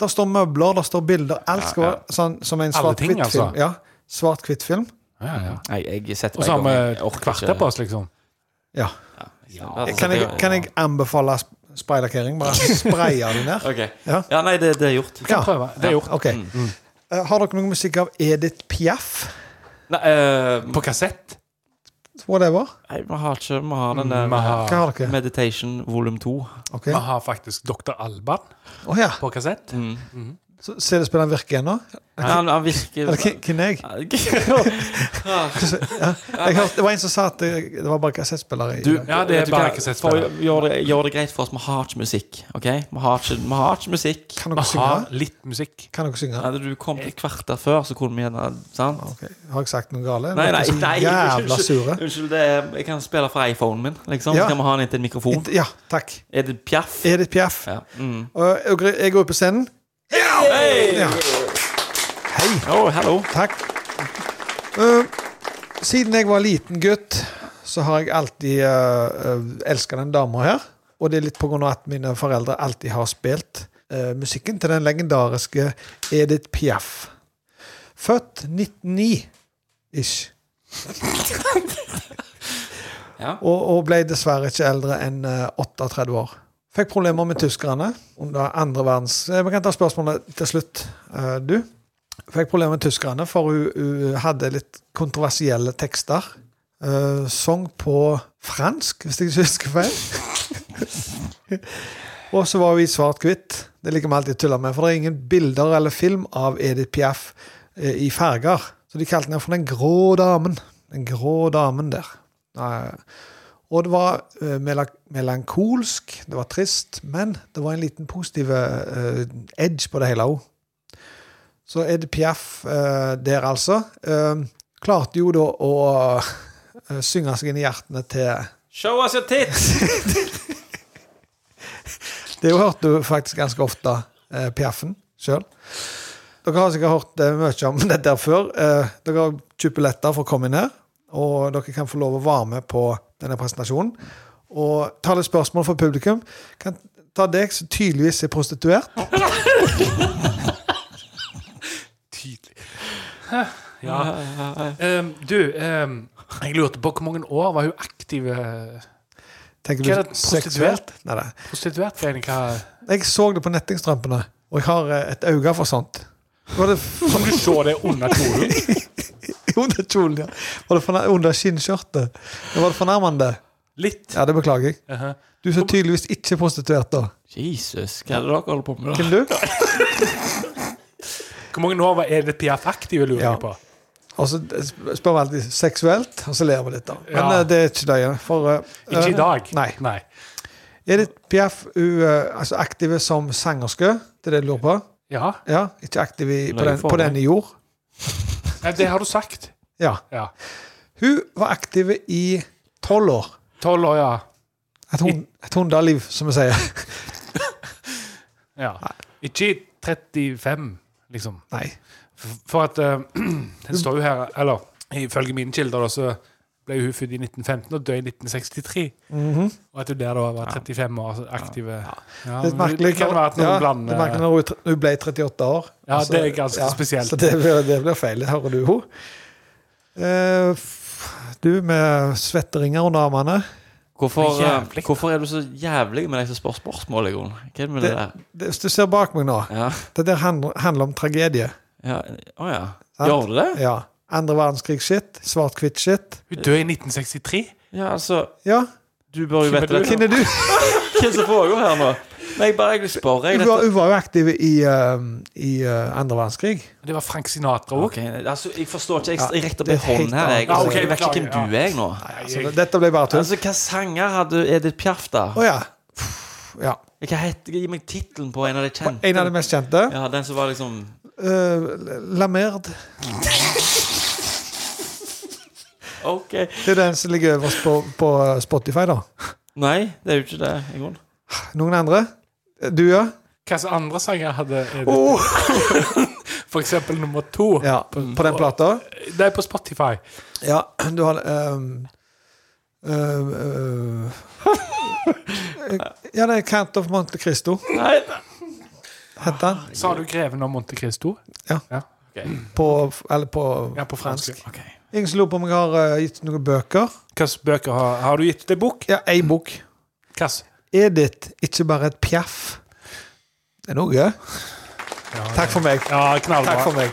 Speaker 3: Der står møbler, der står bilder. Alt skal være sånn som en
Speaker 6: Alle ting,
Speaker 3: svart-hvitt film.
Speaker 6: altså.
Speaker 3: Ja, svart-hvitt film.
Speaker 6: Ja, ja.
Speaker 5: Nei, jeg setter
Speaker 6: Og
Speaker 5: meg
Speaker 6: så har
Speaker 5: i gang. Jeg
Speaker 6: vi
Speaker 5: orker
Speaker 6: kvart
Speaker 5: ikke.
Speaker 6: på oss, liksom.
Speaker 3: Ja.
Speaker 5: Altså,
Speaker 3: Kan jeg,
Speaker 5: det-
Speaker 3: kan jeg anbefale sp- spraylakkering? Bare spraye de ned?
Speaker 5: Ok.
Speaker 3: Ja.
Speaker 5: Ja, nei, det, det er gjort.
Speaker 3: Ja.
Speaker 6: Prøve. Det er gjort.
Speaker 3: Ok.
Speaker 5: Mm.
Speaker 3: Eh, har dere noe musikk av Edith Piaf?
Speaker 5: Nei, eh,
Speaker 6: På kassett.
Speaker 3: Whatever?
Speaker 5: nei, vi har ikke Vi har den der
Speaker 6: Vi har,
Speaker 3: Hva har dere?
Speaker 5: Meditation volum 2.
Speaker 3: Ok.
Speaker 6: vi har faktisk Dr. Alban
Speaker 3: Å ja.
Speaker 6: på kassett.
Speaker 5: Mm.
Speaker 3: Så CD-spilleren virker ennå?
Speaker 5: Han, han virker Ah.
Speaker 3: Eller hvem- hvem er jeg? jeg hørte, det var en som sa at det, det var bare kassettspillere i
Speaker 5: Du,
Speaker 3: den.
Speaker 6: Ja, det
Speaker 5: vet
Speaker 6: er
Speaker 5: du
Speaker 6: bare
Speaker 5: hva?
Speaker 6: kassettspiller.
Speaker 5: For å gjøre det, gjør det greit for oss, vi har ikke musikk. Ok? Vi har ikke, vi har ikke musikk.
Speaker 3: Kan
Speaker 6: Vi
Speaker 3: dere
Speaker 6: har
Speaker 3: synge?
Speaker 6: litt musikk.
Speaker 3: Kan dere synge?
Speaker 5: Hadde du kommet et kvarter før, så kunne vi gjerne sant?
Speaker 3: Ok. Har jeg sagt noe galt?
Speaker 5: Nei, nei,
Speaker 3: Dere er så
Speaker 5: nei
Speaker 3: Jævla sure.
Speaker 5: Unnskyld, det er, jeg kan spille fra iPhonen min. Liksom.
Speaker 3: Ja.
Speaker 5: Så kan vi ha den inntil en mikrofon.
Speaker 3: Ikke- Ja, takk.
Speaker 5: Er det pjaff?
Speaker 3: Edith Piaf.
Speaker 5: Ja. Mm.
Speaker 3: Og jeg går- jeg går ut på scenen. Ja. Hei.
Speaker 5: Oh, hello.
Speaker 3: Takk. Eh, siden jeg var liten gutt, så har jeg alltid uh, elska den dama her. Og det er litt på grunn av at mine foreldre alltid har spilt eh, musikken til den legendariske Edith Piaf. Født 1909-ish.
Speaker 5: Ja.
Speaker 3: og, og ble dessverre ikke eldre enn eh, 38 år. Fikk problemer med tyskerne under andre verdens... Eh, Vi kan ta spørsmålet til slutt, eh, du fikk problemer med tyskerne, for hun, hun hadde litt kontroversielle tekster. Eh, sang på fransk, hvis jeg ikke husker feil. og så var hun i svart-hvitt. Det liker vi alltid å tulle med, for det er ingen bilder eller film av Edith Piaf eh, i farger. Så de kalte henne for Den grå damen. Den grå damen der. Eh, og det var eh, melak- melankolsk, det var trist, men det var en liten positiv eh, edge på det hele òg. Så Ed Piaf eh, der, altså, eh, klarte jo da å eh, synge seg inn i hjertene til
Speaker 5: Show us your tits!
Speaker 3: Det hørte du faktisk ganske ofte, eh, Piaffen sjøl. Dere har sikkert hørt eh, mye om dette der før. Eh, dere har kjøpt billetter for å komme inn her, og dere kan få lov å være med på denne presentasjonen. Og ta litt spørsmål fra publikum. Kan ta deg som tydeligvis er prostituert.
Speaker 6: Tydelig. Ja. Ehm, du, ehm, jeg lurte på hvor mange år var hun aktiv eh,
Speaker 3: Tenker
Speaker 6: Hva er
Speaker 3: du
Speaker 6: det,
Speaker 3: seksuelt? Nei, nei.
Speaker 6: prostituert? for en? Hva-
Speaker 3: Jeg så det på nettingstrømpene, og jeg har eh, et øye for sånt. Var det
Speaker 6: Kan du se det under kjolen?
Speaker 3: under kjolen, ja. Var det forna- under skinnskjørtet? Det var det fornærmende?
Speaker 6: Litt.
Speaker 3: Ja, det beklager jeg.
Speaker 6: Uh-huh.
Speaker 3: Du er så tydeligvis ikke prostituert, da.
Speaker 5: Jesus, hva er det dere holder på med? da?
Speaker 3: Hvem du?
Speaker 6: Hvor mange år var Edith Piaf aktiv, lurer
Speaker 3: Ja.
Speaker 6: jeg på?
Speaker 3: Og så eh, sp- spør vi alltid seksuelt, og så ler vi litt, da. Men
Speaker 6: Ja.
Speaker 3: eh, det er ikke det. ja. For eh,
Speaker 6: Ikke i
Speaker 3: eh,
Speaker 6: dag.
Speaker 3: Nei.
Speaker 6: Nei.
Speaker 3: Edith Piaf hun, eh, altså aktive som sangerske, det er det du lurer på?
Speaker 6: Ja,
Speaker 3: Ja, ikke aktiv i, på,
Speaker 5: Nei,
Speaker 3: den,
Speaker 5: for
Speaker 3: på
Speaker 5: meg.
Speaker 3: denne jord?
Speaker 6: Nei, det har du sagt.
Speaker 3: Ja.
Speaker 6: Ja.
Speaker 3: Hun var aktiv i tolv år.
Speaker 6: Tolv år, ja.
Speaker 3: Et, hund, et hundeliv, som vi sier.
Speaker 6: ja. Ikke i 35, liksom.
Speaker 3: Nei.
Speaker 6: F- For at eh, Det står jo her Eller ifølge mine kilder, da, så ble hun født i 1915 og døde i 1963. Og at hun der da var 35 år så aktive ja,
Speaker 3: Mhm.
Speaker 6: men
Speaker 3: Det er litt merkelig
Speaker 6: Det kan være at noen
Speaker 3: ja,
Speaker 6: blander
Speaker 3: det er merkelig når hun, tr- hun ble 38 år. Altså,
Speaker 6: Ja, det er ganske spesielt.
Speaker 3: Så det blir, det blir feil. Hører du henne? Eh, f- du med svetteringer under armene.
Speaker 5: Hvorfor, eh,
Speaker 6: Jævlig.
Speaker 5: hvorfor er du så jævlig med de som spør spørsmål? i grunnen? Hva er det med det,
Speaker 3: Det- Det- Hvis du ser bak meg nå,
Speaker 5: der? Ja.
Speaker 3: det der handler, handler om tragedie.
Speaker 5: Ja. Å ja.
Speaker 3: Sant.
Speaker 5: Gjør det det?
Speaker 3: Ja. Andre verdenskrig-shit. Svart-hvitt-shit.
Speaker 6: Hun døde i 1963?
Speaker 5: Ja, altså
Speaker 3: Ja.
Speaker 5: Du bør jo
Speaker 6: Hvem er
Speaker 5: vite dette.
Speaker 3: Hvem er du?
Speaker 5: Hva er det som foregår her nå? Nei, jeg bare jeg spør. Jeg,
Speaker 3: Hun
Speaker 5: dette.
Speaker 3: var, hun var jo aktiv i, eh, i eh, andre verdenskrig.
Speaker 6: Det var Frank Sinatra òg.
Speaker 5: Ok, altså, jeg forstår ikke. Jeg,
Speaker 3: Ja,
Speaker 5: jeg retter opp
Speaker 3: det
Speaker 5: en
Speaker 3: er
Speaker 5: hånd
Speaker 3: helt
Speaker 5: her. Jeg,
Speaker 3: annet.
Speaker 5: altså,
Speaker 6: Ja, ok,
Speaker 5: jeg vet ikke hvem
Speaker 6: beklager,
Speaker 5: du er, jeg, nå.
Speaker 3: Så det- dette ble bare tull.
Speaker 5: Altså, Hva sanger hadde Edith Piaf, da?
Speaker 3: Å ja. ja.
Speaker 5: Hva het, gi meg tittelen på en av de kjente.
Speaker 3: En av de mest kjente.
Speaker 5: Ja, Den som var liksom
Speaker 3: Eh, La Merde.
Speaker 5: OK.
Speaker 3: Det er den som ligger øverst på, på eh, Spotify, da.
Speaker 5: Nei, det er jo ikke det. i grunnen.
Speaker 3: Noen andre? Du, ja?
Speaker 6: Hva slags andre sanger hadde Edith?
Speaker 3: Oh!
Speaker 6: For eksempel nummer to. Mm.
Speaker 3: ja på, på den plata?
Speaker 6: Det er på Spotify.
Speaker 3: Ja, du har ehm, ehm, eh, ehm, Ja, det er Count of Monte Cristo.
Speaker 5: Nei,
Speaker 3: het han.
Speaker 6: Sa du 'Greven av Monte Cristo'?
Speaker 3: På, eller på,
Speaker 6: Ja, på fransk. Ok.
Speaker 3: Jeg som lurer på om jeg har eh, gitt noen bøker.
Speaker 6: Hvilke bøker har, har du gitt til bok?
Speaker 3: Ja, ei bok.
Speaker 6: Hvilke?
Speaker 3: Edith, ikke bare et pjaff. Det er noe. Takk for meg.
Speaker 6: Ja, knallbra.
Speaker 3: Takk for meg.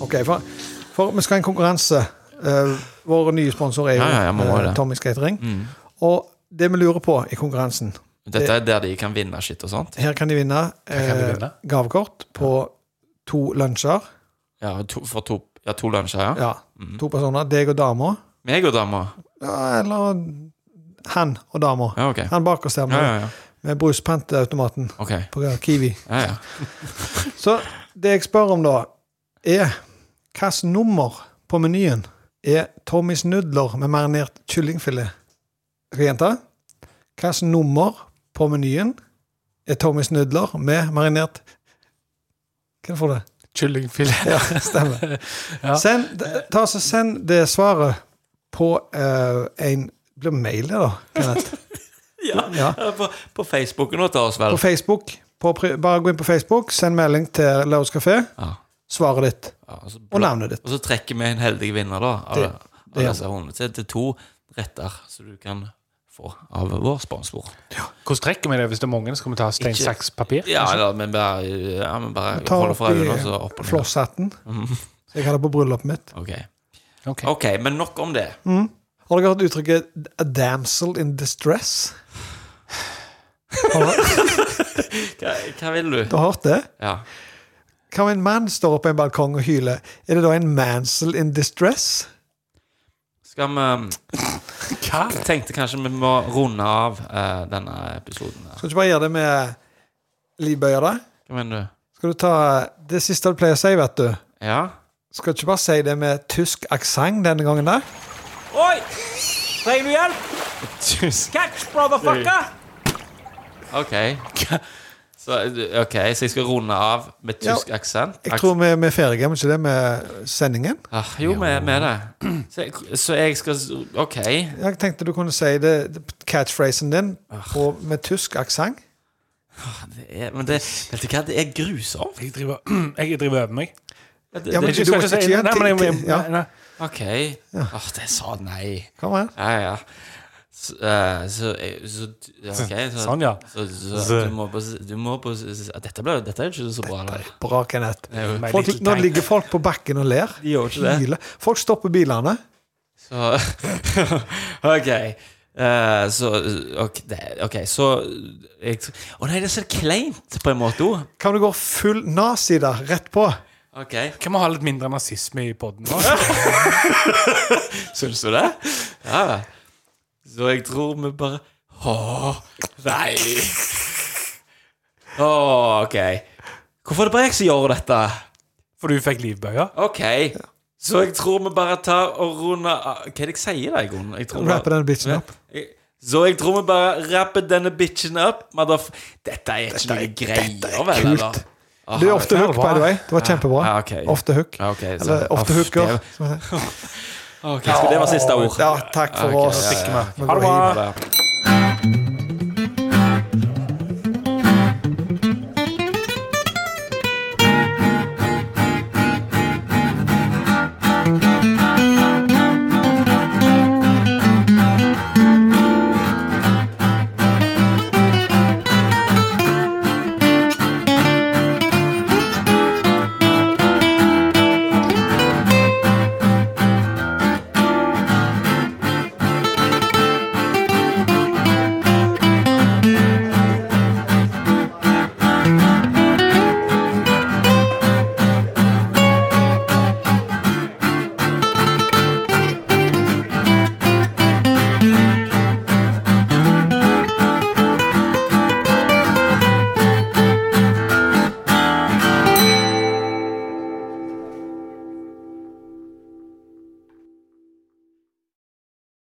Speaker 3: Ok, for, for vi skal ha en konkurranse. Eh, vår nye sponsor er jo
Speaker 5: Ja, ja, jeg må ha
Speaker 3: eh,
Speaker 5: det. Mm.
Speaker 3: Tommy's Catering. Og det vi lurer på i konkurransen
Speaker 5: Dette er der de kan vinne shit og sånt?
Speaker 3: Her kan de vinne,
Speaker 6: kan de
Speaker 3: eh,
Speaker 6: vinne?
Speaker 3: gavekort på to lunsjer.
Speaker 5: Ja, to, for to, ja, to lunsjer, ja. Mhm.
Speaker 3: Ja, To personer. Deg og dama.
Speaker 5: Meg og dama.
Speaker 3: Ja, eller han og dama.
Speaker 5: Ja, ok.
Speaker 3: Han bak oss der
Speaker 5: Ja,
Speaker 3: med,
Speaker 5: ja, ja.
Speaker 3: med bruspanteautomaten
Speaker 5: Ok.
Speaker 3: på Kiwi.
Speaker 5: Ja, ja.
Speaker 3: Så det jeg spør om da, er hvilket nummer på menyen er Tommys nudler med marinert kyllingfilet? Skal jeg gjenta? Hvilket nummer på menyen er Tommys nudler med marinert Hva er det for det?
Speaker 6: Kyllingfilet.
Speaker 3: Ja, stemmer.
Speaker 6: Ja.
Speaker 3: Send, ta så send det svaret på eh, en Blir det mail, det, da? Kenneth? Ja.
Speaker 5: På, på Facebooken nå til oss, vel?
Speaker 3: På Facebook. På, pri- bare gå inn på Facebook, send melding til Lørdagskafé.
Speaker 5: Ja.
Speaker 3: Svaret ditt
Speaker 5: Ja, og, så
Speaker 3: og
Speaker 5: blå-
Speaker 3: navnet ditt.
Speaker 5: og så trekker vi en heldig vinner, da. Av,
Speaker 3: Det-
Speaker 5: av
Speaker 3: gjør
Speaker 5: disse hundene til, til to retter som du kan få av vår sponsor.
Speaker 6: Hvordan trekker vi det hvis det er mange? Skal vi ta stein,
Speaker 5: Ikke-
Speaker 6: saks, papir?
Speaker 5: Ja, ja, men bare, ja, men bare
Speaker 3: Ta
Speaker 5: holder for
Speaker 3: opp altså. i
Speaker 5: øynene og så opp og ned.
Speaker 3: flosshatten.
Speaker 5: Mhm.
Speaker 3: Så jeg hadde på bryllupet mitt.
Speaker 5: Ok.
Speaker 6: Ok.
Speaker 5: ok, men nok om det.
Speaker 3: Har dere hørt uttrykket 'a damsel in distress'? Har dere,
Speaker 5: Hva, hva vil du?
Speaker 3: dere har hørt det?
Speaker 5: Ja.
Speaker 3: Hva om en mann står på en balkong og hyler? Er det da en 'mansel in distress'?
Speaker 5: Skal vi Hva? Tenkte kanskje vi må runde av eh, denne episoden. her.
Speaker 3: Skal du ikke bare gjøre det med livbøyer, da?
Speaker 5: Hva mener du?
Speaker 3: Skal du ta det siste du pleier å si, vet du?
Speaker 5: Ja?
Speaker 3: Skal du ikke bare si det med tysk aksent denne gangen, da?
Speaker 8: Oi! Trenger du hjelp?
Speaker 5: Tusen
Speaker 8: Catch, brotherfucker!
Speaker 5: Ok. Så, ok, så jeg skal runde av med tysk aksent?
Speaker 3: Jeg tror vi, vi er ferdige, er vi ikke det, med sendingen?
Speaker 5: ah, Jo, med, med det. Så jeg, så jeg skal s- Ok.
Speaker 3: Jeg tenkte du kunne si det, catchphrasen din på, med tysk aksent.
Speaker 5: Det er, men det, vet du hva, det er grusomt.
Speaker 6: Jeg driver, jeg driver over meg.
Speaker 5: Det,
Speaker 3: Ja, men
Speaker 5: det,
Speaker 6: Jeg skal ikke si
Speaker 3: ikke-
Speaker 6: nei, men jeg- jeg-
Speaker 3: Ja.
Speaker 6: nei.
Speaker 5: ok. Ah, det sa nei.
Speaker 3: Kom her.
Speaker 5: Ja, ja. Så, eh, så, eh, så, ja, ok, så
Speaker 6: Sånn, ja.
Speaker 5: Så, så, du må på, s- du må på s- s- dette, ble, dette er jo ikke så bra. da.
Speaker 3: Bra, Kenneth.
Speaker 5: Det er jo-
Speaker 3: Folk, nå ligger folk på bakken og ler.
Speaker 5: De gjør ikke det.
Speaker 3: Hyler. Folk stopper bilene.
Speaker 5: Så OK. Eh, så ok, det- OK, så jeg, Å nei, det er så kleint, på en måte òg.
Speaker 3: Kan du gå full nazi der, rett på?
Speaker 5: OK.
Speaker 6: Kan vi ha litt mindre nazisme i poden nå?
Speaker 5: Syns du det? Ja. Så jeg tror vi bare Åh, nei. Åh, OK. Hvorfor er det bare jeg som gjør dette?
Speaker 6: For du fikk livbøyer?
Speaker 5: OK. Så jeg tror vi bare tar og runder av Hva er det jeg sier, da, i grunnen? Jeg tror bare-
Speaker 3: Rappe den bitchen opp.
Speaker 5: Jeg- Så jeg tror vi bare rapper denne bitchen up. Motherf dette er ikke noe greier, vel?
Speaker 3: kult.
Speaker 5: eller? Aha.
Speaker 3: Du er ofte hook, by the way. eh, Det var kjempebra.
Speaker 5: Ja, ok.
Speaker 3: Ofte hook.
Speaker 5: Ja, ok, så-
Speaker 3: Eller ofte
Speaker 5: Uff,
Speaker 3: hooker.
Speaker 5: det- Ok, så det var siste ord.
Speaker 3: Ja, takk for
Speaker 5: Ok,
Speaker 3: oss.
Speaker 5: ja, ja,
Speaker 3: Vi
Speaker 6: Ha
Speaker 3: går
Speaker 6: det bra.
Speaker 3: hit.
Speaker 5: Ha det.